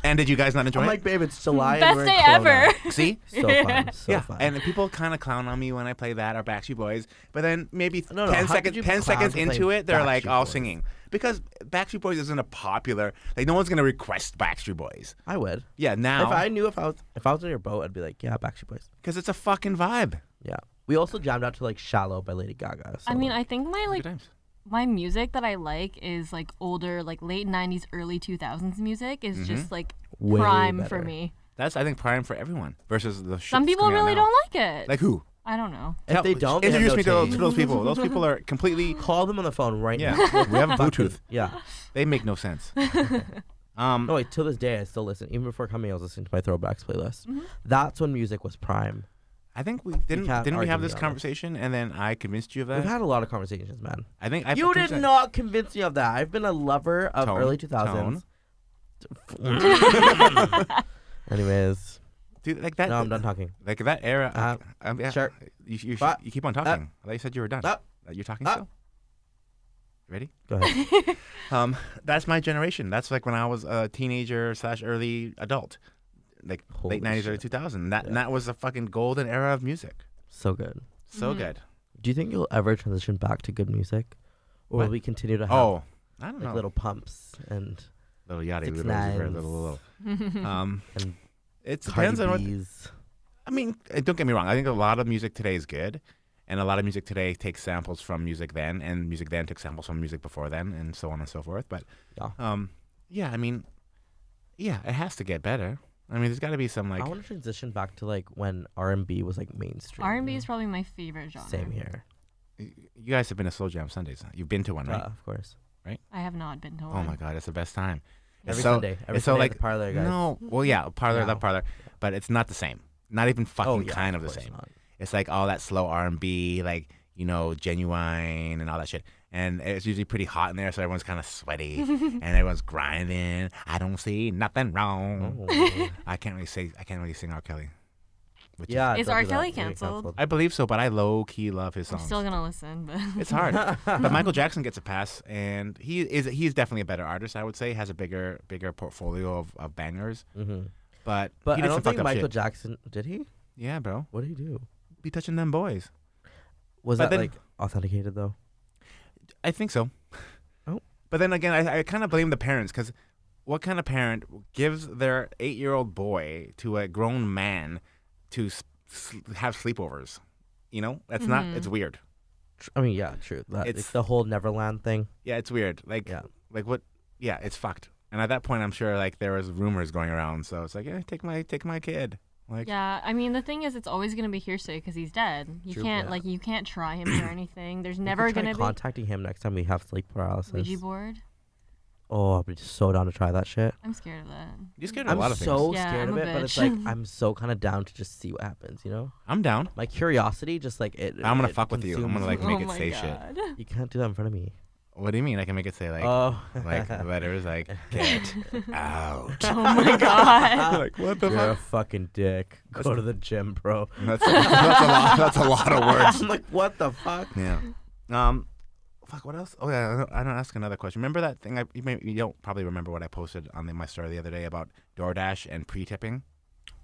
[SPEAKER 3] And did you guys not enjoy
[SPEAKER 2] I'm
[SPEAKER 3] it?
[SPEAKER 2] like, babe, it's July. and
[SPEAKER 4] Best
[SPEAKER 2] we're in
[SPEAKER 4] day
[SPEAKER 2] Kelowna.
[SPEAKER 4] ever.
[SPEAKER 3] See?
[SPEAKER 2] So fun. So
[SPEAKER 3] yeah,
[SPEAKER 2] fun.
[SPEAKER 3] and people kind of clown on me when I play that or Backstreet Boys, but then maybe
[SPEAKER 2] No, no, how
[SPEAKER 3] ten
[SPEAKER 2] could
[SPEAKER 3] seconds,
[SPEAKER 2] you
[SPEAKER 3] ten
[SPEAKER 2] clown
[SPEAKER 3] seconds
[SPEAKER 2] for playing
[SPEAKER 3] into it, they're like
[SPEAKER 2] Backstreet
[SPEAKER 3] all
[SPEAKER 2] Boys?
[SPEAKER 3] singing because Backstreet Boys isn't a popular. Like no one's gonna request Backstreet Boys.
[SPEAKER 2] I would.
[SPEAKER 3] Yeah,
[SPEAKER 2] If I
[SPEAKER 3] now
[SPEAKER 2] knew if I was if I was on your boat, I'd be like, yeah, Backstreet Boys.
[SPEAKER 3] because it's a fucking vibe.
[SPEAKER 2] Yeah. We also jammed out to like "Shallow" by Lady Gaga. So
[SPEAKER 4] I mean,
[SPEAKER 2] like,
[SPEAKER 4] I think my like
[SPEAKER 3] Good times.
[SPEAKER 4] my music that I like is like older, like late '90s, early 2000s music is
[SPEAKER 3] Mm-hmm.
[SPEAKER 4] just like
[SPEAKER 2] Way
[SPEAKER 4] prime for
[SPEAKER 2] better.
[SPEAKER 4] me.
[SPEAKER 3] That's I think prime for everyone versus the. shit
[SPEAKER 4] Some
[SPEAKER 3] that's
[SPEAKER 4] people
[SPEAKER 3] coming out
[SPEAKER 4] really
[SPEAKER 3] now.
[SPEAKER 4] don't like it.
[SPEAKER 3] Like who?
[SPEAKER 4] I don't know.
[SPEAKER 2] if they don't, they have
[SPEAKER 3] introduce
[SPEAKER 2] no
[SPEAKER 3] me to, those- to
[SPEAKER 2] taste.
[SPEAKER 3] those people. Those people are completely.
[SPEAKER 2] Call them on the phone right
[SPEAKER 3] Yeah,
[SPEAKER 2] now.
[SPEAKER 3] we have Bluetooth.
[SPEAKER 2] Yeah.
[SPEAKER 3] They make no sense. Um,
[SPEAKER 2] No, wait, till this day, I still listen. Even before coming, I was listening to my throwbacks playlist.
[SPEAKER 4] Mm-hmm.
[SPEAKER 2] That's when music was prime.
[SPEAKER 3] I think we didn't.
[SPEAKER 2] can't
[SPEAKER 3] didn't we
[SPEAKER 2] argue
[SPEAKER 3] have
[SPEAKER 2] me
[SPEAKER 3] this
[SPEAKER 2] on this.
[SPEAKER 3] conversation, and then I convinced you of
[SPEAKER 2] We've
[SPEAKER 3] that.
[SPEAKER 2] had a lot of conversations, man.
[SPEAKER 3] I think I
[SPEAKER 2] You did not convince me of that. I've been a lover of
[SPEAKER 3] Tone,
[SPEAKER 2] early 2000s. Anyways,
[SPEAKER 3] Dude, like that.
[SPEAKER 2] No, I'm done talking.
[SPEAKER 3] Like that era.
[SPEAKER 2] Uh,
[SPEAKER 3] I, I mean, I-
[SPEAKER 2] sure.
[SPEAKER 3] You, you,
[SPEAKER 2] Uh,
[SPEAKER 3] you keep on talking. I thought you said you were done.
[SPEAKER 2] uh,
[SPEAKER 3] Uh, You're talking
[SPEAKER 2] uh.
[SPEAKER 3] still. Ready?
[SPEAKER 2] Go ahead.
[SPEAKER 3] Um, that's my generation. That's like when I was a teenager slash early adult, like
[SPEAKER 2] Holy
[SPEAKER 3] late '90s,
[SPEAKER 2] shit.
[SPEAKER 3] early 2000. That and that was a fucking golden era of music.
[SPEAKER 2] so good.
[SPEAKER 3] So
[SPEAKER 2] Mm-hmm.
[SPEAKER 3] good.
[SPEAKER 2] Do you think you'll ever transition back to good music, or
[SPEAKER 3] What?
[SPEAKER 2] will we continue to have
[SPEAKER 3] Oh, I don't
[SPEAKER 2] Uh-huh. like
[SPEAKER 3] know.
[SPEAKER 2] little pumps and
[SPEAKER 3] little yachty,
[SPEAKER 2] Six
[SPEAKER 3] little zipper,
[SPEAKER 2] Nines.
[SPEAKER 3] little
[SPEAKER 4] Mm-hmm.
[SPEAKER 3] little. Um,
[SPEAKER 2] and
[SPEAKER 3] it
[SPEAKER 2] Cardi
[SPEAKER 3] depends on what.
[SPEAKER 2] B's?
[SPEAKER 3] I mean, uh, don't get me wrong. I think a lot of music today is good, and a lot of music today takes samples from music then, and music then took samples from music before then, and so on and so forth. But,
[SPEAKER 2] Yeah.
[SPEAKER 3] um, yeah, I mean, yeah, it has to get better. I mean, there's got to be some like
[SPEAKER 2] I want to transition back to like when R and B was like mainstream.
[SPEAKER 4] R and B is probably my favorite genre.
[SPEAKER 2] Same here.
[SPEAKER 3] you guys have been to Soul Jam Sundays. You've been to one, right?
[SPEAKER 2] Uh, of course.
[SPEAKER 4] I have not been to one.
[SPEAKER 3] oh my God, it's the best time. It's
[SPEAKER 2] Every
[SPEAKER 3] so-
[SPEAKER 2] Sunday. Every
[SPEAKER 3] it's so
[SPEAKER 2] Sunday
[SPEAKER 3] like
[SPEAKER 2] at the parlor, guys.
[SPEAKER 3] no, well, yeah, parlor,
[SPEAKER 2] No.
[SPEAKER 3] love parlor, but it's not the same. Not even fucking
[SPEAKER 2] Oh, yeah,
[SPEAKER 3] kind of, the
[SPEAKER 2] course
[SPEAKER 3] same.
[SPEAKER 2] not.
[SPEAKER 3] It's like all that slow R and B, like you know, genuine and all that shit. And it's usually pretty hot in there, so everyone's kind of sweaty and everyone's grinding. I don't see nothing wrong.
[SPEAKER 2] Oh.
[SPEAKER 3] I can't really say I can't really sing R. Kelly. Which is-
[SPEAKER 2] yeah.
[SPEAKER 4] Is
[SPEAKER 2] don't
[SPEAKER 4] R.
[SPEAKER 2] do that.
[SPEAKER 4] Kelly
[SPEAKER 2] You're gonna get
[SPEAKER 4] canceled?
[SPEAKER 3] I believe so, but I low key love his
[SPEAKER 4] I'm
[SPEAKER 3] songs.
[SPEAKER 4] still gonna listen, but
[SPEAKER 3] It's hard, but Michael Jackson gets a pass, and he is he's definitely a better artist. I would say has a bigger bigger portfolio of, of bangers,
[SPEAKER 2] Mhm.
[SPEAKER 3] but Mm-hmm. he
[SPEAKER 2] But I
[SPEAKER 3] did some
[SPEAKER 2] don't
[SPEAKER 3] fucked
[SPEAKER 2] think
[SPEAKER 3] up
[SPEAKER 2] Michael
[SPEAKER 3] shit.
[SPEAKER 2] Jackson did he?
[SPEAKER 3] yeah, bro,
[SPEAKER 2] What did he do?
[SPEAKER 3] be touching them boys.
[SPEAKER 2] Was
[SPEAKER 3] But
[SPEAKER 2] that
[SPEAKER 3] then-
[SPEAKER 2] like authenticated though?
[SPEAKER 3] I think so.
[SPEAKER 2] Oh.
[SPEAKER 3] But then again, I, I kind of blame the parents because what kind of parent gives their eight year old boy to a grown man to s- s- have sleepovers? You know, that's not, it's weird.
[SPEAKER 2] Tr- I mean, yeah, true. That, it's,
[SPEAKER 3] It's-
[SPEAKER 2] the whole Neverland thing.
[SPEAKER 3] Yeah, it's weird. Like,
[SPEAKER 2] Yeah.
[SPEAKER 3] like what? Yeah, it's fucked. And at that point, I'm sure like there was rumors going around. So it's like, yeah, take my, take my kid. Like,
[SPEAKER 4] yeah. I mean, the thing is, it's always gonna be hearsay because he's dead. You
[SPEAKER 2] True.
[SPEAKER 4] can't
[SPEAKER 2] Yeah.
[SPEAKER 4] like you can't try him for anything. There's never
[SPEAKER 2] we could try
[SPEAKER 4] gonna be
[SPEAKER 2] contacting him next time we have sleep paralysis.
[SPEAKER 4] Ouija board.
[SPEAKER 2] Oh, I'd be so down to try that shit.
[SPEAKER 4] I'm scared of that.
[SPEAKER 3] you scared of
[SPEAKER 2] I'm
[SPEAKER 3] a lot of
[SPEAKER 2] so
[SPEAKER 3] things.
[SPEAKER 4] Yeah,
[SPEAKER 2] scared
[SPEAKER 4] I'm
[SPEAKER 2] of
[SPEAKER 4] a
[SPEAKER 2] it, but it's like
[SPEAKER 4] bitch.
[SPEAKER 2] I'm so kind of down to just see what happens. You know,
[SPEAKER 3] I'm down.
[SPEAKER 2] my curiosity just like it.
[SPEAKER 3] I'm gonna
[SPEAKER 2] it
[SPEAKER 3] fuck with you. I'm
[SPEAKER 2] consumes
[SPEAKER 3] gonna, like,
[SPEAKER 2] me.
[SPEAKER 3] make
[SPEAKER 4] oh
[SPEAKER 3] it
[SPEAKER 4] my
[SPEAKER 3] say shit.
[SPEAKER 4] god.
[SPEAKER 2] You can't do that in front of me.
[SPEAKER 3] What do you mean? I can make it say like,
[SPEAKER 2] oh,
[SPEAKER 3] like letters like get out.
[SPEAKER 4] Oh my god.
[SPEAKER 3] like what the
[SPEAKER 2] you're a fucking dick. Go to the gym, bro.
[SPEAKER 3] That's, that's a lot. That's a lot of words.
[SPEAKER 2] I'm like, what the fuck?
[SPEAKER 3] Yeah. Um, fuck. What else? Oh yeah. I don't, I don't ask another question. Remember that thing? I you, may, you don't probably remember what I posted on the, my story the other day about DoorDash and pre-tipping.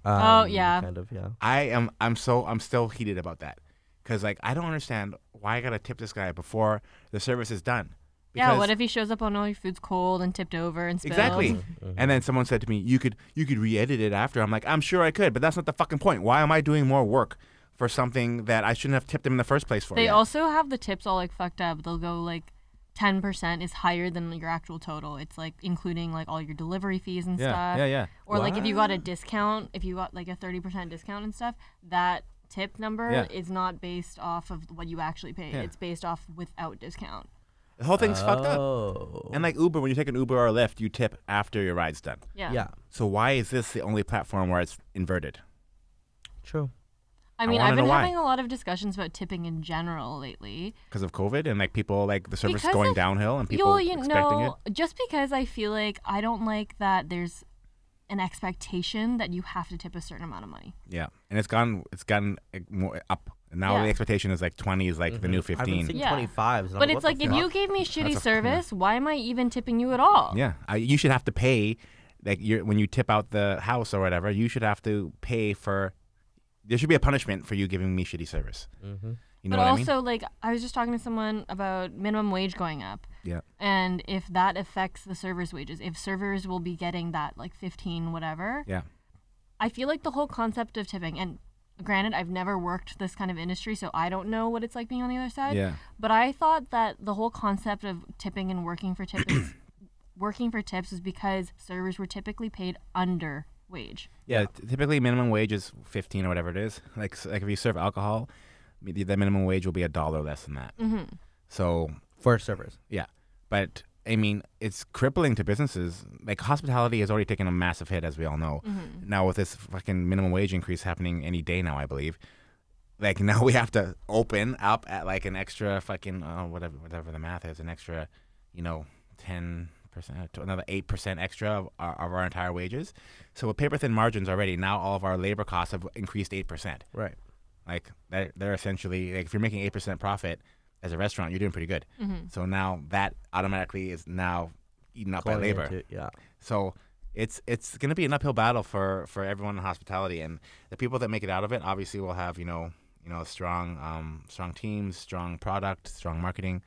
[SPEAKER 4] Oh,
[SPEAKER 2] Um,
[SPEAKER 4] yeah.
[SPEAKER 2] kind of yeah.
[SPEAKER 3] I am. I'm so. I'm still heated about that because like I don't understand why I gotta tip this guy before the service is done.
[SPEAKER 4] Yeah,
[SPEAKER 3] Because-
[SPEAKER 4] what if he shows up on all your food's cold and tipped over and spilled?
[SPEAKER 3] Exactly.
[SPEAKER 4] Um,
[SPEAKER 3] And then someone said to me, "You could you could re-edit it after." I'm like, "I'm sure I could, but that's not the fucking point. Why am I doing more work for something that I shouldn't have tipped him in the first place for?"
[SPEAKER 4] They
[SPEAKER 3] yet?
[SPEAKER 4] also have the tips all like fucked up. They'll go like 10% is higher than your actual total. It's like including like all your delivery fees and stuff.
[SPEAKER 3] yeah.
[SPEAKER 4] Or like if you got a discount, if you got like a 30% discount and stuff, that tip number
[SPEAKER 3] Yeah.
[SPEAKER 4] is not based off of what you actually paid.
[SPEAKER 3] Yeah.
[SPEAKER 4] It's based off without discount.
[SPEAKER 3] The whole thing's fucked up.
[SPEAKER 2] Oh.
[SPEAKER 3] And like Uber, when you take an Uber or Lyft, you tip after your ride's done.
[SPEAKER 4] Yeah.
[SPEAKER 2] yeah.
[SPEAKER 3] So why is this the only platform where it's inverted?
[SPEAKER 2] True.
[SPEAKER 4] I mean,
[SPEAKER 3] wanna
[SPEAKER 4] I've been
[SPEAKER 3] know why.
[SPEAKER 4] having a lot of discussions about tipping in general lately.
[SPEAKER 3] Because of COVID and like people like the service
[SPEAKER 4] Because
[SPEAKER 3] going
[SPEAKER 4] of-
[SPEAKER 3] downhill and people
[SPEAKER 4] You'll, you
[SPEAKER 3] expecting
[SPEAKER 4] know, just because I feel like I don't like that there's an expectation that you have to tip a certain amount of money.
[SPEAKER 3] it. Yeah, and it's gone. It's gone uh, more up. And now
[SPEAKER 4] Yeah.
[SPEAKER 3] the expectation is like 20 is like the new
[SPEAKER 2] I've been
[SPEAKER 3] 15.
[SPEAKER 2] seeing
[SPEAKER 4] Yeah.
[SPEAKER 2] 25s. and I'm
[SPEAKER 4] But it's
[SPEAKER 2] what
[SPEAKER 4] like
[SPEAKER 2] the
[SPEAKER 4] if
[SPEAKER 2] fuck?
[SPEAKER 4] you gave me shitty
[SPEAKER 3] That's a- yeah.
[SPEAKER 4] service, why am I even tipping you at all?
[SPEAKER 3] Yeah, I, you should have to pay. Like you're, when you tip out the house or whatever, you should have to pay for. There should be a punishment for you giving me shitty service. You know
[SPEAKER 4] but
[SPEAKER 3] what
[SPEAKER 4] also, like I was just talking to someone about minimum wage going up,
[SPEAKER 3] I mean? Yeah.
[SPEAKER 4] and if that affects the servers' wages, if servers will be getting that like fifteen whatever,
[SPEAKER 3] Yeah.
[SPEAKER 4] I feel like the whole concept of tipping and. Granted, I've never worked this kind of industry, so I don't know what it's like being on the other side.
[SPEAKER 3] Yeah.
[SPEAKER 4] But I thought that the whole concept of tipping and working for tips, is- working for tips, was because servers were typically paid under wage.
[SPEAKER 3] Yeah. t- Typically, minimum wage is 15 or whatever it is. Like s- like if you serve alcohol, m- the the minimum wage will be a dollar less than that. So
[SPEAKER 2] for servers.
[SPEAKER 3] yeah, but. I mean, it's crippling to businesses. Like hospitality has already taken a massive hit, as we all know. Now with this fucking minimum wage increase happening any day now, I believe, like now we have to open up at like an extra fucking uh, whatever whatever the math is an extra you know 10% percent, another eight percent extra of our, of our entire wages. So with paper thin margins already, now all of our labor costs have increased eight percent.
[SPEAKER 2] Right.
[SPEAKER 3] Like they're, they're essentially like if you're making eight percent profit as a restaurant, you're doing pretty good. So now that automatically is now eaten up by
[SPEAKER 2] Going
[SPEAKER 3] labor.
[SPEAKER 2] into- yeah.
[SPEAKER 3] So it's it's going to be an uphill battle for for everyone in hospitality, and the people that make it out of it obviously will have you know you know strong um, strong teams, strong product, strong marketing.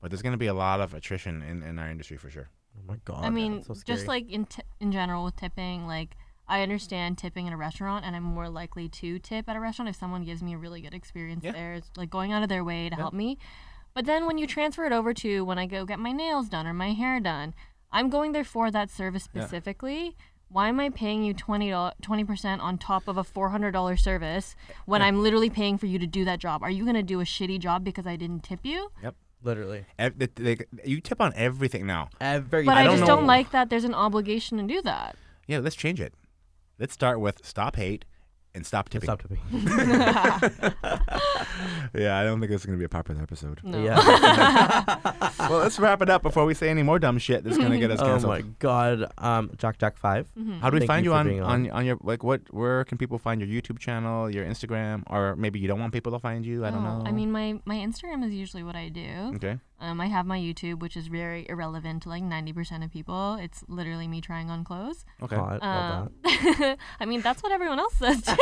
[SPEAKER 3] But there's going to be a lot of attrition in, in our industry for sure.
[SPEAKER 2] Oh my god.
[SPEAKER 4] I mean,
[SPEAKER 2] that's so
[SPEAKER 4] just
[SPEAKER 2] scary.
[SPEAKER 4] like in t- in general with tipping, like I understand tipping in a restaurant, and I'm more likely to tip at a restaurant if someone gives me a really good experience
[SPEAKER 3] Yeah.
[SPEAKER 4] there. It's like going out of their way to help me. But then when you transfer it over to when I go get my nails done or my hair done, I'm going there for that service specifically. Why am I paying you 20 percent on top of a four hundred dollar service when I'm literally paying for you to do that job? Are you gonna do a shitty job because I didn't tip you?
[SPEAKER 2] literally
[SPEAKER 3] Ev- the- the- you tip on everything now.
[SPEAKER 2] every.
[SPEAKER 4] But I,
[SPEAKER 3] don't
[SPEAKER 4] just
[SPEAKER 3] know.
[SPEAKER 4] don't like that. There's an obligation to do that.
[SPEAKER 3] Yeah, let's change it. Let's start with stop hate and stop tipping.
[SPEAKER 2] Stop tipping.
[SPEAKER 3] Yeah, I don't think this is going to be a popular episode.
[SPEAKER 4] No.
[SPEAKER 2] Yeah.
[SPEAKER 3] well, let's wrap it up before we say any more dumb shit that's going to get us
[SPEAKER 2] oh
[SPEAKER 3] canceled.
[SPEAKER 2] my god. Um, Jack Jack Five.
[SPEAKER 4] Mm-hmm.
[SPEAKER 3] How do we
[SPEAKER 2] Thank
[SPEAKER 3] find
[SPEAKER 2] you
[SPEAKER 3] you,
[SPEAKER 2] for
[SPEAKER 3] on,
[SPEAKER 2] being
[SPEAKER 3] on
[SPEAKER 2] on.
[SPEAKER 3] on your like what where can people find your YouTube channel, your Instagram, or maybe you don't want people to find you? I don't
[SPEAKER 4] Oh,
[SPEAKER 3] know.
[SPEAKER 4] I mean, my my Instagram is usually what I do.
[SPEAKER 3] okay,
[SPEAKER 4] Um, I have my YouTube, which is very irrelevant to like ninety percent of people. It's literally me trying on clothes.
[SPEAKER 3] okay.
[SPEAKER 2] Hot, love
[SPEAKER 4] Um, I mean, that's what everyone else says. too.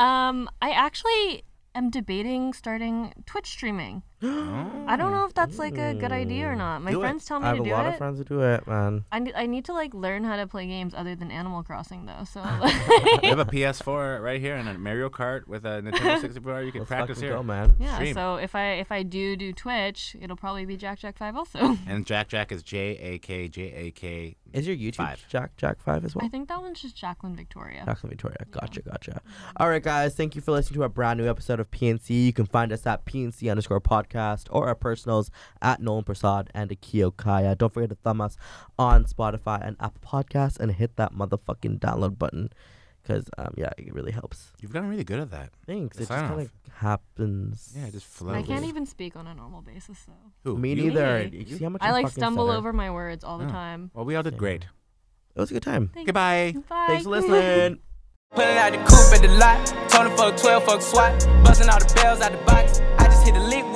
[SPEAKER 4] um, I actually am debating starting Twitch streaming.
[SPEAKER 3] Oh.
[SPEAKER 4] I don't know if that's like a good idea or not. My
[SPEAKER 3] Do it.
[SPEAKER 4] friends tell
[SPEAKER 2] that. Mm. I have
[SPEAKER 4] me to
[SPEAKER 2] a
[SPEAKER 4] do
[SPEAKER 2] lot
[SPEAKER 4] it.
[SPEAKER 2] of friends who do it, man.
[SPEAKER 4] I, ne- I need to like learn how to play games other than Animal Crossing though. So
[SPEAKER 3] we have a PS4 right here and a Mario Kart with a Nintendo 64. You can
[SPEAKER 2] Let's
[SPEAKER 3] practice
[SPEAKER 2] fucking
[SPEAKER 3] here.
[SPEAKER 2] go, man.
[SPEAKER 4] yeah.
[SPEAKER 3] Stream.
[SPEAKER 4] So if I if I do do Twitch, it'll probably be Jack Jack Five also.
[SPEAKER 3] And Jack Jack is J A K J A K.
[SPEAKER 2] Is your YouTube
[SPEAKER 3] Five.
[SPEAKER 2] Jack Jack Five as well?
[SPEAKER 4] I think that one's just Jacqueline Victoria.
[SPEAKER 2] Jacqueline Victoria. Gotcha, gotcha. All right, guys. Thank you for listening to a brand new episode of PNC. You can find us at PNC underscore podcast or our personals at Nolan Prasad and Akio Kaya. Don't forget to thumb us on Spotify and Apple Podcasts and hit that motherfucking download button because, um, yeah, it really helps.
[SPEAKER 3] You've gotten really good at that.
[SPEAKER 2] Thanks.
[SPEAKER 3] The
[SPEAKER 2] It just
[SPEAKER 3] sign
[SPEAKER 2] kind of happens.
[SPEAKER 3] Yeah, it just flows.
[SPEAKER 4] I can't even speak on a normal basis though.
[SPEAKER 3] Who?
[SPEAKER 2] Me
[SPEAKER 3] You?
[SPEAKER 2] neither.
[SPEAKER 4] Me.
[SPEAKER 2] You see how much
[SPEAKER 4] I
[SPEAKER 2] I'm
[SPEAKER 4] like
[SPEAKER 2] fucking
[SPEAKER 4] stumble
[SPEAKER 2] stutter?
[SPEAKER 4] over my words all the
[SPEAKER 3] Oh.
[SPEAKER 4] time.
[SPEAKER 3] Well, we all did
[SPEAKER 2] Same.
[SPEAKER 3] great.
[SPEAKER 2] It was a good time.
[SPEAKER 4] Thanks.
[SPEAKER 3] Goodbye.
[SPEAKER 4] Bye.
[SPEAKER 2] Thanks for listening.
[SPEAKER 5] Pulling out the coupe at the lot. Tony fuck 12, fuck SWAT. Busting all the bells out the box. I just hit a lick